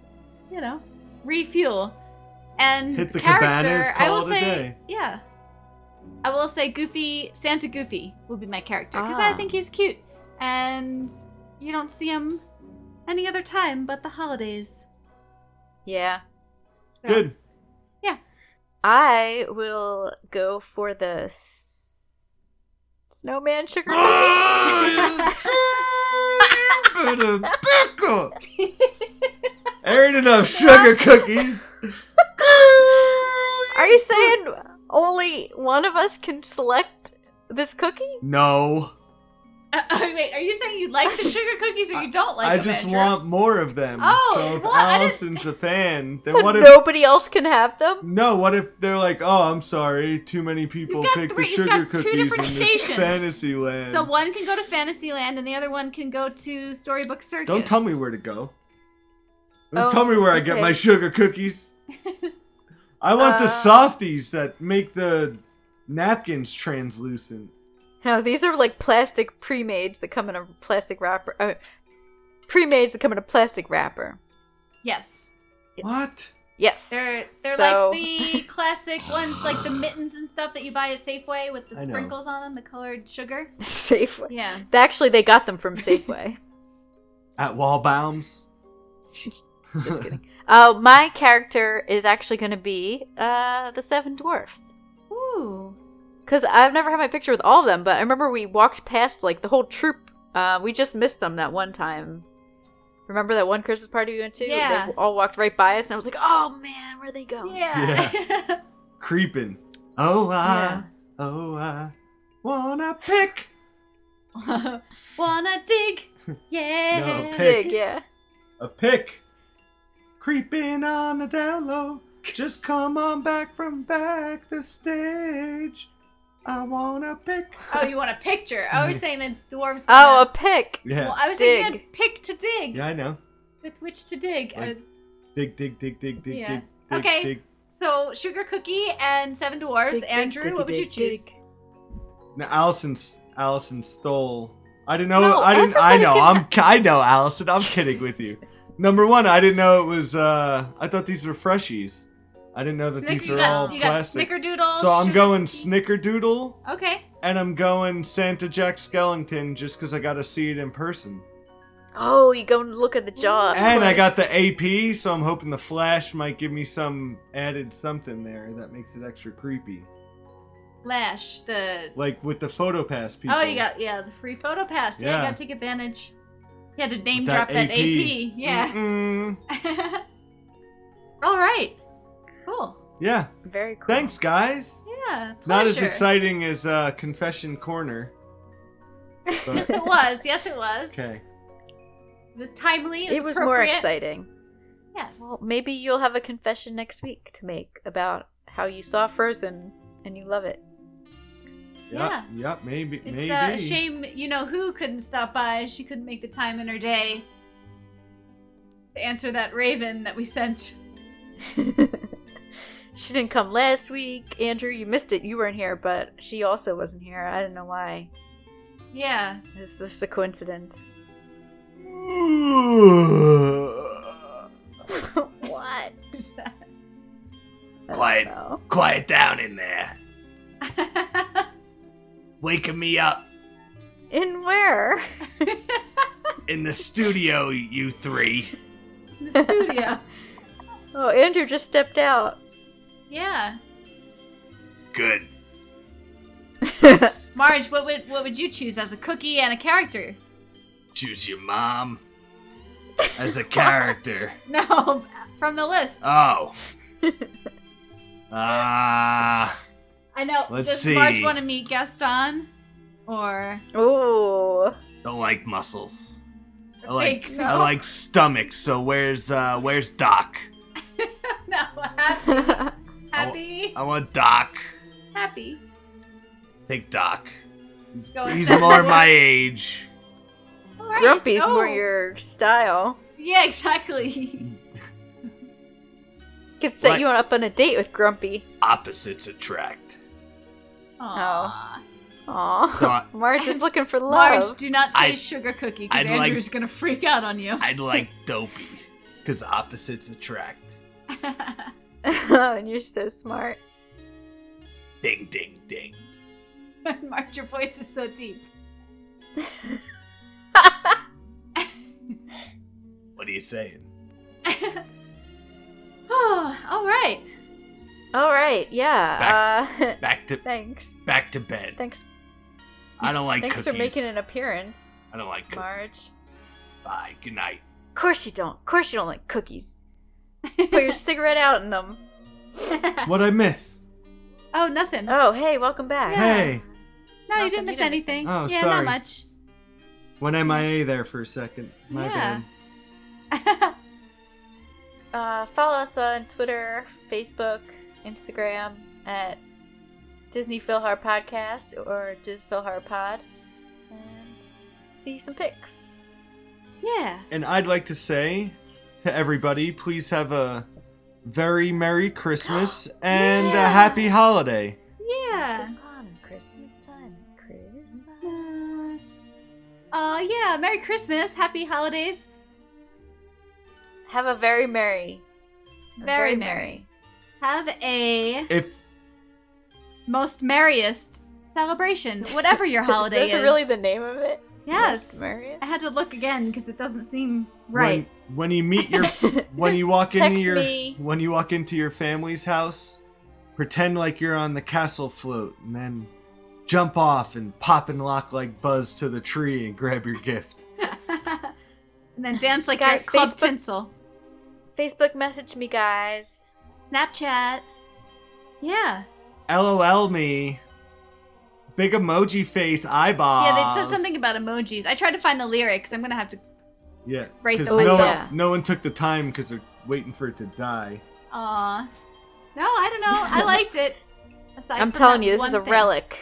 Speaker 5: you know, refuel. And
Speaker 6: Hit the
Speaker 5: character,
Speaker 6: cabanas,
Speaker 5: I will
Speaker 6: call it
Speaker 5: say,
Speaker 6: a day.
Speaker 5: yeah, I will say Goofy, Santa Goofy will be my character because
Speaker 4: Ah.
Speaker 5: I think he's cute, and you don't see him any other time but the holidays. *laughs*
Speaker 4: Yeah.
Speaker 5: So-
Speaker 6: Good.
Speaker 5: *laughs*
Speaker 4: I will go for the s- snowman
Speaker 6: *gasps*
Speaker 4: sugar
Speaker 6: *laughs* Ah,
Speaker 4: cookie.
Speaker 5: *laughs*
Speaker 6: There ain't enough sugar cookies.
Speaker 4: Are you saying only one of us can select this cookie?
Speaker 6: No,
Speaker 5: Uh, uh, wait, are you saying you like the sugar cookies or you don't like
Speaker 6: *laughs* I
Speaker 5: them?
Speaker 6: just
Speaker 5: Andrew?
Speaker 6: want more of them.
Speaker 5: Oh,
Speaker 6: so if
Speaker 5: what? I didn't-
Speaker 6: Allison's a fan, then
Speaker 4: so
Speaker 6: what if?
Speaker 4: nobody else can have them?
Speaker 6: No, what if they're like, oh, I'm sorry, too many people
Speaker 5: got
Speaker 6: pick the
Speaker 5: three- you've
Speaker 6: sugar
Speaker 5: got two
Speaker 6: cookies in
Speaker 5: different
Speaker 6: this
Speaker 5: stations.
Speaker 6: fantasy land.
Speaker 5: So one can go to Fantasyland and the other one can go to Storybook Circus.
Speaker 6: Don't tell me where to go. Don't
Speaker 4: Oh,
Speaker 6: tell me where I get
Speaker 4: okay.
Speaker 6: my
Speaker 4: *laughs*
Speaker 6: sugar cookies. I want the
Speaker 4: Uh.
Speaker 6: softies that make the napkins translucent.
Speaker 4: No, these are like plastic pre-mades that come in a plastic wrapper. Uh, pre-mades that come in a plastic wrapper.
Speaker 5: Yes.
Speaker 4: Yes.
Speaker 6: What?
Speaker 4: Yes.
Speaker 5: They're they're
Speaker 4: So-
Speaker 5: like the classic ones, like the mittens and stuff that you buy at Safeway with the
Speaker 6: I know.
Speaker 5: sprinkles on them, the colored sugar.
Speaker 4: *laughs* Safeway.
Speaker 5: Yeah.
Speaker 4: Actually, they got them from Safeway.
Speaker 6: At Wallbaum's.
Speaker 4: *laughs*
Speaker 6: *laughs*
Speaker 4: Just kidding. Uh, my character is actually going to be uh, the Seven Dwarfs.
Speaker 5: Ooh.
Speaker 4: Because I've never had my picture with all of them, but I remember we walked past like the whole troop. Uh, we just missed them that one time. Remember that one Christmas party we went to?
Speaker 5: Yeah.
Speaker 4: They all walked right by us, and I was like, oh man, where they go?
Speaker 5: Yeah.
Speaker 6: Creeping. Oh, I,
Speaker 4: Yeah.
Speaker 6: oh, I wanna pick.
Speaker 5: *laughs* Wanna *laughs* dig? Yeah.
Speaker 6: No,
Speaker 4: Dig, yeah.
Speaker 6: A pick. Creeping on the down low. Just come on back from back the stage. I wanna pick.
Speaker 5: oh, you want a picture? I was saying that dwarves.
Speaker 4: Oh, a
Speaker 5: wanna-
Speaker 4: pick.
Speaker 6: Yeah.
Speaker 5: well, I was saying you
Speaker 4: dig.
Speaker 5: had pick to dig.
Speaker 6: Yeah, I know.
Speaker 5: With which to dig.
Speaker 6: Like-
Speaker 5: Uh,
Speaker 6: Dig, dig, dig, dig, dig,
Speaker 5: Yeah.
Speaker 6: dig, dig,
Speaker 5: Okay.
Speaker 6: dig.
Speaker 5: so sugar cookie and seven dwarves.
Speaker 4: Dig, dig,
Speaker 5: Andrew,
Speaker 4: dig,
Speaker 5: what would you
Speaker 4: dig,
Speaker 5: choose?
Speaker 4: dig.
Speaker 6: Now, Allison, s- Allison stole. I didn't know.
Speaker 4: No,
Speaker 6: I didn't. I
Speaker 4: everybody
Speaker 6: know.
Speaker 4: can-
Speaker 6: I'm. I know, Allison. I'm kidding with you. Number one, I didn't know it was. uh I thought these were freshies. I didn't know that
Speaker 5: Snick-
Speaker 6: these
Speaker 5: you
Speaker 6: are
Speaker 5: got,
Speaker 6: all
Speaker 5: you got
Speaker 6: plastic.
Speaker 5: snickerdoodle.
Speaker 6: So I'm
Speaker 5: sugar
Speaker 6: going
Speaker 5: cookie.
Speaker 6: Snickerdoodle,
Speaker 5: Okay.
Speaker 6: and I'm going Santa Jack Skellington just because I got to see it in person.
Speaker 4: Oh, you go and look at the jaw. up
Speaker 6: And I got
Speaker 4: close.
Speaker 6: the AP, so I'm hoping the flash might give me some added something there that makes it extra creepy.
Speaker 5: Lash the.
Speaker 6: Like with the photo pass people.
Speaker 5: Oh, you got yeah the free photo pass. Yeah,
Speaker 6: Yeah.
Speaker 5: you got to take advantage. You had to name
Speaker 6: With that
Speaker 5: drop that AP.
Speaker 6: AP.
Speaker 5: Yeah. *laughs*
Speaker 6: Mm-mm.
Speaker 5: All right. Cool.
Speaker 6: Yeah.
Speaker 4: Very cool.
Speaker 6: Thanks, guys.
Speaker 5: Yeah. Pleasure.
Speaker 6: Not as exciting as uh,
Speaker 5: *laughs*
Speaker 6: Confession Corner.
Speaker 5: Yes,
Speaker 6: But,
Speaker 5: it was. Yes, it was.
Speaker 6: okay.
Speaker 5: It was timely. It was,
Speaker 4: It was more
Speaker 5: appropriate.
Speaker 4: exciting.
Speaker 5: Yes.
Speaker 4: Well, maybe you'll have a confession next week to make about how you saw Frozen and you love it. *laughs*
Speaker 6: Yep,
Speaker 5: Yeah.
Speaker 6: Yep. Maybe.
Speaker 5: It's
Speaker 6: maybe.
Speaker 5: uh, a shame you know who couldn't stop by. She couldn't make the time in her day to answer that raven that we sent.
Speaker 4: she didn't come last week. Andrew, you missed it. You weren't here, but she also wasn't here. I don't know why.
Speaker 5: Yeah. *laughs*
Speaker 4: It's just a coincidence. what?
Speaker 6: Quiet. Quiet down in there. Waking me up
Speaker 4: In where?
Speaker 6: in the studio, you three.
Speaker 5: Studio.
Speaker 4: Oh, Andrew just stepped out.
Speaker 5: Yeah. *laughs*
Speaker 6: Good.
Speaker 5: Marge, what would what would you choose as a cookie and a character?
Speaker 6: Choose your mom. as a character.
Speaker 5: *laughs* No, from the list. *laughs*
Speaker 6: Oh. Ah.
Speaker 5: I know.
Speaker 6: Let's
Speaker 5: Does Marge
Speaker 6: see.
Speaker 5: want to meet Gaston? Or *laughs*
Speaker 4: Ooh. *laughs*
Speaker 6: I like muscles. I like
Speaker 5: Fake, no.
Speaker 6: I like stomachs. So where's uh where's Doc?
Speaker 5: no, happy, happy,
Speaker 6: I want Doc.
Speaker 5: happy.
Speaker 6: Take Doc.
Speaker 4: Oh,
Speaker 5: Go
Speaker 6: He's
Speaker 5: instead.
Speaker 6: more my age.
Speaker 5: *laughs* All right,
Speaker 4: Grumpy's
Speaker 5: go.
Speaker 4: more your style.
Speaker 5: Yeah, exactly. *laughs*
Speaker 4: Could set
Speaker 6: What?
Speaker 4: you up on a date with Grumpy.
Speaker 6: Opposites attract.
Speaker 5: Aw.
Speaker 6: So
Speaker 4: Aw.
Speaker 6: I,
Speaker 4: *laughs* Marge is looking for Oh, love.
Speaker 5: Marge, do not say
Speaker 6: I-
Speaker 5: sugar cookie because
Speaker 6: I'd like-
Speaker 5: Andrew's gonna freak out on you.
Speaker 6: I'd
Speaker 4: *laughs*
Speaker 6: like dopey, cause opposites attract.
Speaker 5: *laughs*
Speaker 4: *laughs* and you're so smart.
Speaker 6: Ding ding ding.
Speaker 5: Marge, your voice is so deep. *laughs*
Speaker 6: What are you saying?
Speaker 5: Oh, all right. *laughs*
Speaker 4: All right, yeah. Uh, *laughs*
Speaker 6: Back to
Speaker 4: thanks.
Speaker 6: back to bed.
Speaker 4: Thanks.
Speaker 6: I don't like
Speaker 4: Thanks
Speaker 6: cookies.
Speaker 4: for making an appearance,
Speaker 6: I don't like cookies.
Speaker 4: Marge.
Speaker 6: Bye. Good night.
Speaker 4: Of course you don't. Of course you don't like
Speaker 5: *laughs*
Speaker 4: cookies. Put your cigarette out in them.
Speaker 6: What I miss?
Speaker 5: Oh, nothing.
Speaker 4: Oh, hey, welcome back.
Speaker 5: Yeah.
Speaker 6: Hey,
Speaker 5: no,
Speaker 4: nothing, you
Speaker 5: you didn't miss
Speaker 4: didn't miss
Speaker 5: anything.
Speaker 6: anything. Oh,
Speaker 5: yeah, not
Speaker 6: sorry.
Speaker 5: much.
Speaker 6: went MIA there for a second. My
Speaker 5: Yeah.
Speaker 6: bad.
Speaker 4: Uh, follow us on Twitter, Facebook, Instagram at Disney Philhar Podcast or Diz Philhar Pod, and see some pics.
Speaker 5: *laughs* yeah.
Speaker 6: And I'd like to say to everybody, please have a very Merry
Speaker 5: *gasps*
Speaker 6: Christmas and
Speaker 5: Yeah.
Speaker 6: a Happy Holiday.
Speaker 5: Yeah.
Speaker 4: on Christmas time, Chris.
Speaker 5: Oh, uh, yeah. Merry Christmas. Happy holidays.
Speaker 4: Have a very merry, a *laughs*
Speaker 5: Very merry. Have a
Speaker 6: If
Speaker 5: most merriest celebration,
Speaker 4: *laughs*
Speaker 5: whatever your holiday
Speaker 4: That's
Speaker 5: is.
Speaker 4: really the name of it.
Speaker 5: yes.
Speaker 4: Most merriest.
Speaker 5: I had to look again because it doesn't seem right.
Speaker 6: when, when you meet
Speaker 5: *laughs*
Speaker 6: your
Speaker 4: *laughs*
Speaker 6: when you walk into
Speaker 4: Text
Speaker 6: your
Speaker 4: me.
Speaker 6: when you walk into your family's house, pretend like you're on the castle float and then jump off and pop and lock like Buzz to the tree and grab your gift.
Speaker 5: *laughs* and then dance like
Speaker 4: Guys,
Speaker 5: your club
Speaker 4: Facebook-
Speaker 5: tinsel.
Speaker 4: Facebook message me, guys.
Speaker 5: Snapchat. Yeah.
Speaker 6: LOL me. Big emoji face eyeballs.
Speaker 5: Yeah, they said something about emojis. I tried to find the lyrics. I'm gonna have to.
Speaker 6: yeah.
Speaker 5: Right,
Speaker 6: 'cause
Speaker 5: the
Speaker 6: no,
Speaker 4: myself.
Speaker 6: one, no one took the time because they're waiting for it to die.
Speaker 5: Aw. No, I don't know.
Speaker 4: *laughs*
Speaker 5: I liked it. Aside
Speaker 4: I'm
Speaker 5: from
Speaker 4: telling
Speaker 5: that
Speaker 4: you, this
Speaker 5: one
Speaker 4: is a
Speaker 5: thing.
Speaker 4: relic.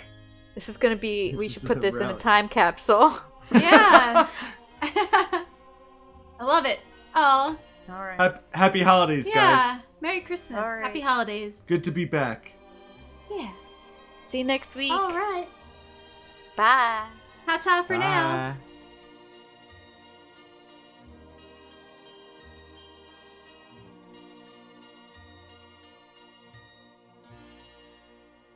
Speaker 4: This is gonna be.
Speaker 6: This
Speaker 4: we
Speaker 6: is
Speaker 4: should
Speaker 6: a
Speaker 4: put this in a
Speaker 6: relic.
Speaker 4: time capsule. *laughs*
Speaker 5: Yeah. *laughs* I love it. Oh,
Speaker 4: All right.
Speaker 6: *laughs* Hap- Happy holidays,
Speaker 5: yeah.
Speaker 6: guys.
Speaker 5: Merry Christmas.
Speaker 4: All right.
Speaker 5: Happy holidays.
Speaker 6: Good to be back.
Speaker 5: Yeah.
Speaker 4: See you next week.
Speaker 5: All right.
Speaker 4: Bye.
Speaker 5: Ta ta for now.
Speaker 6: Bye.